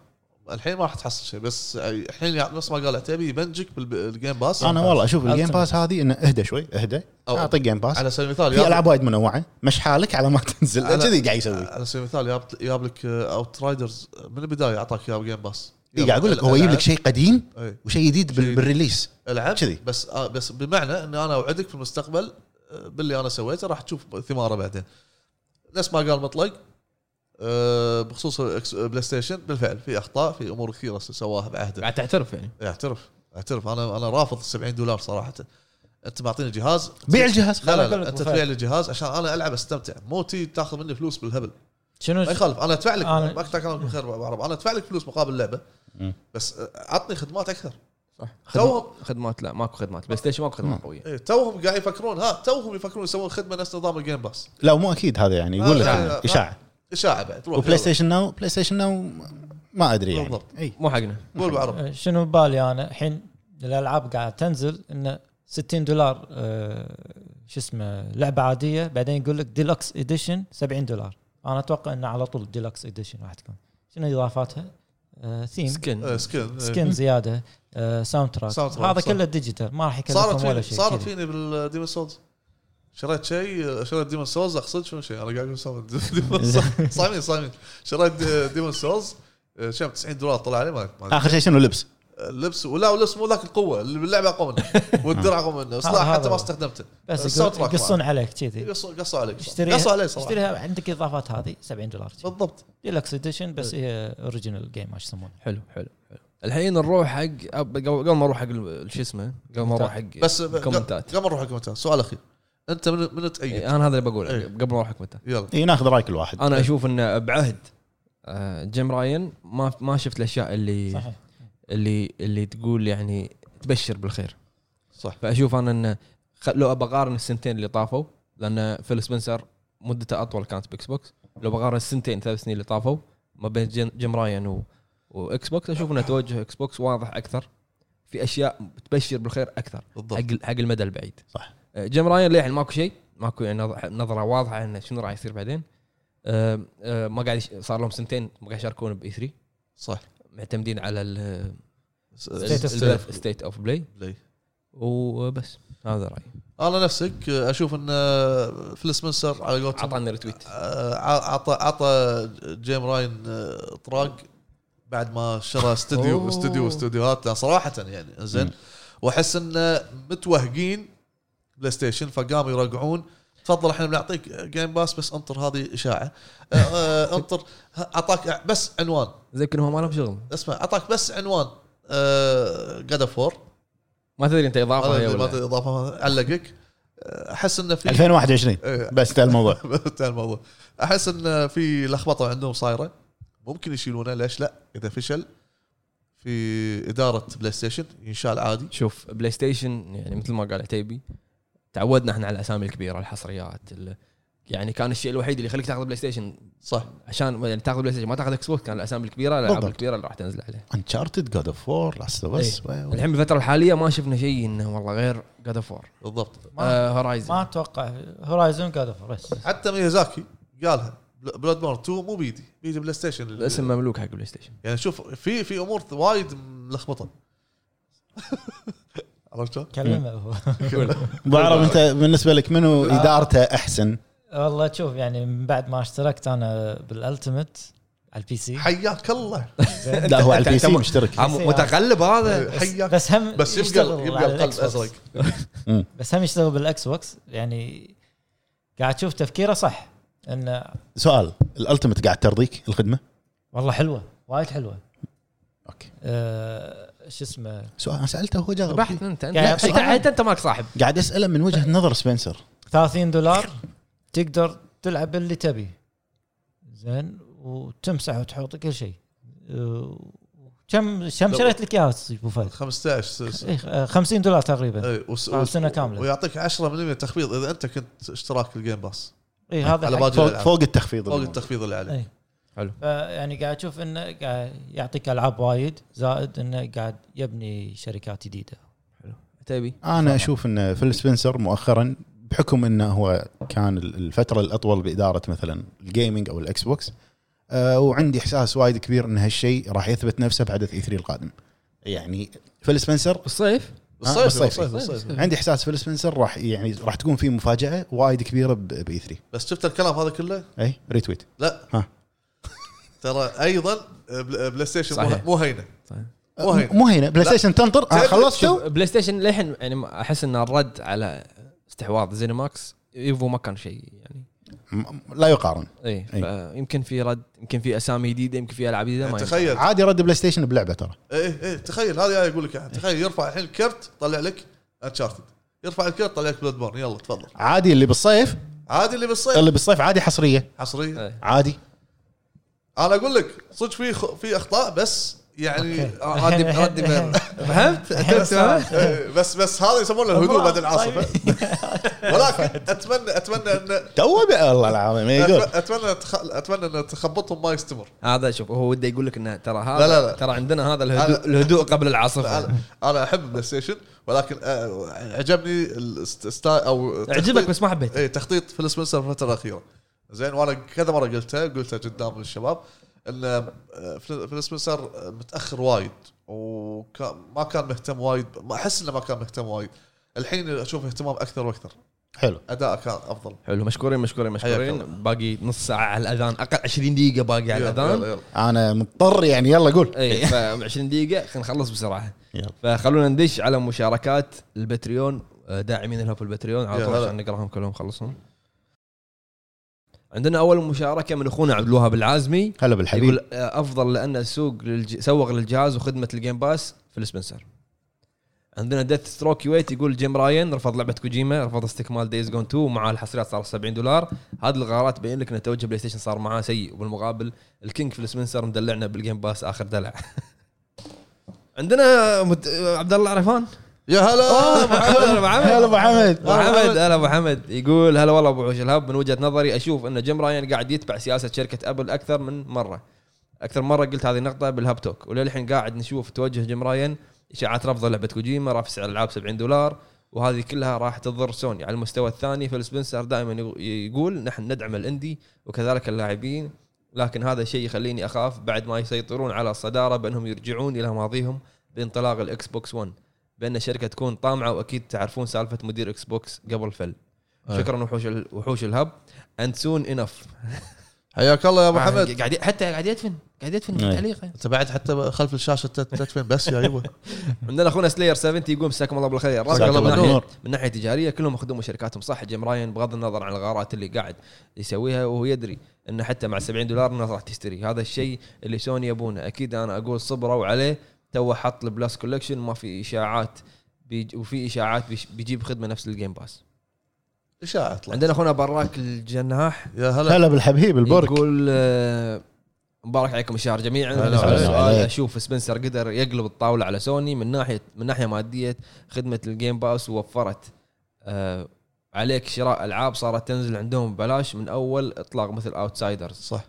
Speaker 2: الحين ما راح تحصل شيء بس الحين يعني نفس ما قال عتيبي يبنجك بالجيم باس
Speaker 3: انا والله اشوف الجيم
Speaker 4: Ultimate.
Speaker 3: باس هذه انه اهدى شوي اهدى
Speaker 2: أو-
Speaker 3: اعطيك جيم باس
Speaker 2: على سبيل المثال
Speaker 3: في
Speaker 2: ياب-
Speaker 3: العاب وايد منوعه مش حالك على ما تنزل
Speaker 2: على-
Speaker 3: كذي قاعد يسوي
Speaker 2: على سبيل المثال ياب- جاب لك اوت رايدرز من البدايه اعطاك اياه جيم باس
Speaker 3: إي قاعد اقول لك هو يجيب لك شيء قديم
Speaker 2: إيه.
Speaker 3: وشيء جديد بال-
Speaker 2: شيء-
Speaker 3: بالريليس
Speaker 2: العب
Speaker 3: كذي.
Speaker 2: كذي بس آه، بس بمعنى ان انا اوعدك في المستقبل آه، باللي انا سويته راح تشوف ثماره بعدين نفس ما قال مطلق آه، بخصوص الإكس- بلاي ستيشن بالفعل في اخطاء في امور كثيره سواها بعهده
Speaker 1: قاعد تعترف يعني
Speaker 2: اعترف اعترف انا انا رافض 70 دولار صراحه انت معطيني جهاز
Speaker 3: بيع الجهاز
Speaker 2: لا لا,
Speaker 4: خلي
Speaker 2: لا انت
Speaker 4: كل الدفاع.
Speaker 2: تبيع لي الجهاز عشان انا العب استمتع مو تي تاخذ مني فلوس بالهبل
Speaker 4: شنو
Speaker 2: ما يخالف انا ادفع لك
Speaker 4: أنا-
Speaker 2: ما اقطع كلامك بالخير أبو عرب انا ادفع لك فلوس مقابل لعبه
Speaker 3: مم.
Speaker 2: بس آه، عطني خدمات اكثر
Speaker 1: صح
Speaker 2: توهم-
Speaker 1: خدمات, خدمات لا ماكو خدمات بلاي ستيشن ماكو خدمات قويه
Speaker 2: إيه توهم قاعد يفكرون ها توهم يفكرون يسوون خدمه نفس نظام الجيم باس
Speaker 3: لا مو اكيد هذا يعني يقول لك
Speaker 2: لا،
Speaker 3: يعني
Speaker 2: لا، لا.
Speaker 3: اشاعه
Speaker 2: اشاعه بعد روح
Speaker 3: وبلاي ستيشن ناو بلاي ستيشن ناو ما ادري يعني
Speaker 2: بالضبط.
Speaker 3: اي
Speaker 1: مو حقنا
Speaker 2: يلا. قول بعرب
Speaker 4: آه، شنو ببالي انا الحين الالعاب قاعد تنزل انه 60 دولار آه، شو اسمه لعبه عاديه بعدين يقول لك ديلوكس اديشن 70 دولار انا اتوقع انه على طول ديلوكس اديشن راح تكون شنو اضافاتها؟
Speaker 1: إيه.
Speaker 4: ثيم
Speaker 2: آه،
Speaker 1: سكن
Speaker 2: سكن
Speaker 4: سكن زياده ساوند تراك
Speaker 2: Soundtrack،
Speaker 4: آه، هذا
Speaker 2: صح.
Speaker 4: كله ديجيتال ما راح
Speaker 2: صارت
Speaker 4: يكلفهم ولا
Speaker 2: فيني
Speaker 4: شيء
Speaker 2: صارت
Speaker 4: كذي.
Speaker 2: فيني بالديمون سولز شريت شيء شريت ديمون سولز اقصد شنو شيء انا قاعد اقول ديمون سولز صايمين صايمين شريت ديمون سولز آه، شيء ب 90 دولار طلع علي ما ما-
Speaker 3: اخر شيء شنو لبس
Speaker 2: آه، لبس ولا ولبس مو ذاك القوه اللي باللعبه اقوى منه والدرع اقوى منه بس لا
Speaker 4: هذا-
Speaker 2: حتى ما
Speaker 4: هذا.
Speaker 2: استخدمته
Speaker 4: بس
Speaker 2: الساوند
Speaker 4: يقول-
Speaker 2: تراك
Speaker 4: يقصون عليك كذي
Speaker 2: قصوا قصوا عليك
Speaker 4: اشتريها
Speaker 2: قصوا علي صراحه
Speaker 4: اشتريها عندك اضافات هذه 70 دولار
Speaker 2: بالضبط إيه.
Speaker 4: ديلكس اديشن بس هي اوريجينال جيم ما يسمونها
Speaker 1: حلو حلو حلو الحين نروح حق أب- قبل قبل ما اروح حق ال- شو اسمه قبل ما اروح حق
Speaker 2: بس
Speaker 1: الكومنتات
Speaker 2: قبل قبل نروح الكومنتات سؤال اخير انت من من
Speaker 1: إيه،
Speaker 2: تايد؟
Speaker 1: انا هذا اللي بقوله
Speaker 2: إيه.
Speaker 1: قبل ما اروح حق متى
Speaker 2: يلا
Speaker 3: اي ناخذ رايك الواحد
Speaker 1: انا اشوف انه بعهد آه، جيم راين ما ما شفت الاشياء اللي
Speaker 4: صحيح
Speaker 1: اللي اللي تقول يعني تبشر بالخير
Speaker 2: صح
Speaker 1: فاشوف انا انه خ- لو بقارن السنتين اللي طافوا لان فيل سبنسر مدته اطول كانت باكس بوكس لو بقارن السنتين ثلاث سنين اللي طافوا ما بين جيم- جيم راين و... واكس بوكس اشوف ان توجه اكس بوكس واضح اكثر في اشياء تبشر بالخير اكثر
Speaker 2: بالضبط
Speaker 1: حق حق المدى البعيد
Speaker 3: صح.
Speaker 1: آه، جيم راين للحين ماكو شيء ماكو يعني نظ- نظره واضحه انه شنو راح يصير بعدين آه، آه، ما قاعد يش- صار لهم سنتين ما قاعد يشاركون باي 3
Speaker 2: صح
Speaker 1: معتمدين على
Speaker 2: س- س-
Speaker 1: الستيت اوف بلاي
Speaker 2: بلاي.
Speaker 1: وبس هذا رايي
Speaker 2: انا نفسك اشوف ان فيل سبنسر على قولتهم
Speaker 1: عطاني ريتويت
Speaker 2: آه، عطى عطى جيم راين آه، طراق بعد ما شرى استوديو
Speaker 1: أوه.
Speaker 2: استوديو استوديوهات صراحه يعني زين واحس انه متوهقين بلاي ستيشن فقاموا يرقعون تفضل احنا بنعطيك جيم باس بس انطر هذه اشاعه آه، آه، انطر اعطاك بس عنوان
Speaker 1: زي كانهم ما لهم شغل
Speaker 2: اسمع اعطاك بس عنوان آه، جاد اوف وور
Speaker 1: ما تدري انت اضافه هي ولا لا.
Speaker 2: اضافه علقك آه، احس انه في
Speaker 3: 2021
Speaker 2: إيه،
Speaker 3: بس ده الموضوع
Speaker 2: انتهى الموضوع احس ان في لخبطه عندهم صايره ممكن يشيلونه ليش لا اذا فشل في اداره بلاي ستيشن ينشال عادي
Speaker 1: شوف بلاي ستيشن يعني مثل ما قال عتيبي تعودنا احنا على الاسامي الكبيره الحصريات ال- يعني كان الشيء الوحيد اللي يخليك تاخذ بلاي ستيشن
Speaker 2: صح
Speaker 1: عشان يعني تاخذ بلاي ستيشن ما تاخذ اكس بوكس كان الاسامي الكبيره الالعاب
Speaker 3: بالضبط.
Speaker 1: الكبيره اللي راح تنزل عليه
Speaker 3: انشارتد جود اوف وور لاست اوف اس
Speaker 1: الحين بالفتره الحاليه ما شفنا شيء انه والله غير جاد اوف وور
Speaker 2: بالضبط
Speaker 4: ما, ما
Speaker 1: هورايزن
Speaker 4: اتوقع هورايزون جاد اوف بس
Speaker 2: حتى ميازاكي قالها بلاد بورن 2 مو بيدي بيدي بلاي ستيشن
Speaker 1: الاسم مملوك حق بلاي ستيشن
Speaker 2: يعني شوف في في امور وايد ملخبطه عرفت شلون؟
Speaker 4: كلمه هو
Speaker 1: آه،
Speaker 3: بعرف انت بالنسبه لك منو ادارته احسن
Speaker 4: والله شوف يعني من بعد ما اشتركت انا بالالتيمت على البي سي
Speaker 2: حياك الله
Speaker 4: زين.
Speaker 3: لا هو على
Speaker 1: أنت
Speaker 3: البي سي
Speaker 1: أنت-
Speaker 3: مشترك
Speaker 1: عم- متغلب هذا
Speaker 2: حياك
Speaker 4: بس هم
Speaker 2: بس يبقى
Speaker 4: يشتغل
Speaker 2: يبقى القلب
Speaker 4: على الإكس بوكس.
Speaker 2: ازرق
Speaker 4: بس هم يشتغل بالاكس بوكس يعني قاعد تشوف تفكيره صح انه
Speaker 3: سؤال الالتمت قاعد ترضيك الخدمه
Speaker 4: والله حلوه وايد حلوه
Speaker 3: اوكي
Speaker 4: أه شو اسمه
Speaker 3: سؤال أنا سالته هو جاوب
Speaker 1: بحث انت انت
Speaker 4: قاعد
Speaker 1: حتى حتى انت مالك صاحب
Speaker 3: قاعد اساله من وجهه نظر سبنسر
Speaker 4: 30 دولار تقدر تلعب اللي تبي زين وتمسح وتحط كل شيء أه، كم كم شريت لك اياها ابو فهد؟
Speaker 2: 15 س-
Speaker 4: إيه، خ- 50 دولار تقريبا
Speaker 2: إيه، وس-
Speaker 4: على
Speaker 2: وس-
Speaker 4: سنة كاملة.
Speaker 2: ويعطيك 10% تخفيض اذا انت كنت اشتراك الجيم باس
Speaker 4: اي إيه، هذا
Speaker 2: على
Speaker 4: حق-
Speaker 2: باقي
Speaker 3: فوق,
Speaker 2: الألعاب.
Speaker 3: فوق التخفيض
Speaker 2: فوق
Speaker 3: اللي
Speaker 2: التخفيض اللي عليه
Speaker 4: إيه. فيعني يعني قاعد اشوف انه قاعد يعطيك العاب وايد زائد انه قاعد يبني شركات جديده
Speaker 1: تبي
Speaker 3: انا اشوف ان فيل سبنسر مؤخرا بحكم انه هو كان ال- الفتره الاطول باداره مثلا الجيمنج او الاكس بوكس أه وعندي احساس وايد كبير ان هالشيء راح يثبت نفسه بحدث اي 3 القادم يعني فيل سبنسر
Speaker 1: الصيف
Speaker 2: بالصيف
Speaker 3: بالصيف.
Speaker 2: بالصيف بالصيف
Speaker 3: عندي احساس فيل سبنسر راح يعني راح تكون في مفاجاه وايد كبيره باي 3
Speaker 2: بس شفت الكلام هذا كله
Speaker 3: اي إيه؟ ريتويت
Speaker 2: لا
Speaker 3: ها.
Speaker 2: ترى ايضا بل- آه، بلاي ستيشن مو-
Speaker 1: صحيح.
Speaker 2: مو هينه
Speaker 1: صحيح.
Speaker 2: مو هينه
Speaker 3: مو هنا بلاي
Speaker 2: لا.
Speaker 3: ستيشن تنطر آه
Speaker 2: تعرف
Speaker 3: خلصتوا
Speaker 1: بلاي ستيشن للحين يعني احس ان الرد على استحواذ زينماكس ايفو ما كان شيء يعني
Speaker 3: م- لا يقارن
Speaker 1: اي
Speaker 3: أي.
Speaker 1: يمكن في رد يمكن في اسامي جديده يمكن في العاب جديده ما يمكن.
Speaker 2: تخيل
Speaker 3: عادي رد بلاي ستيشن بلعبه ترى
Speaker 2: ايه ايه تخيل هذا جاي اقول لك إياها. تخيل يرفع الحين الكرت طلع لك انشارتد يرفع الكرت طلع لك بلاد بورن يلا تفضل
Speaker 3: عادي اللي بالصيف
Speaker 2: عادي اللي بالصيف
Speaker 3: اللي بالصيف عادي حصريه
Speaker 2: حصريه
Speaker 1: إيه.
Speaker 3: عادي
Speaker 2: انا اقول لك صدق في خ- في اخطاء بس يعني
Speaker 4: أوكي.
Speaker 1: آه،
Speaker 2: ردي ردي بين-
Speaker 1: فهمت؟ فهمت؟
Speaker 2: إيه، بس بس هذا يسمونه الهدوء بعد العاصفه
Speaker 4: طيب.
Speaker 2: ولكن اتمنى اتمنى ان
Speaker 3: تو بقى الله العظيم يقول
Speaker 2: أتمنى- اتمنى تخ- اتمنى ان تخبطهم ما يستمر
Speaker 1: هذا شوف هو وده يقول لك انه ترى هذا
Speaker 2: لا، لا، لا.
Speaker 1: ترى عندنا هذا الهدوء, الهدوء قبل العاصفه
Speaker 2: انا انا احب بلاي ستيشن ولكن آه، عجبني الستايل او
Speaker 1: عجبك بس ما حبيت
Speaker 2: اي إيه، تخطيط فيل سبنسر الفتره الاخيره زين وانا كذا مره قلتها قلتها قدام الشباب ان آه، فيل فيل سبنسر متاخر آه، وايد وما كان مهتم وايد ما احس انه ما كان مهتم وايد الحين اشوف اهتمام اكثر واكثر
Speaker 3: حلو
Speaker 2: اداءه كان افضل
Speaker 1: حلو مشكورين مشكورين
Speaker 2: حياك
Speaker 1: مشكورين باقي نص ساعه على الاذان اقل 20 دقيقه باقي على إيه،
Speaker 2: يلا، يلا،
Speaker 1: الاذان
Speaker 2: يلا.
Speaker 3: انا مضطر يعني يلا قول
Speaker 1: اي ف 20 دقيقه خلينا نخلص بسرعه
Speaker 3: يلا.
Speaker 1: فخلونا ندش على مشاركات البتريون آه، داعمين لها في البتريون على
Speaker 2: يا
Speaker 1: طول
Speaker 2: هلا.
Speaker 1: عشان نقراهم كلهم خلصهم عندنا اول مشاركه من اخونا عبد الوهاب العازمي
Speaker 3: هلا بالحبيب
Speaker 1: يقول آه، افضل لان السوق للج... سوق للجهاز وخدمه الجيم باس في السبنسر عندنا ديث ستروك ويت يقول جيم راين رفض لعبه كوجيما رفض استكمال دايز جون 2 ومعاه الحصريات صار 70 دولار هذه الغارات بين لك ان توجه بلاي ستيشن صار معاه سيء وبالمقابل الكينج في السبنسر مدلعنا بالجيم باس اخر دلع عندنا مد... عبد الله عرفان
Speaker 2: يا هلا أبو حمد.
Speaker 1: أبو حمد.
Speaker 3: هلا ابو حمد
Speaker 1: ابو حمد هلا ابو حمد يقول هلا والله ابو عوش الهب من وجهه نظري اشوف ان جيم راين قاعد يتبع سياسه شركه ابل اكثر من مره اكثر مره قلت هذه النقطه بالهاب توك وللحين قاعد نشوف توجه جيم راين اشاعات رفض لعبه كوجيما رافع سعر الالعاب 70 دولار وهذه كلها راح تضر سوني على المستوى الثاني فالسبنسر دائما يغ- يقول نحن ندعم الاندي وكذلك اللاعبين لكن هذا الشيء يخليني اخاف بعد ما يسيطرون على الصداره بانهم يرجعون الى ماضيهم بانطلاق الاكس بوكس 1 بان الشركه تكون طامعه واكيد تعرفون سالفه مدير اكس بوكس قبل فل
Speaker 2: أي.
Speaker 1: شكرا وحوش ال- وحوش الهب اند سون انف
Speaker 2: حياك الله يا ابو حمد
Speaker 1: آه، قاعد حتى قاعد يدفن قاعد يدفن في
Speaker 3: أي.
Speaker 1: تعليقه
Speaker 2: انت بعد حتى خلف الشاشه تت- تتفهم بس يا أيوة. يبا
Speaker 1: عندنا اخونا سلاير 70 يقول مساكم الله بالخير الرابع
Speaker 3: مساك
Speaker 1: من
Speaker 3: الله
Speaker 1: ناحية-
Speaker 3: بالنور.
Speaker 1: من ناحيه تجاريه كلهم خدموا شركاتهم صح جيم راين بغض النظر عن الغارات اللي قاعد يسويها وهو يدري انه حتى مع 70 دولار الناس راح تشتري هذا الشيء اللي سوني يبونه اكيد انا اقول صبروا عليه تو حط البلاس كولكشن ما في اشاعات بيج وفي اشاعات بيش- بيجيب خدمه نفس الجيم باس
Speaker 2: اشاعه طلع.
Speaker 1: عندنا اخونا براك الجناح
Speaker 2: يا هلا
Speaker 3: هلا بالحبيب البرك
Speaker 1: يقول آه، مبارك عليكم الشهر جميعا
Speaker 2: هلا
Speaker 1: بالنسبة
Speaker 3: عليك.
Speaker 1: للسؤال،
Speaker 3: عليك.
Speaker 1: اشوف سبنسر قدر يقلب الطاوله على سوني من ناحيه من ناحيه ماديه خدمه الجيم باس ووفرت آه، عليك شراء العاب صارت تنزل عندهم ببلاش من اول اطلاق مثل اوتسايدرز
Speaker 2: صح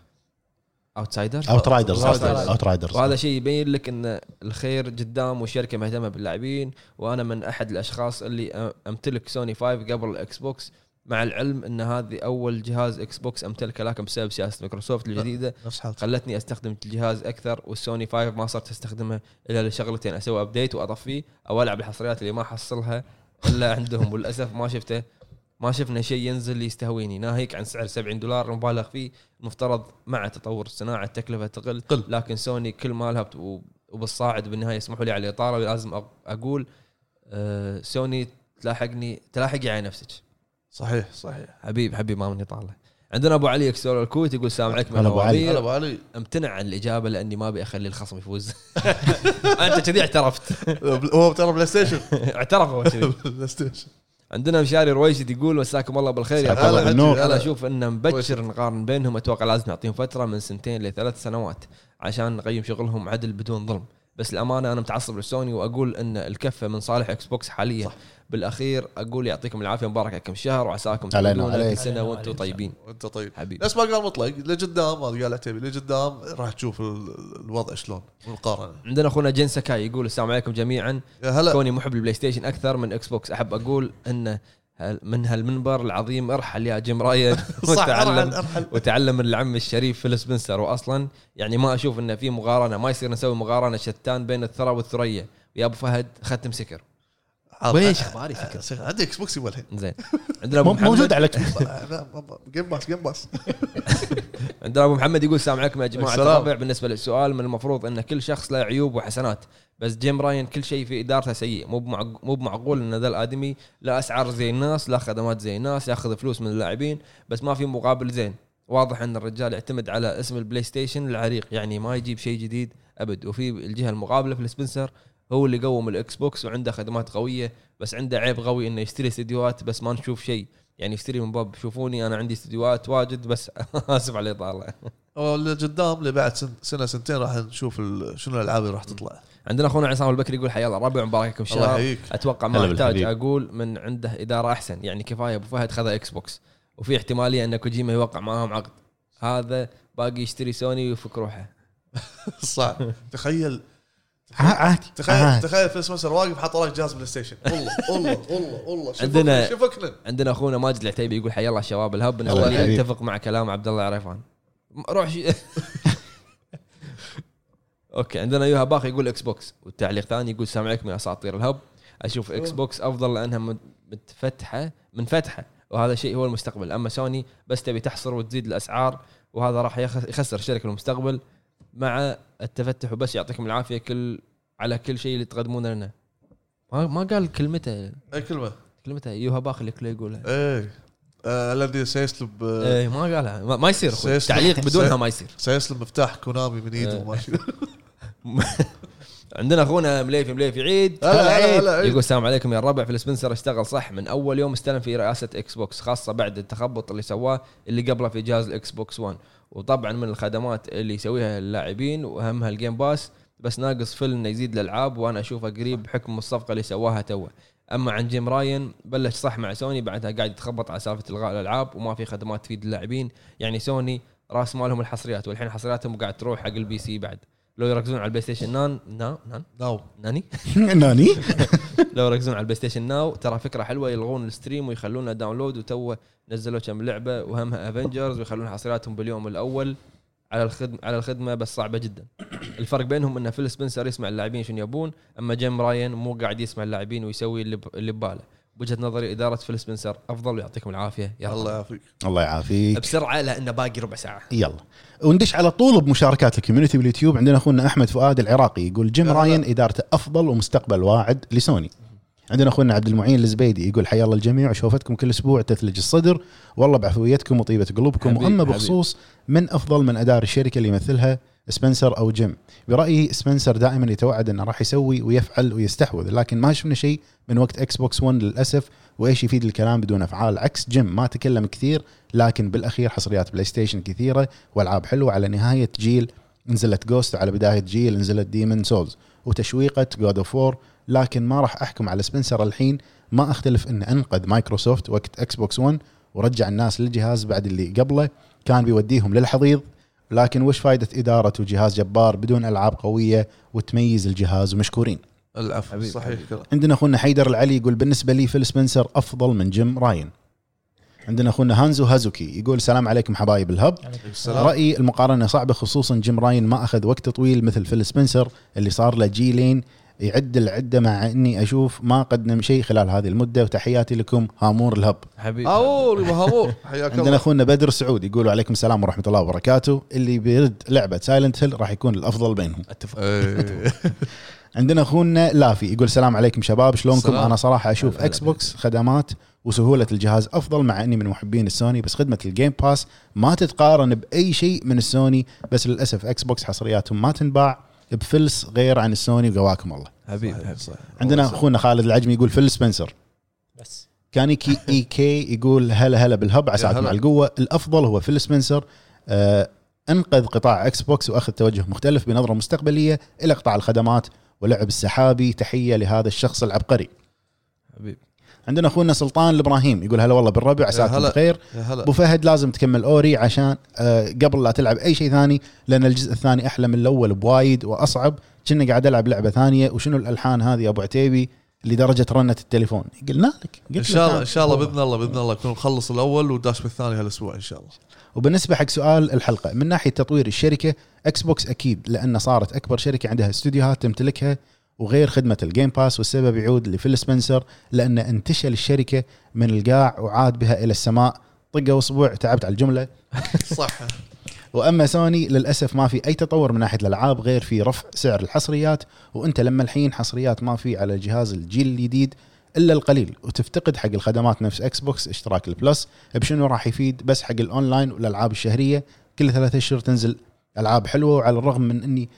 Speaker 1: اوتسايدرز
Speaker 3: اوت رايدرز
Speaker 1: أوت رايدرز.
Speaker 3: اوت رايدرز
Speaker 1: وهذا شيء يبين لك ان الخير قدام والشركه مهتمه باللاعبين وانا من احد الاشخاص اللي أ- امتلك سوني 5 قبل الاكس بوكس مع العلم ان هذه اول جهاز اكس بوكس امتلكه لكن بسبب سياسه مايكروسوفت الجديده
Speaker 2: نفس حالتي
Speaker 1: خلتني استخدم الجهاز اكثر والسوني 5 ما صرت استخدمه الا لشغلتين اسوي ابديت واطفيه او العب الحصريات اللي ما احصلها الا عندهم وللاسف ما شفته ما شفنا شيء ينزل يستهويني ناهيك عن سعر 70 دولار مبالغ فيه المفترض مع تطور الصناعه التكلفه تقل
Speaker 2: قل.
Speaker 1: لكن سوني كل ما لها بت- وبالصاعد بالنهايه يسمحوا لي على الاطاله ولازم أق- اقول آه، سوني تلاحقني تلاحقي على نفسك
Speaker 2: صحيح صحيح
Speaker 1: حبيب حبيب ما مني طالع عندنا ابو علي اكسور الكويت يقول السلام عليكم
Speaker 3: هلا أبو علي.
Speaker 1: الهوابير.
Speaker 2: هلا ابو علي
Speaker 1: امتنع عن الاجابه لاني ما ابي اخلي الخصم يفوز انت كذي اعترفت
Speaker 2: هو ترى بلاي ستيشن
Speaker 1: اعترف هو كذي
Speaker 2: بلاي ستيشن
Speaker 1: عندنا مشاري رويشد يقول مساكم الله بالخير يا
Speaker 3: مساك
Speaker 1: هلا
Speaker 3: الله بالنور.
Speaker 1: انا اشوف انه مبكر نقارن بينهم اتوقع لازم نعطيهم فتره من سنتين لثلاث سنوات عشان نقيم شغلهم عدل بدون ظلم بس الامانه انا متعصب لسوني واقول ان الكفه من صالح اكس بوكس حاليا صح. بالاخير اقول يعطيكم العافيه مبارك عليكم شهر وعساكم
Speaker 3: علينا
Speaker 1: تقولون
Speaker 3: وعليك.
Speaker 1: كل سنه
Speaker 4: علينا
Speaker 1: وانتم
Speaker 4: وعليك.
Speaker 1: طيبين
Speaker 2: وانت طيب
Speaker 1: حبيبي
Speaker 2: نفس ما قال مطلق لقدام هذا قال عتيبي لقدام راح تشوف ال- الوضع شلون والمقارنه
Speaker 1: عندنا اخونا جين سكاي يقول السلام عليكم جميعا
Speaker 2: يا هلا
Speaker 1: كوني محب البلاي ستيشن اكثر من اكس بوكس احب اقول ان هال- من هالمنبر العظيم ارحل يا جيم راين
Speaker 2: صح ارحل
Speaker 1: وتعلم
Speaker 2: ارحل
Speaker 1: وتعلم من العم الشريف فيل سبنسر واصلا يعني ما اشوف انه في مقارنه ما يصير نسوي مقارنه شتان بين الثرى والثريا يا ابو فهد ختم سكر ويش اخباري سكر
Speaker 2: سيخ- عندي اكس بوكس يبا الحين
Speaker 1: زين عندنا ابو محمد
Speaker 3: موجود على
Speaker 2: جيم باس جيم باس
Speaker 1: عندنا ابو محمد يقول السلام عليكم يا جماعه
Speaker 2: السلام.
Speaker 1: الرابع بالنسبه للسؤال من المفروض ان كل شخص له عيوب وحسنات بس جيم راين كل شيء في ادارته سيء مو بمعق- مو بمعقول ان ذا الادمي لا اسعار زي الناس لا خدمات زي الناس ياخذ فلوس من اللاعبين بس ما في مقابل زين واضح ان الرجال يعتمد على اسم البلاي ستيشن العريق يعني ما يجيب شيء جديد ابد وفي الجهه المقابله في السبنسر هو اللي قوم الاكس بوكس وعنده خدمات قويه بس عنده عيب قوي انه يشتري استديوهات بس ما نشوف شيء يعني يشتري من باب شوفوني انا عندي استديوهات واجد بس اسف على الاطاله
Speaker 2: لقدام اللي بعد سن- سنه سنتين راح نشوف ال- شنو الالعاب اللي راح تطلع
Speaker 1: عندنا اخونا عصام البكري يقول حيا الله ربع مبارككم
Speaker 2: الله
Speaker 1: شهر
Speaker 2: يحييك
Speaker 1: اتوقع ما
Speaker 3: هلا
Speaker 1: احتاج
Speaker 3: بالحبيب.
Speaker 1: اقول من عنده اداره احسن يعني كفايه ابو فهد خذ اكس بوكس وفي احتماليه ان كوجيما يوقع معاهم عقد هذا باقي يشتري سوني ويفك روحه
Speaker 2: صح تخيل
Speaker 3: عادي
Speaker 1: آه.
Speaker 2: تخيل تخيل في سمسر واقف حاط وراك جهاز بلاي ستيشن والله والله والله والله
Speaker 1: عندنا-
Speaker 2: شفكنا شفكنا
Speaker 1: عندنا اخونا ماجد العتيبي يقول حيا الله شباب الهب
Speaker 3: هلا
Speaker 1: نقول
Speaker 3: بالحبيب.
Speaker 1: اتفق مع كلام عبد الله عرفان م- روح شي اوكي عندنا يوها باخ يقول اكس بوكس والتعليق ثاني يقول سلام عليكم من اساطير الهب اشوف اكس بوكس افضل لانها مت- متفتحه منفتحه وهذا شيء هو المستقبل اما سوني بس تبي تحصر وتزيد الاسعار وهذا راح يخ- يخسر شركه المستقبل مع التفتح وبس يعطيكم العافيه كل على كل شيء اللي تقدمونه لنا ما ما قال كلمته
Speaker 2: اي كلمه
Speaker 1: كلمته يوها باخ اللي كله يقولها
Speaker 2: اي آه، الذي سيسلب آه،
Speaker 1: إيه، ما قالها ما, ما يصير أخوي.
Speaker 2: سيسلم.
Speaker 1: تعليق بدونها
Speaker 2: سي-
Speaker 1: ما يصير
Speaker 2: سيسلب مفتاح كونامي من ايده
Speaker 1: آه.
Speaker 2: وما شي.
Speaker 1: عندنا اخونا مليفي مليفي عيد
Speaker 2: هلا، هلا،
Speaker 1: عيد.
Speaker 2: هلا، عيد.
Speaker 1: طيب، يقول السلام عليكم يا الربع في السبنسر اشتغل صح من اول يوم استلم في رئاسه اكس بوكس خاصه بعد التخبط اللي سواه اللي قبله في جهاز الاكس بوكس 1 وطبعا من الخدمات اللي يسويها اللاعبين واهمها الجيم باس بس ناقص فيل انه يزيد الالعاب وانا اشوفه قريب بحكم الصفقه اللي سواها توه اما عن جيم راين بلش صح مع سوني بعدها قاعد يتخبط على سالفه الغاء الالعاب وما في خدمات تفيد اللاعبين يعني سوني راس مالهم الحصريات والحين حصرياتهم قاعد تروح حق البي سي بعد لو يركزون على البلاي ستيشن نان نان نان
Speaker 2: ناو
Speaker 1: ناني
Speaker 3: ناني
Speaker 1: لو يركزون على البلاي ستيشن ناو ترى فكره حلوه يلغون الستريم ويخلونه داونلود وتو نزلوا كم لعبه وهمها افنجرز ويخلون حصرياتهم باليوم الاول على الخدمه على الخدمه بس صعبه جدا الفرق بينهم ان فيل سبنسر يسمع اللاعبين شنو يبون اما جيم راين مو قاعد يسمع اللاعبين ويسوي اللي ب- اللي بباله بوجهه نظري اداره فيل سبنسر افضل ويعطيكم العافيه يا
Speaker 2: الله
Speaker 1: الله
Speaker 2: يعافيك
Speaker 3: الله يعافيك
Speaker 1: بسرعه لانه باقي ربع ساعه
Speaker 3: يلا وندش على طول بمشاركات الكوميونتي باليوتيوب عندنا اخونا احمد فؤاد العراقي يقول جيم
Speaker 2: هلا.
Speaker 3: راين ادارته افضل ومستقبل واعد لسوني عندنا اخونا عبد المعين الزبيدي يقول حيا الله الجميع شوفتكم كل اسبوع تثلج الصدر والله بعفويتكم وطيبه قلوبكم
Speaker 1: حبيب-
Speaker 3: واما
Speaker 1: حبيب.
Speaker 3: بخصوص من افضل من ادار الشركه اللي يمثلها سبنسر او جيم برايي سبنسر دائما يتوعد انه راح يسوي ويفعل ويستحوذ لكن ما شفنا شيء من وقت اكس بوكس 1 للاسف وايش يفيد الكلام بدون افعال عكس جيم ما تكلم كثير لكن بالاخير حصريات بلاي ستيشن كثيره والعاب حلوه على نهايه جيل نزلت جوست على بدايه جيل نزلت ديمن سولز وتشويقه جود اوف وور لكن ما راح احكم على سبنسر الحين ما اختلف انه انقذ مايكروسوفت وقت اكس بوكس 1 ورجع الناس للجهاز بعد اللي قبله كان بيوديهم للحضيض لكن وش فائده اداره وجهاز جبار بدون العاب قويه وتميز الجهاز ومشكورين
Speaker 2: العفو
Speaker 1: حبيب،
Speaker 2: صحيح كلام
Speaker 3: عندنا اخونا حيدر العلي يقول بالنسبه لي فيل سبنسر افضل من جيم راين عندنا اخونا هانزو هازوكي يقول السلام عليكم حبايب الهب
Speaker 4: يعني
Speaker 2: السلام
Speaker 3: رايي المقارنه صعبه خصوصا جيم راين ما اخذ وقت طويل مثل فيل سبنسر اللي صار له جيلين يعد العده مع اني اشوف ما قدم شيء خلال هذه المده وتحياتي لكم هامور الهب
Speaker 1: حبيبي
Speaker 2: آه، هامور يبا هامور حياك
Speaker 3: عندنا
Speaker 2: الله
Speaker 3: اخونا بدر سعود يقول عليكم السلام ورحمه الله وبركاته اللي بيرد لعبه سايلنت هيل راح يكون الافضل بينهم
Speaker 1: اتفق
Speaker 2: إيه.
Speaker 3: عندنا اخونا لافي يقول السلام عليكم شباب شلونكم
Speaker 2: السلام.
Speaker 3: انا صراحه اشوف
Speaker 1: هلا
Speaker 3: اكس بوكس خدمات وسهوله الجهاز افضل مع اني من محبين السوني بس خدمه الجيم باس ما تتقارن باي شيء من السوني بس للاسف اكس بوكس حصرياتهم ما تنباع بفلس غير عن السوني وقواكم الله
Speaker 1: حبيبي
Speaker 3: عندنا اخونا خالد العجمي يقول فيل سبنسر
Speaker 4: بس
Speaker 3: كانيكي اي كي E يقول هلا هلا بالهب عساكم
Speaker 2: هلا.
Speaker 3: على القوه الافضل هو فيل سبنسر آه انقذ قطاع اكس بوكس واخذ توجه مختلف بنظره مستقبليه الى قطاع الخدمات ولعب السحابي تحيه لهذا الشخص العبقري
Speaker 1: حبيبي
Speaker 3: عندنا اخونا سلطان الابراهيم يقول هلا والله بالربع عساكم
Speaker 2: هلا.
Speaker 3: بخير
Speaker 2: يا هلا
Speaker 3: ابو فهد لازم تكمل اوري عشان آه قبل لا تلعب اي شيء ثاني لان الجزء الثاني احلى من الاول بوايد واصعب كنا قاعد العب لعبه ثانيه وشنو الالحان هذه يا ابو عتيبي لدرجه رنت التليفون قلنا لك
Speaker 2: ان
Speaker 3: قلت
Speaker 2: شاء
Speaker 3: لك
Speaker 2: الله ان شاء الله
Speaker 3: أنا.
Speaker 2: باذن الله باذن الله نكون نخلص الاول وداش بالثاني هالاسبوع ان شاء الله
Speaker 3: وبالنسبه حق سؤال الحلقه من ناحيه تطوير الشركه اكس بوكس اكيد لان صارت اكبر شركه عندها استديوهات تمتلكها وغير خدمه الجيم باس والسبب يعود لفيل سبنسر لان انتشل الشركه من القاع وعاد بها الى السماء طقه اسبوع تعبت على الجمله
Speaker 2: صح
Speaker 3: واما سوني للاسف ما في اي تطور من ناحيه الالعاب غير في رفع سعر الحصريات وانت لما الحين حصريات ما في على جهاز الجيل الجديد الا القليل وتفتقد حق الخدمات نفس اكس بوكس اشتراك البلس بشنو راح يفيد بس حق الاونلاين والالعاب الشهريه كل ثلاثة اشهر تنزل العاب حلوه وعلى الرغم من اني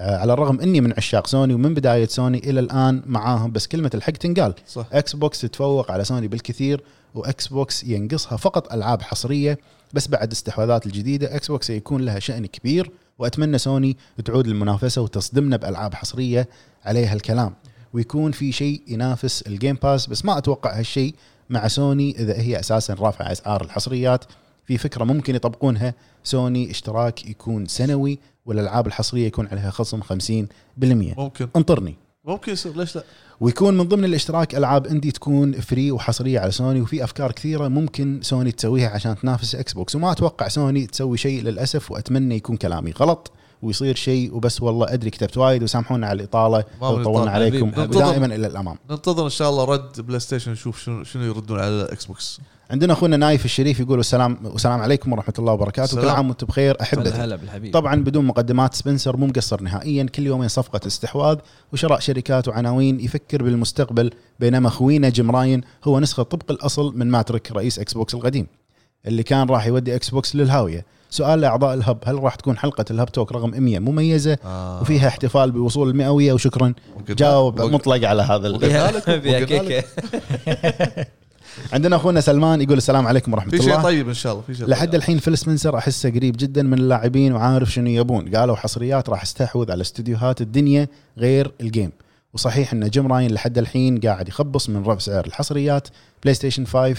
Speaker 3: آه، على الرغم اني من عشاق سوني ومن بدايه سوني الى الان معاهم بس كلمه الحق تنقال
Speaker 2: صح
Speaker 3: اكس بوكس تتفوق على سوني بالكثير واكس بوكس ينقصها فقط العاب حصريه بس بعد استحواذات الجديده اكس بوكس سيكون لها شان كبير واتمنى سوني تعود للمنافسه وتصدمنا بالعاب حصريه عليها الكلام ويكون في شيء ينافس الجيم باس بس ما اتوقع هالشيء مع سوني اذا هي اساسا رافعه اسعار الحصريات في فكره ممكن يطبقونها سوني اشتراك يكون سنوي والالعاب الحصريه يكون عليها خصم 50%
Speaker 2: ممكن
Speaker 3: انطرني
Speaker 2: ممكن يصير ليش لا
Speaker 3: ويكون من ضمن الاشتراك العاب اندي تكون فري وحصريه على سوني وفي افكار كثيره ممكن سوني تسويها عشان تنافس اكس بوكس وما اتوقع سوني تسوي شيء للاسف واتمنى يكون كلامي غلط ويصير شيء وبس والله ادري كتبت وايد وسامحونا على الاطاله
Speaker 2: ما
Speaker 3: او
Speaker 2: من
Speaker 3: طولنا
Speaker 2: إطالة.
Speaker 3: عليكم
Speaker 2: حبيبي.
Speaker 3: دائما الى الامام
Speaker 2: ننتظر ان شاء الله رد بلاي ستيشن نشوف شنو شنو يردون على الاكس بوكس
Speaker 3: عندنا اخونا نايف الشريف يقول السلام والسلام عليكم ورحمه الله وبركاته كل
Speaker 2: السلام.
Speaker 3: عام وانتم بخير احبتي
Speaker 6: هلا
Speaker 1: إيه.
Speaker 6: بالحبيب
Speaker 3: طبعا بدون مقدمات سبنسر مو مقصر نهائيا كل يومين صفقه استحواذ وشراء شركات وعناوين يفكر بالمستقبل بينما خوينا جيم راين هو نسخه طبق الاصل من ماتريك رئيس اكس بوكس القديم اللي كان راح يودي اكس بوكس للهاويه سؤال لاعضاء الهب هل راح تكون حلقه الهب توك رقم 100 مميزه
Speaker 2: آه.
Speaker 3: وفيها احتفال بوصول المئويه وشكرا
Speaker 2: وقلنا-
Speaker 3: جاوب
Speaker 2: وق-
Speaker 3: مطلق على هذا ال-
Speaker 1: فيها
Speaker 2: وقلنا لك-
Speaker 1: فيها
Speaker 2: وقلنا لك.
Speaker 1: كيكه
Speaker 3: عندنا اخونا سلمان يقول السلام عليكم ورحمه
Speaker 2: في
Speaker 3: الله
Speaker 2: شيء طيب ان شاء الله في شيء
Speaker 3: لحد
Speaker 2: طيب.
Speaker 3: الحين فيل سبنسر احسه قريب جدا من اللاعبين وعارف شنو يبون قالوا حصريات راح استحوذ على استديوهات الدنيا غير الجيم وصحيح ان جيم راين لحد الحين قاعد يخبص من رفع سعر الحصريات بلاي ستيشن 5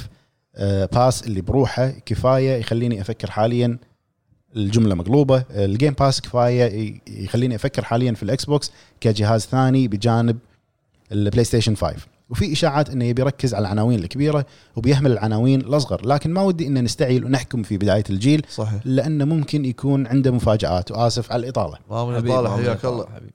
Speaker 3: آه، باس اللي بروحه كفايه يخليني افكر حاليا الجمله مقلوبه آه، الجيم باس كفايه ي- يخليني افكر حاليا في الاكس بوكس كجهاز ثاني بجانب البلاي ستيشن 5 وفي اشاعات انه يبي يركز على العناوين الكبيره وبيهمل العناوين الاصغر لكن ما ودي ان نستعجل ونحكم في بدايه الجيل
Speaker 2: صحيح
Speaker 3: لانه ممكن يكون عنده مفاجات واسف على الاطاله
Speaker 2: ما من
Speaker 6: حبيب،
Speaker 2: طالع
Speaker 6: ما من
Speaker 2: حياك
Speaker 6: إطالة،
Speaker 2: الله
Speaker 6: حبيب.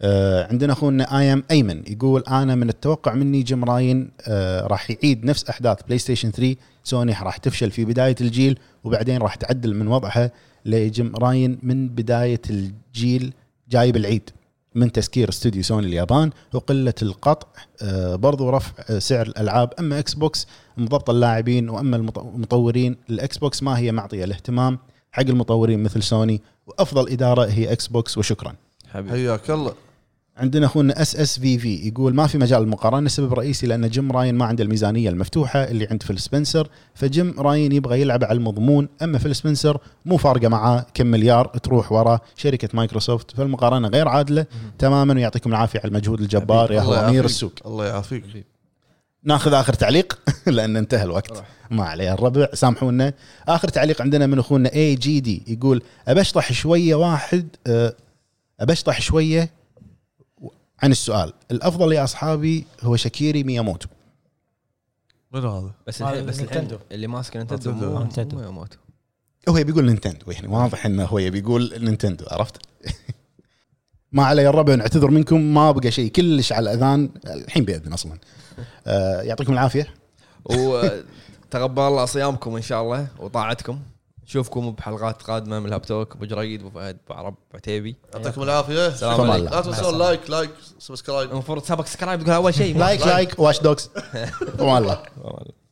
Speaker 3: آه، عندنا اخونا ايام ايمن يقول انا من التوقع مني جيم راين آه، راح يعيد نفس احداث بلاي ستيشن 3 سوني راح تفشل في بدايه الجيل وبعدين راح تعدل من وضعها لجيم راين من بدايه الجيل جايب العيد من تسكير استوديو سوني اليابان وقله القطع آه، برضو رفع آه، سعر الالعاب اما اكس بوكس مضبط اللاعبين واما المط- المطورين الاكس بوكس ما هي معطيه الاهتمام حق المطورين مثل سوني وافضل اداره هي اكس بوكس وشكرا
Speaker 6: حبيب
Speaker 2: حياك الله
Speaker 3: عندنا اخونا اس اس في في يقول ما في مجال للمقارنه سبب رئيسي لان جيم راين ما عنده الميزانيه المفتوحه اللي عند فيل سبنسر فجيم راين يبغى يلعب على المضمون اما فيل سبنسر مو فارقه معاه كم مليار تروح وراه شركه مايكروسوفت فالمقارنه غير عادله تماما ويعطيكم العافيه على المجهود الجبار يا هو
Speaker 2: الله
Speaker 3: امير
Speaker 2: يعافيك.
Speaker 3: السوق
Speaker 2: الله يعافيك
Speaker 3: ناخذ اخر تعليق لان انتهى الوقت ما عليه الربع سامحونا اخر تعليق عندنا من اخونا اي جي دي يقول ابشطح شويه واحد آه، ابشطح شويه عن السؤال الافضل يا اصحابي هو شاكيري مياموتو
Speaker 2: من هذا؟
Speaker 1: بس
Speaker 4: مال
Speaker 1: الحين بس الحين
Speaker 4: نينتندو.
Speaker 1: اللي ماسك نتندو
Speaker 2: نينتندو.
Speaker 1: مو
Speaker 4: نينتندو.
Speaker 1: مو يموت
Speaker 3: هو بيقول نينتندو يعني واضح انه هو بيقول نينتندو عرفت ما علي الربع نعتذر منكم ما بقى شيء كلش على الاذان الحين بيأذن اصلا آه، يعطيكم العافيه
Speaker 1: وتقبل الله صيامكم ان شاء الله وطاعتكم نشوفكم بحلقات قادمه من الهابتوك ابو جريد ابو فهد ابو عرب ابو عتيبي
Speaker 2: يعطيكم العافيه
Speaker 1: سلام
Speaker 3: فما
Speaker 1: عليكم
Speaker 3: الله.
Speaker 2: لا تنسون لايك لايك سبسكرايب
Speaker 1: المفروض سابق سكرايب تقول اول شيء
Speaker 3: لايك لايك واش دوكس والله
Speaker 1: والله.